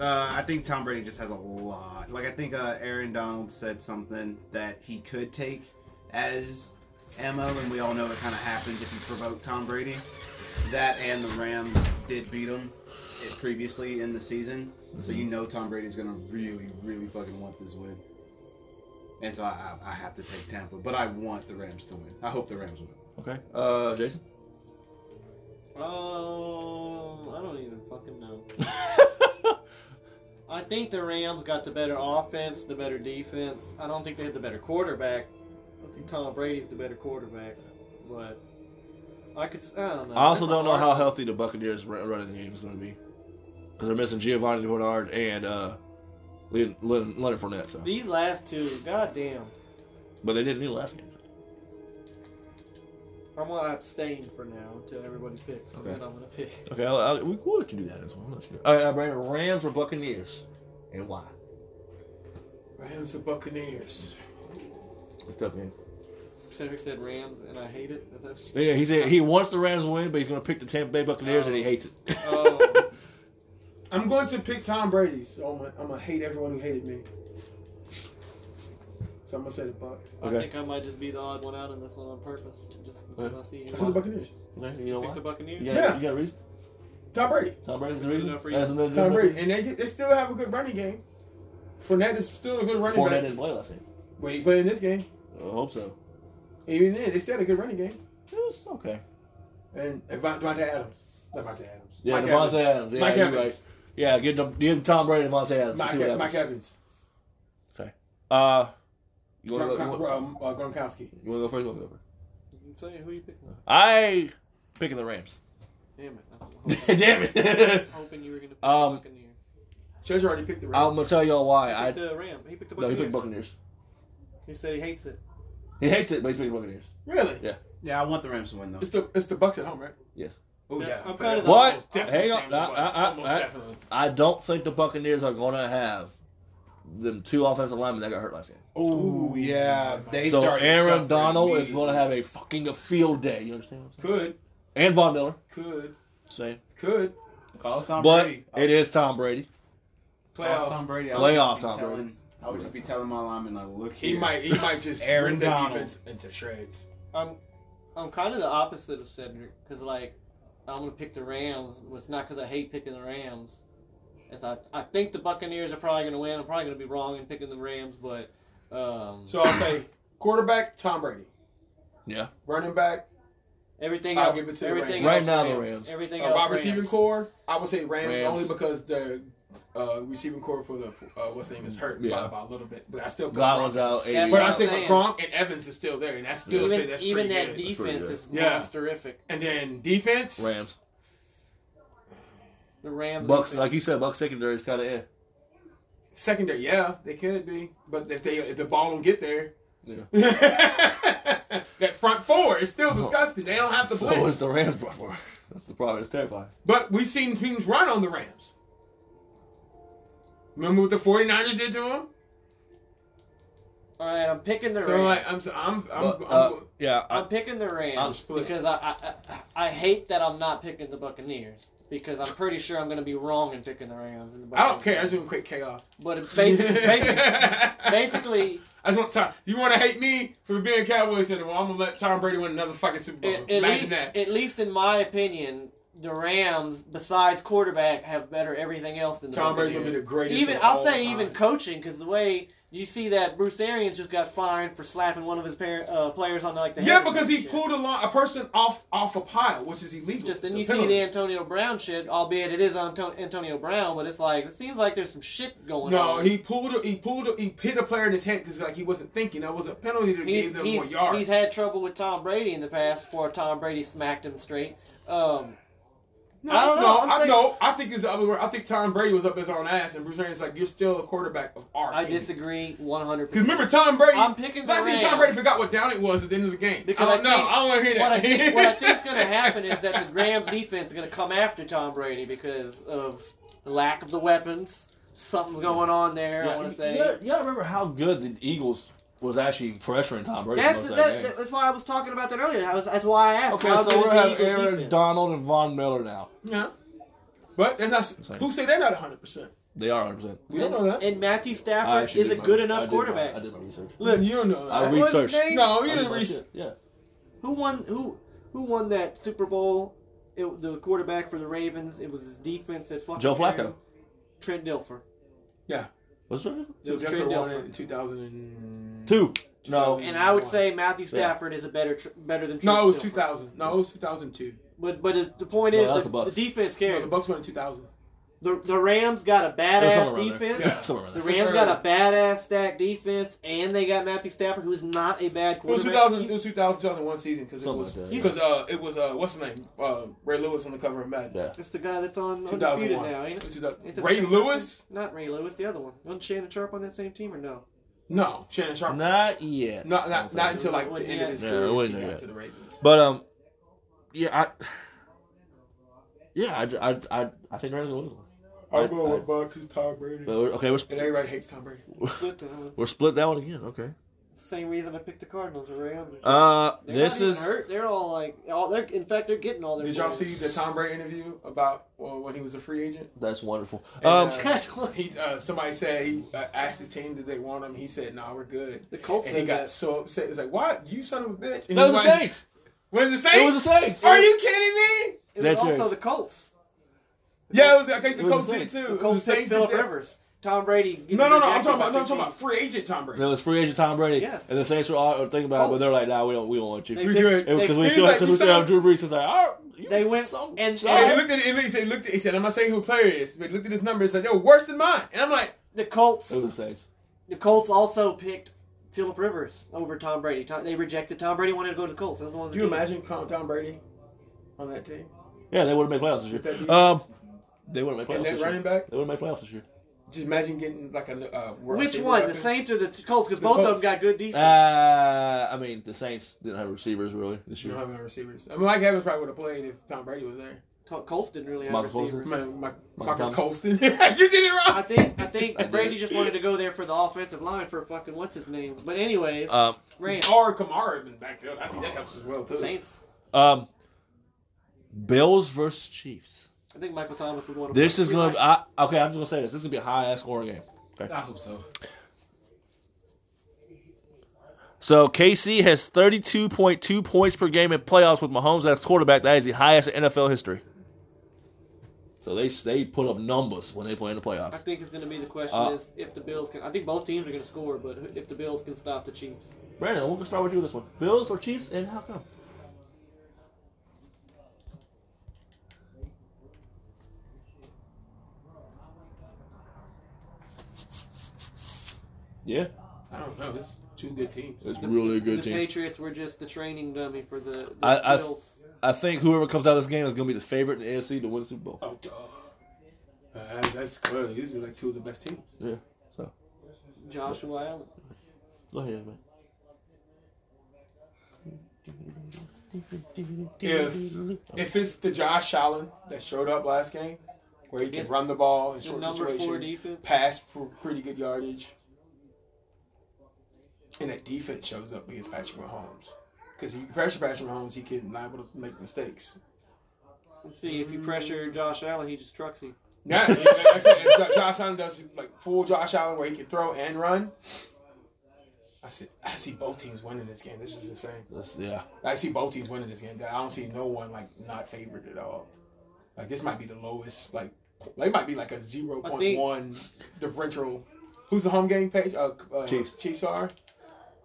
Speaker 4: uh, I think Tom Brady just has a lot. Like I think uh, Aaron Donald said something that he could take as ammo, and we all know what kind of happens if you provoke Tom Brady. That and the Rams did beat him it previously in the season, so you know Tom Brady's gonna really, really fucking want this win. And so I, I I have to take Tampa, but I want the Rams to win. I hope the Rams win.
Speaker 1: okay. Uh, Jason.
Speaker 2: Um, I don't even fucking know. I think the Rams got the better offense, the better defense. I don't think they have the better quarterback. I think Tom Brady's the better quarterback, but I could. s- I don't know.
Speaker 1: I also
Speaker 2: That's a
Speaker 1: don't know
Speaker 2: hard
Speaker 1: how
Speaker 2: one.
Speaker 1: healthy the Buccaneers' run- running game is going to be because they're missing Giovanni Bernard and uh, Leon- Leon- Leonard Fournette. So,
Speaker 2: These last two, goddamn,
Speaker 1: but they didn't do last game.
Speaker 2: I'm gonna abstain for now until everybody picks,
Speaker 1: Okay.
Speaker 2: and then I'm gonna pick.
Speaker 1: Okay, I'll, I'll, we will let you do that as well. I'll let you do it. All right, I bring Rams or Buccaneers, and why?
Speaker 3: Rams and Buccaneers.
Speaker 1: It's tough, man.
Speaker 2: Cedric said Rams, and I hate it. Is that sh-
Speaker 1: Yeah, he said he wants the Rams to win, but he's going to pick the Tampa Bay Buccaneers, and he hates it.
Speaker 2: Oh.
Speaker 3: I'm going to pick Tom Brady, so I'm gonna, I'm gonna hate everyone who hated me. So I'm gonna say the Bucks.
Speaker 1: Okay.
Speaker 2: I think I might just be the odd one out on this one on purpose, just because I see him.
Speaker 3: I said the Buccaneers.
Speaker 1: Okay, you know
Speaker 2: Pick
Speaker 1: why?
Speaker 2: the Buccaneers.
Speaker 1: You got,
Speaker 3: Yeah.
Speaker 1: you got a reason?
Speaker 3: Tom Brady.
Speaker 1: Tom Brady's the
Speaker 2: There's
Speaker 1: reason.
Speaker 2: enough reason.
Speaker 1: That's another
Speaker 3: Tom
Speaker 1: difference.
Speaker 3: Brady, and they, they still have a good running game. Fournette is still a good running
Speaker 1: Fournette
Speaker 3: back
Speaker 1: didn't play last game.
Speaker 3: when he played in this game.
Speaker 1: I hope so.
Speaker 3: Even then, they still had a good running game.
Speaker 1: It was okay.
Speaker 3: And Devon- Devontae Adams, not Devontae Adams.
Speaker 1: Yeah,
Speaker 3: Mike
Speaker 1: Devontae Adams. Yeah,
Speaker 3: Mike
Speaker 1: you're
Speaker 3: Evans.
Speaker 1: right. Yeah, give, them- give Tom Brady and Devontae Adams. to
Speaker 3: Mike,
Speaker 1: see what
Speaker 3: Mike,
Speaker 1: happens.
Speaker 3: Evans.
Speaker 1: Uh, you want to go, you
Speaker 3: Gron-
Speaker 1: wanna-
Speaker 3: um, uh, Gronkowski.
Speaker 1: you wanna go first? You wanna go first?
Speaker 2: Say who you picking?
Speaker 1: I picking the Rams.
Speaker 2: Damn it! I was hoping,
Speaker 1: Damn it.
Speaker 2: hoping you were gonna pick
Speaker 1: Um,
Speaker 2: the Buccaneers.
Speaker 3: Church already picked the
Speaker 1: I'm
Speaker 3: Rams.
Speaker 1: gonna tell y'all why.
Speaker 2: I,
Speaker 1: I
Speaker 2: the Ram. He picked the
Speaker 1: no, he
Speaker 2: Buccaneers.
Speaker 1: picked Buccaneers.
Speaker 2: He said he hates it.
Speaker 1: He hates it, but he's picking Buccaneers.
Speaker 3: really?
Speaker 4: Yeah, I want the Rams to win though.
Speaker 3: It's the it's the Bucks at home, right?
Speaker 1: Yes.
Speaker 3: Oh
Speaker 2: Yeah,
Speaker 3: yeah.
Speaker 2: I'm kinda the-
Speaker 1: What?
Speaker 3: Almost definitely
Speaker 1: Hang on.
Speaker 3: staying with the
Speaker 1: I-
Speaker 3: Bucks.
Speaker 1: I- I-
Speaker 3: Almost
Speaker 1: I-
Speaker 3: definitely.
Speaker 1: I don't think the Buccaneers are gonna have them two offensive linemen that got hurt last game.
Speaker 4: Oh yeah, they
Speaker 1: so
Speaker 4: started
Speaker 1: Aaron
Speaker 4: suffering
Speaker 1: Donald is
Speaker 4: immediately.
Speaker 1: gonna have a fucking a field day. You understand? What I'm saying?
Speaker 3: Could
Speaker 1: And Von Miller,
Speaker 3: could
Speaker 1: same.
Speaker 3: could
Speaker 4: Call us Tom
Speaker 1: But
Speaker 4: Brady.
Speaker 1: it is Tom Brady.
Speaker 4: Call us
Speaker 3: playoff.
Speaker 4: Tom Brady. I would
Speaker 1: Playoff
Speaker 4: just be
Speaker 1: Tom Brady.
Speaker 4: telling- I would just be telling my lineman, like, look
Speaker 3: He
Speaker 4: here.
Speaker 3: might he might just
Speaker 4: Aaron
Speaker 3: rip their
Speaker 4: Donald.
Speaker 3: defense into shreds.
Speaker 2: I'm, I'm kind of the opposite of Cedric because like, I'm gonna pick the Rams. but It's not because I hate picking the Rams. As I, I think the Buccaneers are probably gonna win. I'm probably gonna be wrong in picking the Rams, but um,
Speaker 3: So I'll say quarterback Tom Brady.
Speaker 1: Yeah.
Speaker 3: Running back,
Speaker 2: everything
Speaker 3: I'll
Speaker 2: else,
Speaker 3: give it to the
Speaker 2: everything
Speaker 1: Rams.
Speaker 2: else
Speaker 1: Right now, the
Speaker 2: Rams.
Speaker 1: Rams.
Speaker 3: uh,
Speaker 2: Everything else,
Speaker 3: wide receiving
Speaker 2: Rams.
Speaker 3: core. I would say Rams,
Speaker 1: Rams.
Speaker 3: only because the uh, receiving core for the uh, what's the name is hurt
Speaker 1: Yeah.
Speaker 3: by, by a little bit, but I still put
Speaker 1: Godwin's
Speaker 3: Gronk.
Speaker 1: out.
Speaker 2: Yeah,
Speaker 1: AD.
Speaker 3: But
Speaker 2: Yeah.
Speaker 3: I say but
Speaker 2: Saying.
Speaker 3: Gronk and Evans is still there, and I still say
Speaker 2: Even,
Speaker 3: that's
Speaker 2: even
Speaker 3: pretty
Speaker 2: that
Speaker 3: good.
Speaker 1: That's pretty
Speaker 2: defense is
Speaker 3: good. Yeah.
Speaker 2: monster-ific.
Speaker 3: and then defense,
Speaker 1: Rams.
Speaker 2: The Rams,
Speaker 1: Bucks,
Speaker 2: defense.
Speaker 1: like you said, Bucks secondary is kind of eh.
Speaker 3: secondary, yeah, they could be, but if they if the ball don't get there,
Speaker 1: Yeah.
Speaker 3: that front four is still disgusting. They don't have to
Speaker 1: So
Speaker 3: blitz.
Speaker 1: is the Rams brought for? That's the problem. It's terrifying.
Speaker 3: But we've seen teams run on the Rams. Remember what the 49ers did to them?
Speaker 2: All right, I'm picking the
Speaker 3: So
Speaker 2: Rams.
Speaker 3: like I'm so- I'm I'm,
Speaker 1: But,
Speaker 3: I'm,
Speaker 1: uh,
Speaker 3: go-
Speaker 1: yeah, I,
Speaker 2: I'm picking the Rams
Speaker 1: I'm
Speaker 3: split.
Speaker 2: because I, I I I hate that I'm not picking the Buccaneers. because I'm pretty sure I'm going to be wrong in picking the Rams. In the
Speaker 3: I don't care. I just want quick chaos.
Speaker 2: But it basically, basically, basically
Speaker 3: I just want Tom. You want to hate me for being a Cowboys fan? Well, I'm gonna let Tom Brady win another fucking Super Bowl.
Speaker 2: at, at
Speaker 3: Imagine
Speaker 2: least,
Speaker 3: that.
Speaker 2: at least in my opinion, the Rams, besides quarterback, have better everything else than the
Speaker 3: Tom Brady's gonna be
Speaker 2: Buccaneers.
Speaker 3: the greatest.
Speaker 2: Even
Speaker 3: of
Speaker 2: I'll
Speaker 3: all
Speaker 2: say
Speaker 3: time.
Speaker 2: even coaching because the way you see that Bruce Arians just got fined for slapping one of his par- uh, players on like the
Speaker 3: Yeah,
Speaker 2: helmet
Speaker 3: because
Speaker 2: and
Speaker 3: he
Speaker 2: shit.
Speaker 3: pulled a, lo- a person off off a pile, which is illegal.
Speaker 2: Just
Speaker 3: It's
Speaker 2: then
Speaker 3: a
Speaker 2: you see
Speaker 3: penalty.
Speaker 2: the Antonio Brown shit, albeit it is Anto- Antonio Brown, but it's like it seems like there's some shit going
Speaker 3: No,
Speaker 2: on.
Speaker 3: he pulled. A, he pulled. A, he hit a player in his head because like he wasn't thinking. That was a penalty that
Speaker 2: he's,
Speaker 3: gave them more
Speaker 2: he's,
Speaker 3: yards.
Speaker 2: he's had trouble with Tom Brady in the past before Tom Brady smacked him straight. Um,
Speaker 3: no,
Speaker 2: I don't know,
Speaker 3: no,
Speaker 2: I'm
Speaker 3: I
Speaker 2: saying-
Speaker 3: know. I think it's the other way. I think Tom Brady was up his own ass, and Bruce Arians like you're still a quarterback of our
Speaker 2: I
Speaker 3: team.
Speaker 2: disagree 100.
Speaker 3: Because remember, Tom Brady.
Speaker 2: I'm picking the
Speaker 3: last
Speaker 2: Rams.
Speaker 3: thing Tom Brady forgot what down it was at the end of the game.
Speaker 2: Because
Speaker 3: I don't
Speaker 2: I
Speaker 3: know.
Speaker 2: think-
Speaker 3: I don't want to hear that.
Speaker 2: What I think what I think's gonna happen is that the Rams defense is gonna come after Tom Brady because of the lack of the weapons. Something's going on there. I want to say.
Speaker 1: You gotta, you gotta remember how good the Eagles was actually pressuring Tom Brady
Speaker 2: That's,
Speaker 1: most of that,
Speaker 2: that,
Speaker 1: game.
Speaker 2: that's why I was talking about that earlier. That was- that's why I asked.
Speaker 1: Okay,
Speaker 2: how
Speaker 1: so
Speaker 2: good
Speaker 1: we're
Speaker 2: is
Speaker 1: gonna
Speaker 2: the
Speaker 1: have
Speaker 2: Eagles'
Speaker 1: Aaron
Speaker 2: defense?
Speaker 1: Donald and Von Miller now.
Speaker 3: yeah. But that's not. Who say they're not 100? percent
Speaker 1: They are 100. percent
Speaker 3: We don't know that.
Speaker 2: And Matthew
Speaker 1: I
Speaker 2: Stafford
Speaker 1: actually
Speaker 2: is a
Speaker 1: did my-
Speaker 2: good
Speaker 1: I
Speaker 2: enough
Speaker 1: did
Speaker 2: quarterback.
Speaker 1: My, I did my research.
Speaker 3: Look, you don't know
Speaker 1: I
Speaker 3: that.
Speaker 2: What's his
Speaker 1: researched.
Speaker 2: name?
Speaker 3: no,
Speaker 1: I
Speaker 3: you
Speaker 1: did
Speaker 3: didn't
Speaker 1: my
Speaker 3: research.
Speaker 1: shit, Yeah.
Speaker 2: Who won? Who who won that Super Bowl? It, the quarterback for the Ravens. It was his defense that fucking
Speaker 1: Joe
Speaker 2: carried
Speaker 1: Flacco.
Speaker 2: him. Trent Dilfer.
Speaker 3: Oh,
Speaker 1: What's it?
Speaker 3: So
Speaker 2: It was
Speaker 3: Jeffrey
Speaker 2: Trent
Speaker 3: won
Speaker 2: Dilfer.
Speaker 3: it in 2000. And...
Speaker 1: Two. No.
Speaker 2: And I would
Speaker 3: Wow.
Speaker 2: say Matthew Stafford is a better tr- better than Trent
Speaker 3: No, it was
Speaker 2: Dilfer.
Speaker 3: 2000. No, it was 2002.
Speaker 2: But but the, the point
Speaker 1: No,
Speaker 2: is
Speaker 1: that's
Speaker 2: the,
Speaker 1: the Bucks.
Speaker 2: the defense
Speaker 3: No,
Speaker 2: carried
Speaker 3: the
Speaker 2: him.
Speaker 3: Bucks won in 2000.
Speaker 2: the, the Rams got a
Speaker 1: It was
Speaker 2: badass
Speaker 1: somewhere around there.
Speaker 2: defense.
Speaker 1: Yeah, somewhere around
Speaker 2: The
Speaker 1: there.
Speaker 2: Rams
Speaker 3: Sure.
Speaker 2: got a badass stack defense, and they got Matthew Stafford, who is not a bad
Speaker 3: It was
Speaker 2: quarterback.
Speaker 3: 2000. It was 2000, 2001 season because it
Speaker 1: Something
Speaker 3: was
Speaker 1: like that, yeah.
Speaker 3: because uh it was uh what's the name uh Ray Lewis on the cover of Madden.
Speaker 1: Yeah.
Speaker 2: That's the guy that's on undisputed
Speaker 3: 2001.
Speaker 2: now, ain't it?
Speaker 3: 2000.
Speaker 2: Ain't that the
Speaker 3: Ray
Speaker 2: same
Speaker 3: Lewis?
Speaker 2: person? Not Ray Lewis, the other one. Wasn't Shannon Sharp on that same team or no?
Speaker 3: No, Shannon Sharp.
Speaker 1: Not yet.
Speaker 3: Not not, not until like the
Speaker 2: Wasn't
Speaker 3: end of
Speaker 2: yet.
Speaker 3: his
Speaker 1: Yeah,
Speaker 3: career.
Speaker 1: it wasn't
Speaker 3: he got
Speaker 1: yet.
Speaker 3: to the Ravens.
Speaker 1: But um, yeah, I. Yeah, I, I, I, I think Rams will lose. I-
Speaker 3: I'm going
Speaker 1: I-
Speaker 3: with Bucks. It's Tom Brady.
Speaker 1: But we're, okay, we're,
Speaker 3: And
Speaker 1: sp-
Speaker 3: everybody hates Tom Brady.
Speaker 2: Split the hell.
Speaker 1: we're split that one again. Okay.
Speaker 2: It's the uh, same reason I picked the Cardinals or Rams.
Speaker 1: Uh,
Speaker 2: They're
Speaker 1: this
Speaker 2: not even
Speaker 1: is
Speaker 2: hurt. They're all like, all they're in fact they're getting all their.
Speaker 3: Did y'all
Speaker 2: players.
Speaker 3: see the Tom Brady interview about well, when he was a free agent?
Speaker 1: that's wonderful. Um,
Speaker 3: And, uh, he uh, somebody said he uh, asked his team did they want him. He said, "Nah, we're good."
Speaker 2: the Colts?
Speaker 3: And he
Speaker 2: said
Speaker 3: got
Speaker 2: that.
Speaker 3: so upset. He's like, "What? You son of a bitch!" And
Speaker 1: that was the
Speaker 3: he's like,
Speaker 1: Saints.
Speaker 3: What is it
Speaker 1: It
Speaker 3: saying?
Speaker 1: was the Saints.
Speaker 3: Are you kidding me?
Speaker 2: It
Speaker 1: That's
Speaker 2: was also
Speaker 1: yours.
Speaker 2: the Colts.
Speaker 3: Yeah, it was. I think
Speaker 1: It
Speaker 3: the
Speaker 1: was the
Speaker 3: Colts did
Speaker 1: Saints.
Speaker 3: too.
Speaker 2: The
Speaker 3: It was
Speaker 2: Colts
Speaker 3: the
Speaker 2: took
Speaker 3: Saints did
Speaker 2: Philip
Speaker 3: too.
Speaker 2: Rivers. Tom Brady. getting
Speaker 3: No, no, no. I'm
Speaker 2: rejected
Speaker 3: talking
Speaker 2: by two
Speaker 3: about. No, I'm talking
Speaker 2: teams.
Speaker 3: about free agent Tom Brady.
Speaker 1: That was free agent Tom Brady.
Speaker 2: Yes.
Speaker 1: And the Saints were all uh, thinking about it, but they're like, "Nah, we don't, we don't want you."
Speaker 2: They
Speaker 3: We're
Speaker 2: picked-
Speaker 3: good.
Speaker 2: they-
Speaker 1: Because we
Speaker 3: he's
Speaker 1: still,
Speaker 3: like,
Speaker 1: because
Speaker 3: you
Speaker 1: we still have
Speaker 3: sound-
Speaker 1: Drew Brees. It's like, oh, you
Speaker 2: They went
Speaker 1: some-
Speaker 2: and-
Speaker 1: some-
Speaker 3: And he
Speaker 2: and-
Speaker 3: looked at it. and He said, "Looked." At, he said, "I'm not saying who a player is, but he looked at his numbers. He's like, yo, worse than mine." And I'm like,
Speaker 2: The Colts.
Speaker 1: it was the Saints.
Speaker 2: The Colts also picked Philip Rivers over Tom Brady. Tom, they rejected Tom Brady. Wanted to go to the Colts. That was one of the
Speaker 3: "Do you
Speaker 2: teams.
Speaker 3: imagine Tom Brady on that team
Speaker 1: Yeah, they would have made playoffs this
Speaker 3: With that
Speaker 1: year.
Speaker 3: defense.
Speaker 1: Um, they would have made playoffs
Speaker 3: and that
Speaker 1: this year.
Speaker 3: running back?"
Speaker 1: They would have made playoffs this year.
Speaker 3: Just imagine getting like a uh, world
Speaker 2: Which
Speaker 3: receiver
Speaker 2: one? The
Speaker 3: weapon.
Speaker 2: Saints or the t- Colts? Because
Speaker 3: The
Speaker 2: both of them
Speaker 3: Colts.
Speaker 2: got good defense.
Speaker 1: Uh, I mean, the Saints didn't have receivers really this
Speaker 3: You don't
Speaker 1: year.
Speaker 3: have any receivers. I mean, Mike Evans probably would have played if Tom Brady was there.
Speaker 2: Col- Colts didn't really have
Speaker 1: Marcus
Speaker 2: receivers.
Speaker 3: My, my, Marcus
Speaker 1: Thomas.
Speaker 3: Colston. you did it
Speaker 2: I
Speaker 3: wrong.
Speaker 2: think I think
Speaker 1: I did.
Speaker 2: Brady just wanted to go there for the offensive line for fucking what's his name. But anyways,
Speaker 1: Um,
Speaker 2: Rams.
Speaker 3: Or Kamara had been backed up. I think that helps as well too.
Speaker 2: Saints.
Speaker 1: um, Bills versus Chiefs.
Speaker 2: I think Michael Thomas would want to.
Speaker 1: This is gonna. Be, I, okay, I'm just gonna say this. This is gonna be a high ass scoring game.
Speaker 10: I hope so.
Speaker 1: So KC has 32.2 points per game in playoffs with Mahomes as quarterback. That is the highest in NFL history. So they they put up numbers when they play in the
Speaker 2: I
Speaker 1: playoffs.
Speaker 2: think it's going to be the question
Speaker 1: Uh,
Speaker 2: is if the Bills can. I think both teams are going to score, but who- if the Bills can stop the Chiefs,
Speaker 1: Brandon, we'll start with you with this one. Bills or Chiefs, and how come? Yeah,
Speaker 3: I don't know. It's two good teams.
Speaker 1: it's really a
Speaker 2: the
Speaker 1: good team.
Speaker 2: Patriots were just the training dummy for the, the
Speaker 1: I- I-
Speaker 2: Bills.
Speaker 1: I think whoever comes out of this game is going to be the favorite in the AFC to win the Super Bowl.
Speaker 3: Oh, duh. Uh, that's, that's clear. These are like two of the best teams.
Speaker 2: Joshua Allen.
Speaker 1: Go ahead, man.
Speaker 3: If if it's the Josh Allen that showed up last game, where he can
Speaker 2: Against
Speaker 3: run the ball in
Speaker 2: the
Speaker 3: short
Speaker 2: number four
Speaker 3: situations,
Speaker 2: defense.
Speaker 3: pass for pretty good yardage, and that defense shows up against Patrick Mahomes, because if you pressure Patrick Mahomes, he can liable to make mistakes.
Speaker 2: See, if you pressure Josh Allen, he just trucks you.
Speaker 3: Yeah, and like I said, if Jo- Josh Allen does like full Josh Allen where he can throw and run. I see, I see both teams winning this game. This is insane.
Speaker 1: That's, yeah.
Speaker 3: I see both teams winning this game. I don't see no one like not favored at all. Like this might be the lowest. Like it might be like a zero
Speaker 2: I
Speaker 3: point
Speaker 2: think-
Speaker 3: one differential. Who's the home game page? Uh, uh,
Speaker 1: Chiefs.
Speaker 3: Chiefs are.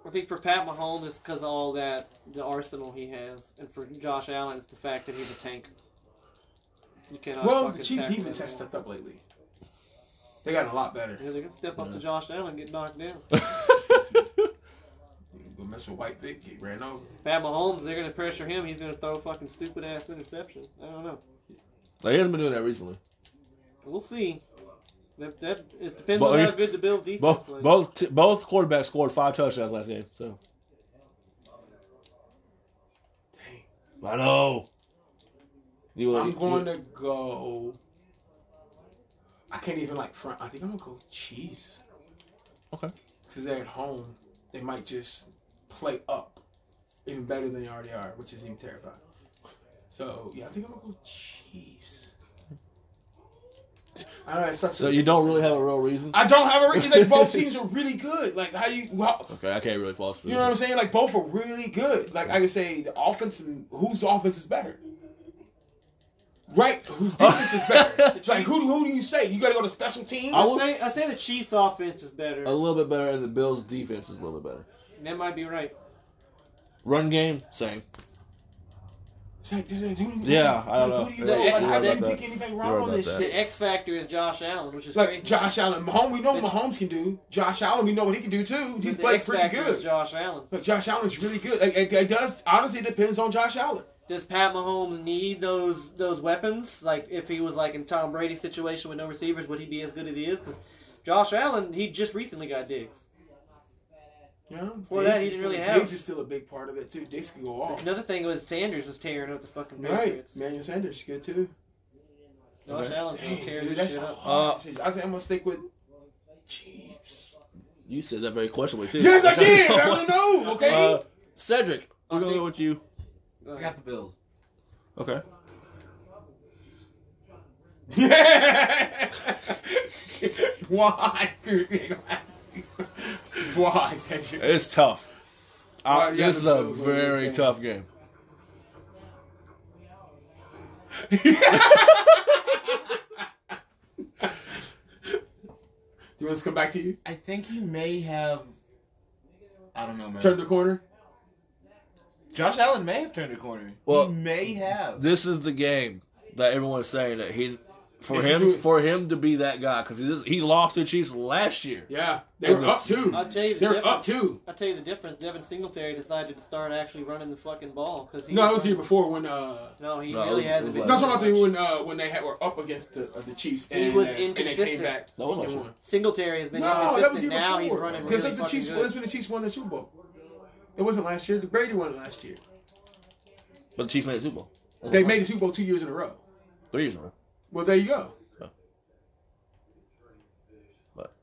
Speaker 2: I think for Pat Mahomes, it's because all that the arsenal he has, and for Josh Allen, it's the fact that he's a tank. You cannot.
Speaker 3: well,
Speaker 2: Uh, fucking
Speaker 3: the Chiefs
Speaker 2: tackle
Speaker 3: defense has
Speaker 2: anyone.
Speaker 3: stepped up lately. They gotten a lot better.
Speaker 2: Yeah, they can step up to Josh Allen, and get knocked down.
Speaker 3: Go mess with White Vic. He ran over.
Speaker 2: Pat Mahomes, they're gonna pressure him. He's gonna throw fucking stupid ass interception. I don't know.
Speaker 1: Like, he hasn't been doing that recently.
Speaker 2: We'll see. That, that it depends
Speaker 1: But
Speaker 2: on
Speaker 1: are
Speaker 2: how
Speaker 1: you-
Speaker 2: good the Bills defense
Speaker 1: Both
Speaker 2: plays.
Speaker 1: both t- both quarterbacks scored five touchdowns last game. So. Dang. I know. You
Speaker 3: I'm
Speaker 1: you-
Speaker 3: going to go. I can't even like front. I think I'm gonna go Chiefs.
Speaker 1: Okay.
Speaker 3: Because they're at home, they might just play up even better than they already are, which is even terrifying. So yeah, I think I'm gonna go Chiefs. I know that sucks.
Speaker 1: So you don't really have a real reason.
Speaker 3: I don't have a reason. Like both teams are really good. Like how do you? How,
Speaker 1: Okay, I can't really fall for
Speaker 3: you know what I'm saying? Like both are really good. Like I could say the offense and whose offense is better. Right? Whose defense is better? Like who who do you say? You gotta go to special teams?
Speaker 2: I will say I say the Chiefs offense is better.
Speaker 1: A little bit better, and the Bills' defense is a little bit better.
Speaker 2: that might be right.
Speaker 1: Run game, same.
Speaker 3: It's like, dude, who do you
Speaker 1: Yeah, I don't
Speaker 3: like,
Speaker 1: know.
Speaker 3: Who do you
Speaker 2: You're
Speaker 3: know?
Speaker 2: right
Speaker 3: Like, how
Speaker 2: about
Speaker 3: do you
Speaker 1: that.
Speaker 3: pick anything
Speaker 1: You're
Speaker 3: wrong
Speaker 1: right
Speaker 3: on this
Speaker 1: about
Speaker 3: shit?
Speaker 2: The X factor is Josh Allen, which is
Speaker 3: Like
Speaker 2: crazy.
Speaker 3: Josh Allen, Mahomes. We know what
Speaker 2: But-
Speaker 3: Mahomes can do. Josh Allen, we know what he can do too.
Speaker 2: But
Speaker 3: He's
Speaker 2: the
Speaker 3: played
Speaker 2: X
Speaker 3: pretty
Speaker 2: factor Is
Speaker 3: good.
Speaker 2: Josh Allen.
Speaker 3: But Josh Allen's really good. Like, it, it does honestly it depends on Josh Allen.
Speaker 2: Does Pat Mahomes need those those weapons? Like if he was like in Tom Brady's situation with no receivers, would he be as good as he is? Because Josh Allen, he just recently got digs.
Speaker 3: Yeah,
Speaker 2: Well, that
Speaker 3: Diggs
Speaker 2: he didn't
Speaker 3: is still-
Speaker 2: really have.
Speaker 3: Diggs is still a big part of it too. Diggs can go off.
Speaker 2: Another thing was Sanders was tearing up the fucking
Speaker 3: Right,
Speaker 2: Patriots.
Speaker 3: Manuel Sanders is good too.
Speaker 2: Josh
Speaker 1: Okay.
Speaker 2: Allen's gonna
Speaker 3: Dang,
Speaker 2: tear
Speaker 3: dude,
Speaker 2: this
Speaker 3: that's
Speaker 2: shit up.
Speaker 1: Uh,
Speaker 3: hard. decision. I think I'm gonna stick with Chiefs.
Speaker 1: You said that very questionably too.
Speaker 3: Yes, I did. I don't know. Okay.
Speaker 1: Uh, Cedric, we're gonna go with you.
Speaker 4: I got the Bills.
Speaker 1: Okay.
Speaker 3: Uh, Why? Why, Cedric?
Speaker 1: It's tough. Uh,
Speaker 3: Well, yeah,
Speaker 1: this is
Speaker 3: the
Speaker 1: a
Speaker 3: Bills win this
Speaker 1: very
Speaker 3: game.
Speaker 1: tough game.
Speaker 3: Do you want us to come back to you?
Speaker 4: I think he may have. I don't know, man.
Speaker 3: Turn the corner.
Speaker 4: Josh Allen may have turned a corner.
Speaker 1: Well,
Speaker 4: he may have.
Speaker 1: This is the game that everyone is saying that he, for
Speaker 3: This is
Speaker 1: him,
Speaker 3: who-
Speaker 1: for him to be that guy because he, just- he lost to the Chiefs last year.
Speaker 3: Yeah, they were up two.
Speaker 2: I'll tell you the
Speaker 3: They were
Speaker 2: difference.
Speaker 3: up two.
Speaker 2: I'll tell you the difference. Devin Singletary decided to start actually running the fucking ball because he
Speaker 3: No, it was here before when uh.
Speaker 2: No, he
Speaker 1: No, it
Speaker 2: really
Speaker 1: was- it
Speaker 2: hasn't
Speaker 1: was last
Speaker 2: been.
Speaker 3: No, I'm
Speaker 2: doing
Speaker 3: talking about
Speaker 2: much.
Speaker 3: when uh when they had, were up against the, uh, the Chiefs
Speaker 2: He
Speaker 3: and,
Speaker 2: was
Speaker 3: they, and they came
Speaker 2: inconsistent.
Speaker 3: back.
Speaker 1: That was
Speaker 3: and
Speaker 1: last year.
Speaker 3: won.
Speaker 2: Singletary has been
Speaker 3: No, that was
Speaker 2: inconsistent.
Speaker 3: year
Speaker 2: Now he's
Speaker 3: before.
Speaker 2: running really
Speaker 3: like the
Speaker 2: fucking
Speaker 3: Chiefs,
Speaker 2: good.
Speaker 3: that's when the Chiefs won the Super Bowl. It wasn't last year. Brady won it last year.
Speaker 1: But the Chiefs made the Super Bowl
Speaker 3: They made the Super Bowl two years in a row.
Speaker 1: three years in a row.
Speaker 3: Well, there you go.
Speaker 1: Yeah. But-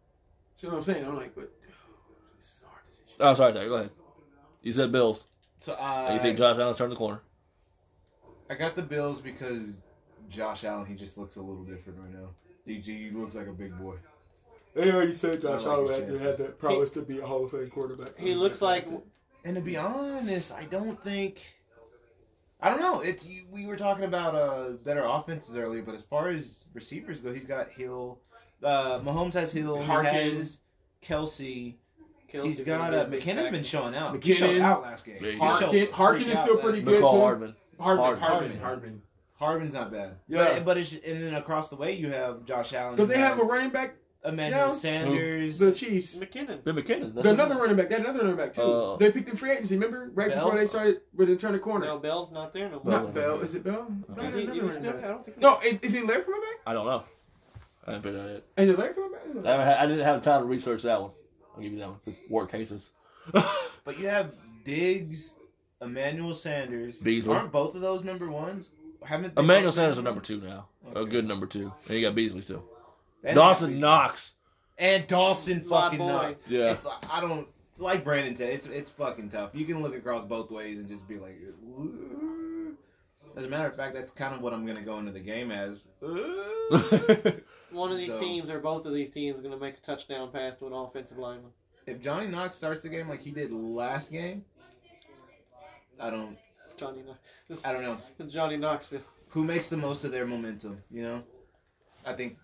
Speaker 3: See what I'm saying? I'm like, but this is a hard decision.
Speaker 1: Oh, sorry, sorry. Go ahead. You said Bills.
Speaker 4: So I,
Speaker 1: You think Josh Allen's turned the corner?
Speaker 4: I got the Bills because Josh Allen, he just looks a little different right now. He, he looks like a big boy.
Speaker 3: They already said
Speaker 4: Josh I like his Allen had- chances. had
Speaker 3: that promise to be a Hall of Fame quarterback.
Speaker 2: He looks like
Speaker 4: And to be honest, I don't think. I don't know. It's you, we were talking about uh, better offenses earlier, but as far as receivers go, he's got Hill. Uh, Mahomes has Hill. He
Speaker 3: Harkin.
Speaker 4: has Kelsey.
Speaker 2: Kelsey's
Speaker 4: he's got
Speaker 2: gonna
Speaker 4: uh,
Speaker 2: be a big
Speaker 4: McKinnon's been
Speaker 2: factor.
Speaker 4: showing out. He
Speaker 3: McKinnon.
Speaker 4: showed out last game.
Speaker 1: Yeah, he
Speaker 4: He showed
Speaker 3: Harkin, Harkin is
Speaker 4: freaking out
Speaker 3: still
Speaker 4: last
Speaker 3: pretty
Speaker 4: game.
Speaker 3: good
Speaker 1: McCall
Speaker 3: too.
Speaker 1: Hardman.
Speaker 3: Hardman,
Speaker 1: Hardman.
Speaker 3: Hardman,
Speaker 4: Hardman.
Speaker 3: Hardman.
Speaker 4: Harvin's not bad.
Speaker 3: Yeah.
Speaker 4: But, but it's, and then across the way you have Josh Allen.
Speaker 3: Don't they
Speaker 4: who
Speaker 3: have a
Speaker 4: has
Speaker 3: running back?
Speaker 4: Emmanuel
Speaker 3: No.
Speaker 4: Sanders.
Speaker 3: The Chiefs.
Speaker 2: McKinnon.
Speaker 1: Ben McKinnon.
Speaker 3: They're another running back. They had another running back too.
Speaker 1: Uh,
Speaker 3: they picked in free agency. Remember, right
Speaker 1: Bell?
Speaker 3: before they started with the turn the corner.
Speaker 2: Now Bell's not there no more.
Speaker 1: Bell.
Speaker 3: Not Bell. Is it Bell? They
Speaker 2: Is
Speaker 3: had
Speaker 2: he,
Speaker 3: another
Speaker 2: is he
Speaker 3: running
Speaker 2: still, I
Speaker 3: back.
Speaker 2: don't think.
Speaker 3: No, is, is he Lair coming back?
Speaker 1: I don't know. I haven't figured out yet.
Speaker 3: Is it Lair coming back?
Speaker 1: I, haven't had- I didn't have time to research that one. I'll give you that one. It's Work cases.
Speaker 4: But you have Diggs, Emmanuel Sanders.
Speaker 1: Beasley.
Speaker 4: Aren't both of those number ones? Haven't they
Speaker 1: Emmanuel
Speaker 4: both-
Speaker 1: Sanders is number two now. A good number two. And you got Beasley still.
Speaker 4: And
Speaker 1: Dawson Knox.
Speaker 4: And Dawson
Speaker 2: My
Speaker 4: fucking
Speaker 2: boy.
Speaker 4: Knox.
Speaker 1: Yeah.
Speaker 4: It's like, I don't like Brandon said. It's it's fucking tough. You can look across both ways and just be like, "Ooh." As a matter of fact, that's kind of what I'm going to go into the game as.
Speaker 2: One of these
Speaker 4: So-
Speaker 2: teams or both of these teams going to make a touchdown pass to an offensive lineman.
Speaker 4: If Johnny Knox starts the game like he did last game, I don't,
Speaker 2: Johnny Knox.
Speaker 4: I don't know
Speaker 2: Johnny Knoxville.
Speaker 4: who makes the most of their momentum. You know, I think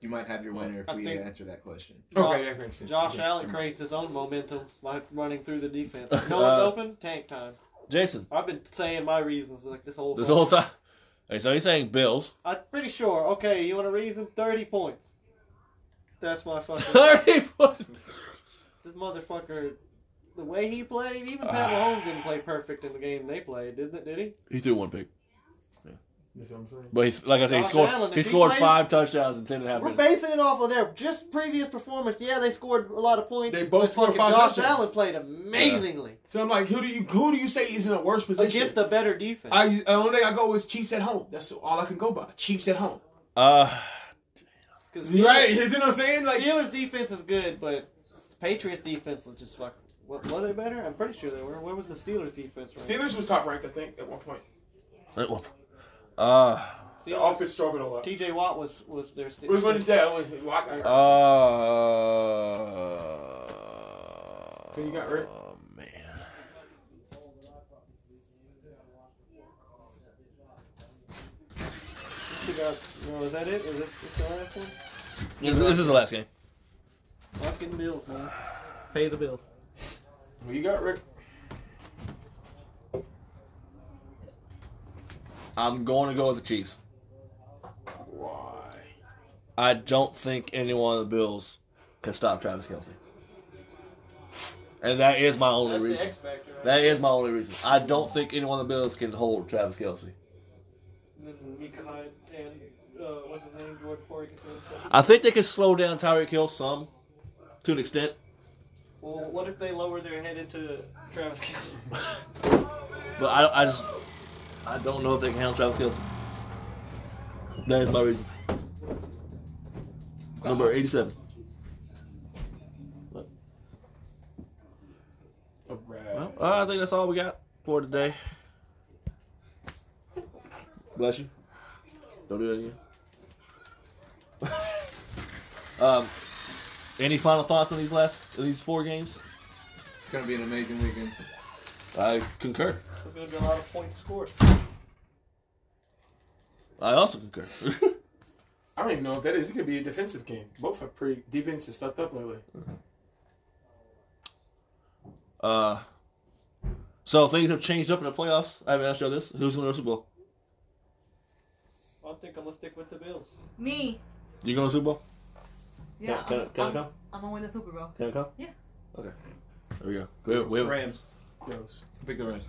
Speaker 4: you might have your winner
Speaker 2: I
Speaker 4: if we
Speaker 2: think-
Speaker 4: answer that question.
Speaker 3: Okay, that makes sense.
Speaker 2: Josh
Speaker 3: Okay.
Speaker 2: Allen creates his own momentum like running through the defense. No one's
Speaker 1: Uh,
Speaker 2: open. Tank time.
Speaker 1: Jason,
Speaker 2: I've been saying my reasons like this whole.
Speaker 1: this
Speaker 2: time.
Speaker 1: whole time. Hey, so he's saying Bills.
Speaker 2: I'm pretty sure. Okay, you want a reason? Thirty points. That's my fucking.
Speaker 1: Thirty points.
Speaker 2: this motherfucker. The way he played, even Pat Mahomes didn't play perfect in the game they played, didn't it? Did he?
Speaker 1: He threw one pick,
Speaker 3: That's what I'm saying.
Speaker 1: but he, like I said, he
Speaker 2: Josh
Speaker 1: scored.
Speaker 2: Allen, if
Speaker 1: he
Speaker 2: he
Speaker 1: scored
Speaker 2: plays-
Speaker 1: five touchdowns in ten and a half
Speaker 2: We're
Speaker 1: minutes.
Speaker 2: basing it off of their just previous performance. Yeah, they scored a lot of points.
Speaker 3: They both
Speaker 2: but
Speaker 3: scored
Speaker 2: fucking
Speaker 3: five
Speaker 2: Josh
Speaker 3: touchdowns.
Speaker 2: Allen played amazingly
Speaker 3: So I'm like, who do you who do you say is in a worse position?
Speaker 2: against a better defense.
Speaker 3: I the only thing I go is Chiefs at home. That's all I can go by. Chiefs at home.
Speaker 1: Uh,
Speaker 2: 'Cause Steelers-
Speaker 3: Right? You see what I'm saying? Like
Speaker 2: Steelers defense is good, but Patriots defense was just fuck. What, were they better? I'm pretty sure they were. Where was the Steelers defense? Right?
Speaker 3: Steelers was top ranked, I think, at one point.
Speaker 1: that one- uh,
Speaker 3: The offense struggled a lot.
Speaker 2: T.J. Watt was was their. St-
Speaker 3: We went to that one. Well, I got hurt.
Speaker 1: uh,
Speaker 3: So you got hurt.
Speaker 1: oh man.
Speaker 2: No, is that it? Is this, this the last one?
Speaker 1: This, this is the last game.
Speaker 2: Fucking bills, man. Pay the bills.
Speaker 3: Who you got, Rick?
Speaker 1: I'm going to go with the Chiefs.
Speaker 3: Why?
Speaker 1: I don't think any one of the Bills can stop Travis Kelsey. And that is my only reason.
Speaker 2: Factor.
Speaker 1: That is my only reason. I don't think any one of the Bills can hold Travis Kelsey.
Speaker 2: Mika Hyde and uh, what's his name? George Porter.
Speaker 1: I think they can slow down Tyreek Hill some, to an extent.
Speaker 2: Well, what if they lower their head into Travis Kelsey?
Speaker 1: But I, I just, I don't know if they can handle Travis Kelsey. That is my reason. Number 87.
Speaker 3: A
Speaker 1: Well, uh,
Speaker 3: rat.
Speaker 1: I think that's all we got for today. Bless you. Don't do that again. um, any final thoughts on these last these four games?
Speaker 4: It's going to be an amazing weekend.
Speaker 1: I concur.
Speaker 2: There's gonna be a lot of points scored.
Speaker 1: I also concur.
Speaker 3: I don't even know if that is. It could be a defensive game. Both have pretty defense has stepped up lately.
Speaker 1: uh, so things have changed up in the playoffs. I haven't asked you this. Who's going to Super Bowl?
Speaker 2: I think I'm gonna stick with the Bills.
Speaker 5: Me.
Speaker 1: You going to Super Bowl? Can,
Speaker 5: Yeah. I'm,
Speaker 1: can, can I
Speaker 5: I'm,
Speaker 1: come?
Speaker 5: I'm gonna win the Super Bowl.
Speaker 1: Can I come?
Speaker 5: Yeah.
Speaker 1: Okay. There we go. We, we,
Speaker 4: Rams.
Speaker 3: Gross.
Speaker 4: Pick the Rams.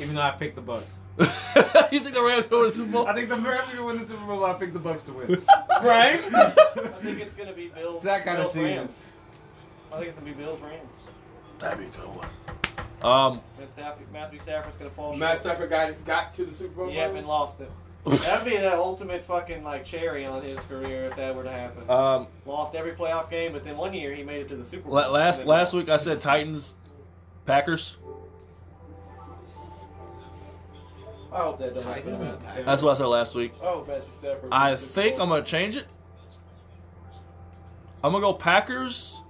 Speaker 4: Even though I picked the Bucks.
Speaker 1: you think the Rams going to Super Bowl?
Speaker 4: I think the Rams are going to win the Super Bowl. I picked the Bucks to win.
Speaker 3: Right?
Speaker 2: I think it's gonna be Bills.
Speaker 4: That kinda
Speaker 2: Bills,
Speaker 4: season.
Speaker 2: Rams. I think it's gonna be Bills Rams.
Speaker 1: That'd be a good one. Um,
Speaker 2: And Stafford, Matthew Stafford's gonna fall
Speaker 3: Matt
Speaker 2: short.
Speaker 3: Stafford got got to the Super Bowl.
Speaker 2: Yep, and lost it. That'd be the ultimate fucking like cherry on his career if that were to happen.
Speaker 1: um,
Speaker 2: Lost every playoff game, but then one year he made it to the Super Bowl.
Speaker 1: La- last
Speaker 2: And then
Speaker 1: last
Speaker 2: lost.
Speaker 1: week I said Titans, Packers.
Speaker 2: I hope that doesn't. happen.
Speaker 1: That's what I said last week.
Speaker 2: Oh, Matthew Stafford.
Speaker 1: I think I'm gonna change it. I'm gonna go Packers.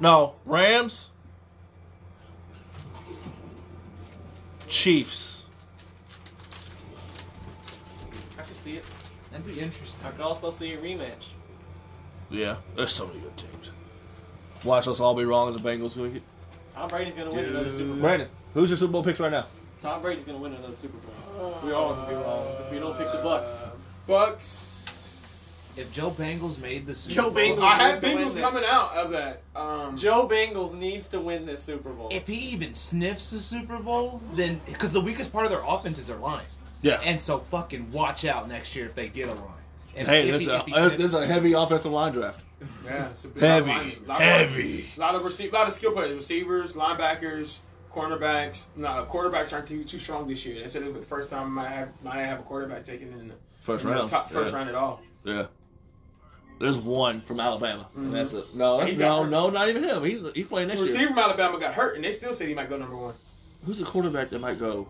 Speaker 1: No, Rams. Chiefs.
Speaker 2: I can see it.
Speaker 4: That'd be interesting.
Speaker 2: I can also see a rematch.
Speaker 1: Yeah, there's so many good teams. Watch us all be wrong in the Bengals week.
Speaker 2: Tom Brady's gonna win another Super Bowl.
Speaker 1: Brandon, who's your Super Bowl picks right now?
Speaker 2: Tom Brady's gonna win another Super Bowl. We all gonna be wrong if we don't pick the Bucks.
Speaker 3: Bucks.
Speaker 4: If Joe Bengals made the Super
Speaker 2: Joe
Speaker 4: Bowl,
Speaker 2: Bengals-
Speaker 3: I have
Speaker 2: Who's gonna win
Speaker 3: Bengals
Speaker 2: this?
Speaker 3: coming out of that. Um,
Speaker 2: Joe Bengals needs to win this Super Bowl.
Speaker 4: if he even sniffs the Super Bowl, then because the weakest part of their offense is their line,
Speaker 1: Yeah.
Speaker 4: and so fucking watch out next year if they get a line. If,
Speaker 1: Hey,
Speaker 4: if
Speaker 1: this is
Speaker 4: he-
Speaker 1: a, uh,
Speaker 4: if he
Speaker 1: this
Speaker 4: sniffs-
Speaker 1: is a heavy offensive line draft.
Speaker 3: yeah, it's a big-
Speaker 1: Heavy,
Speaker 3: lot of-
Speaker 1: heavy.
Speaker 3: A lot of receive, lot of skill players, receivers, linebackers, cornerbacks. No, quarterbacks aren't too, too strong this year. They said it was the first time I have I have a quarterback taken in the,
Speaker 1: First
Speaker 3: in the
Speaker 1: round.
Speaker 3: top first
Speaker 1: Yeah.
Speaker 3: round at all.
Speaker 1: Yeah. There's one from Alabama,
Speaker 11: Mm-hmm.
Speaker 1: and that's it. No, that's,
Speaker 3: He got
Speaker 1: no,
Speaker 3: hurt.
Speaker 1: no, not even him. He's he's playing next year.
Speaker 3: Receiver from Alabama got hurt, and they still said he might go number one.
Speaker 1: Who's the quarterback that might go?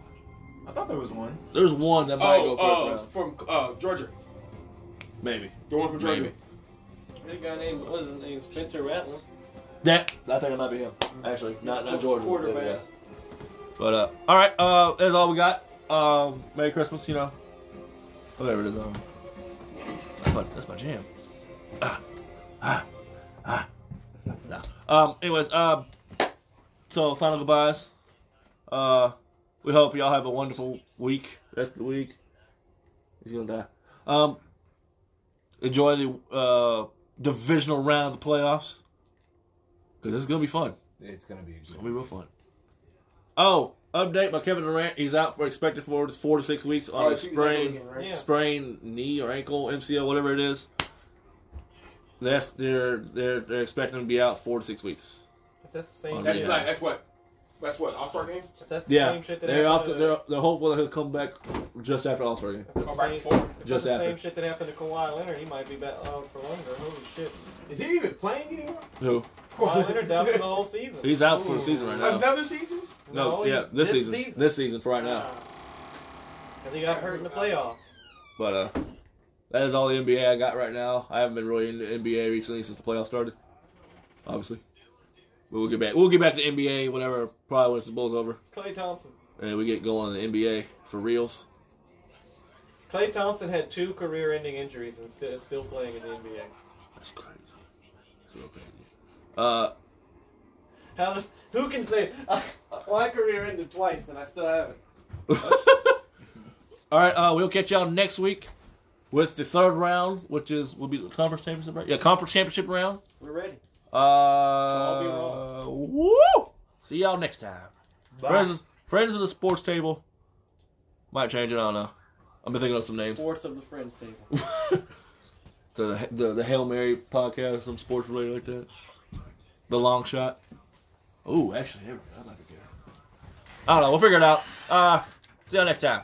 Speaker 3: I thought there was one.
Speaker 1: There's one that might
Speaker 11: Oh,
Speaker 1: go first
Speaker 11: uh,
Speaker 1: round.
Speaker 11: from uh, Georgia.
Speaker 1: Maybe.
Speaker 11: The one from Georgia.
Speaker 1: Maybe.
Speaker 12: That guy named what is his name? Spencer Rattler.
Speaker 1: That I think it might be him. Actually, Uh, not not Jordan.
Speaker 12: Quarterback.
Speaker 1: Yeah. But uh, all right. Uh, that's all we got. Um, Merry Christmas. You know, whatever it is. Um, that's my that's my jam. Ah, ah, ah. No. Um. Anyways. Um. So final goodbyes. Uh, we hope y'all have a wonderful week. Rest of the week. He's gonna die. Um. Enjoy the uh divisional round of the playoffs. Cause this is gonna be fun.
Speaker 4: It's gonna be a good.
Speaker 1: It'll be real fun. Oh, update by Kevin Durant. He's out for expected for four to six weeks on a
Speaker 3: it's
Speaker 1: sprain,
Speaker 3: right?
Speaker 12: Yeah.
Speaker 1: sprain knee or ankle, MCL, whatever it is. That's they're they're they're expecting him to be out four to six weeks.
Speaker 2: Is that the
Speaker 1: Oh,
Speaker 2: same?
Speaker 11: That's
Speaker 1: Yeah.
Speaker 11: like that's what. That's what All Star game.
Speaker 2: Is that the
Speaker 1: Yeah,
Speaker 2: same shit that
Speaker 1: they're off.
Speaker 2: happened?
Speaker 1: To, they're they're hopeful that he'll come back just after All Star game.
Speaker 2: to,
Speaker 11: All
Speaker 2: is that
Speaker 11: right,
Speaker 2: the same,
Speaker 11: four.
Speaker 2: if that's
Speaker 1: Just
Speaker 2: the
Speaker 1: after.
Speaker 2: same shit that happened to Kawhi Leonard. He might be back out for longer. Holy shit!
Speaker 3: Is he even playing anymore?
Speaker 1: Who?
Speaker 2: Kawhi Leonard's out for the whole season.
Speaker 1: He's out for the season right now.
Speaker 3: Another season?
Speaker 1: No,
Speaker 2: No,
Speaker 1: yeah,
Speaker 2: he-
Speaker 1: this,
Speaker 2: this
Speaker 1: season,
Speaker 2: season.
Speaker 1: this season for right now.
Speaker 2: Because he got hurt in the playoffs.
Speaker 1: But uh, that is all the NBA I got right now. I haven't been really into NBA recently since the playoffs started, obviously. But we'll get back. We'll get back to NBA whenever, probably when this bowl's over,
Speaker 2: Clay Thompson.
Speaker 1: and we get going in the NBA for reals.
Speaker 2: Clay Thompson had two career-ending injuries and sti- is still playing in the NBA.
Speaker 1: That's crazy. That's real crazy. Uh,
Speaker 2: How? does- Who can say uh, my career ended twice and I still haven't?
Speaker 1: all right. Uh, we'll catch y'all next week with the third round, which is will be the conference championship. Right? Yeah, conference championship round.
Speaker 2: We're ready. be
Speaker 1: Uh, woo! See y'all next time. Friends, friends of the sports table. Might change it. I don't know. I've been thinking of some names.
Speaker 12: Sports of the Friends table.
Speaker 1: The, the the Hail Mary podcast, some sports related like that. The long shot. Oh, actually, there we go. I like it there. I don't know. We'll figure it out. Uh, see y'all next time.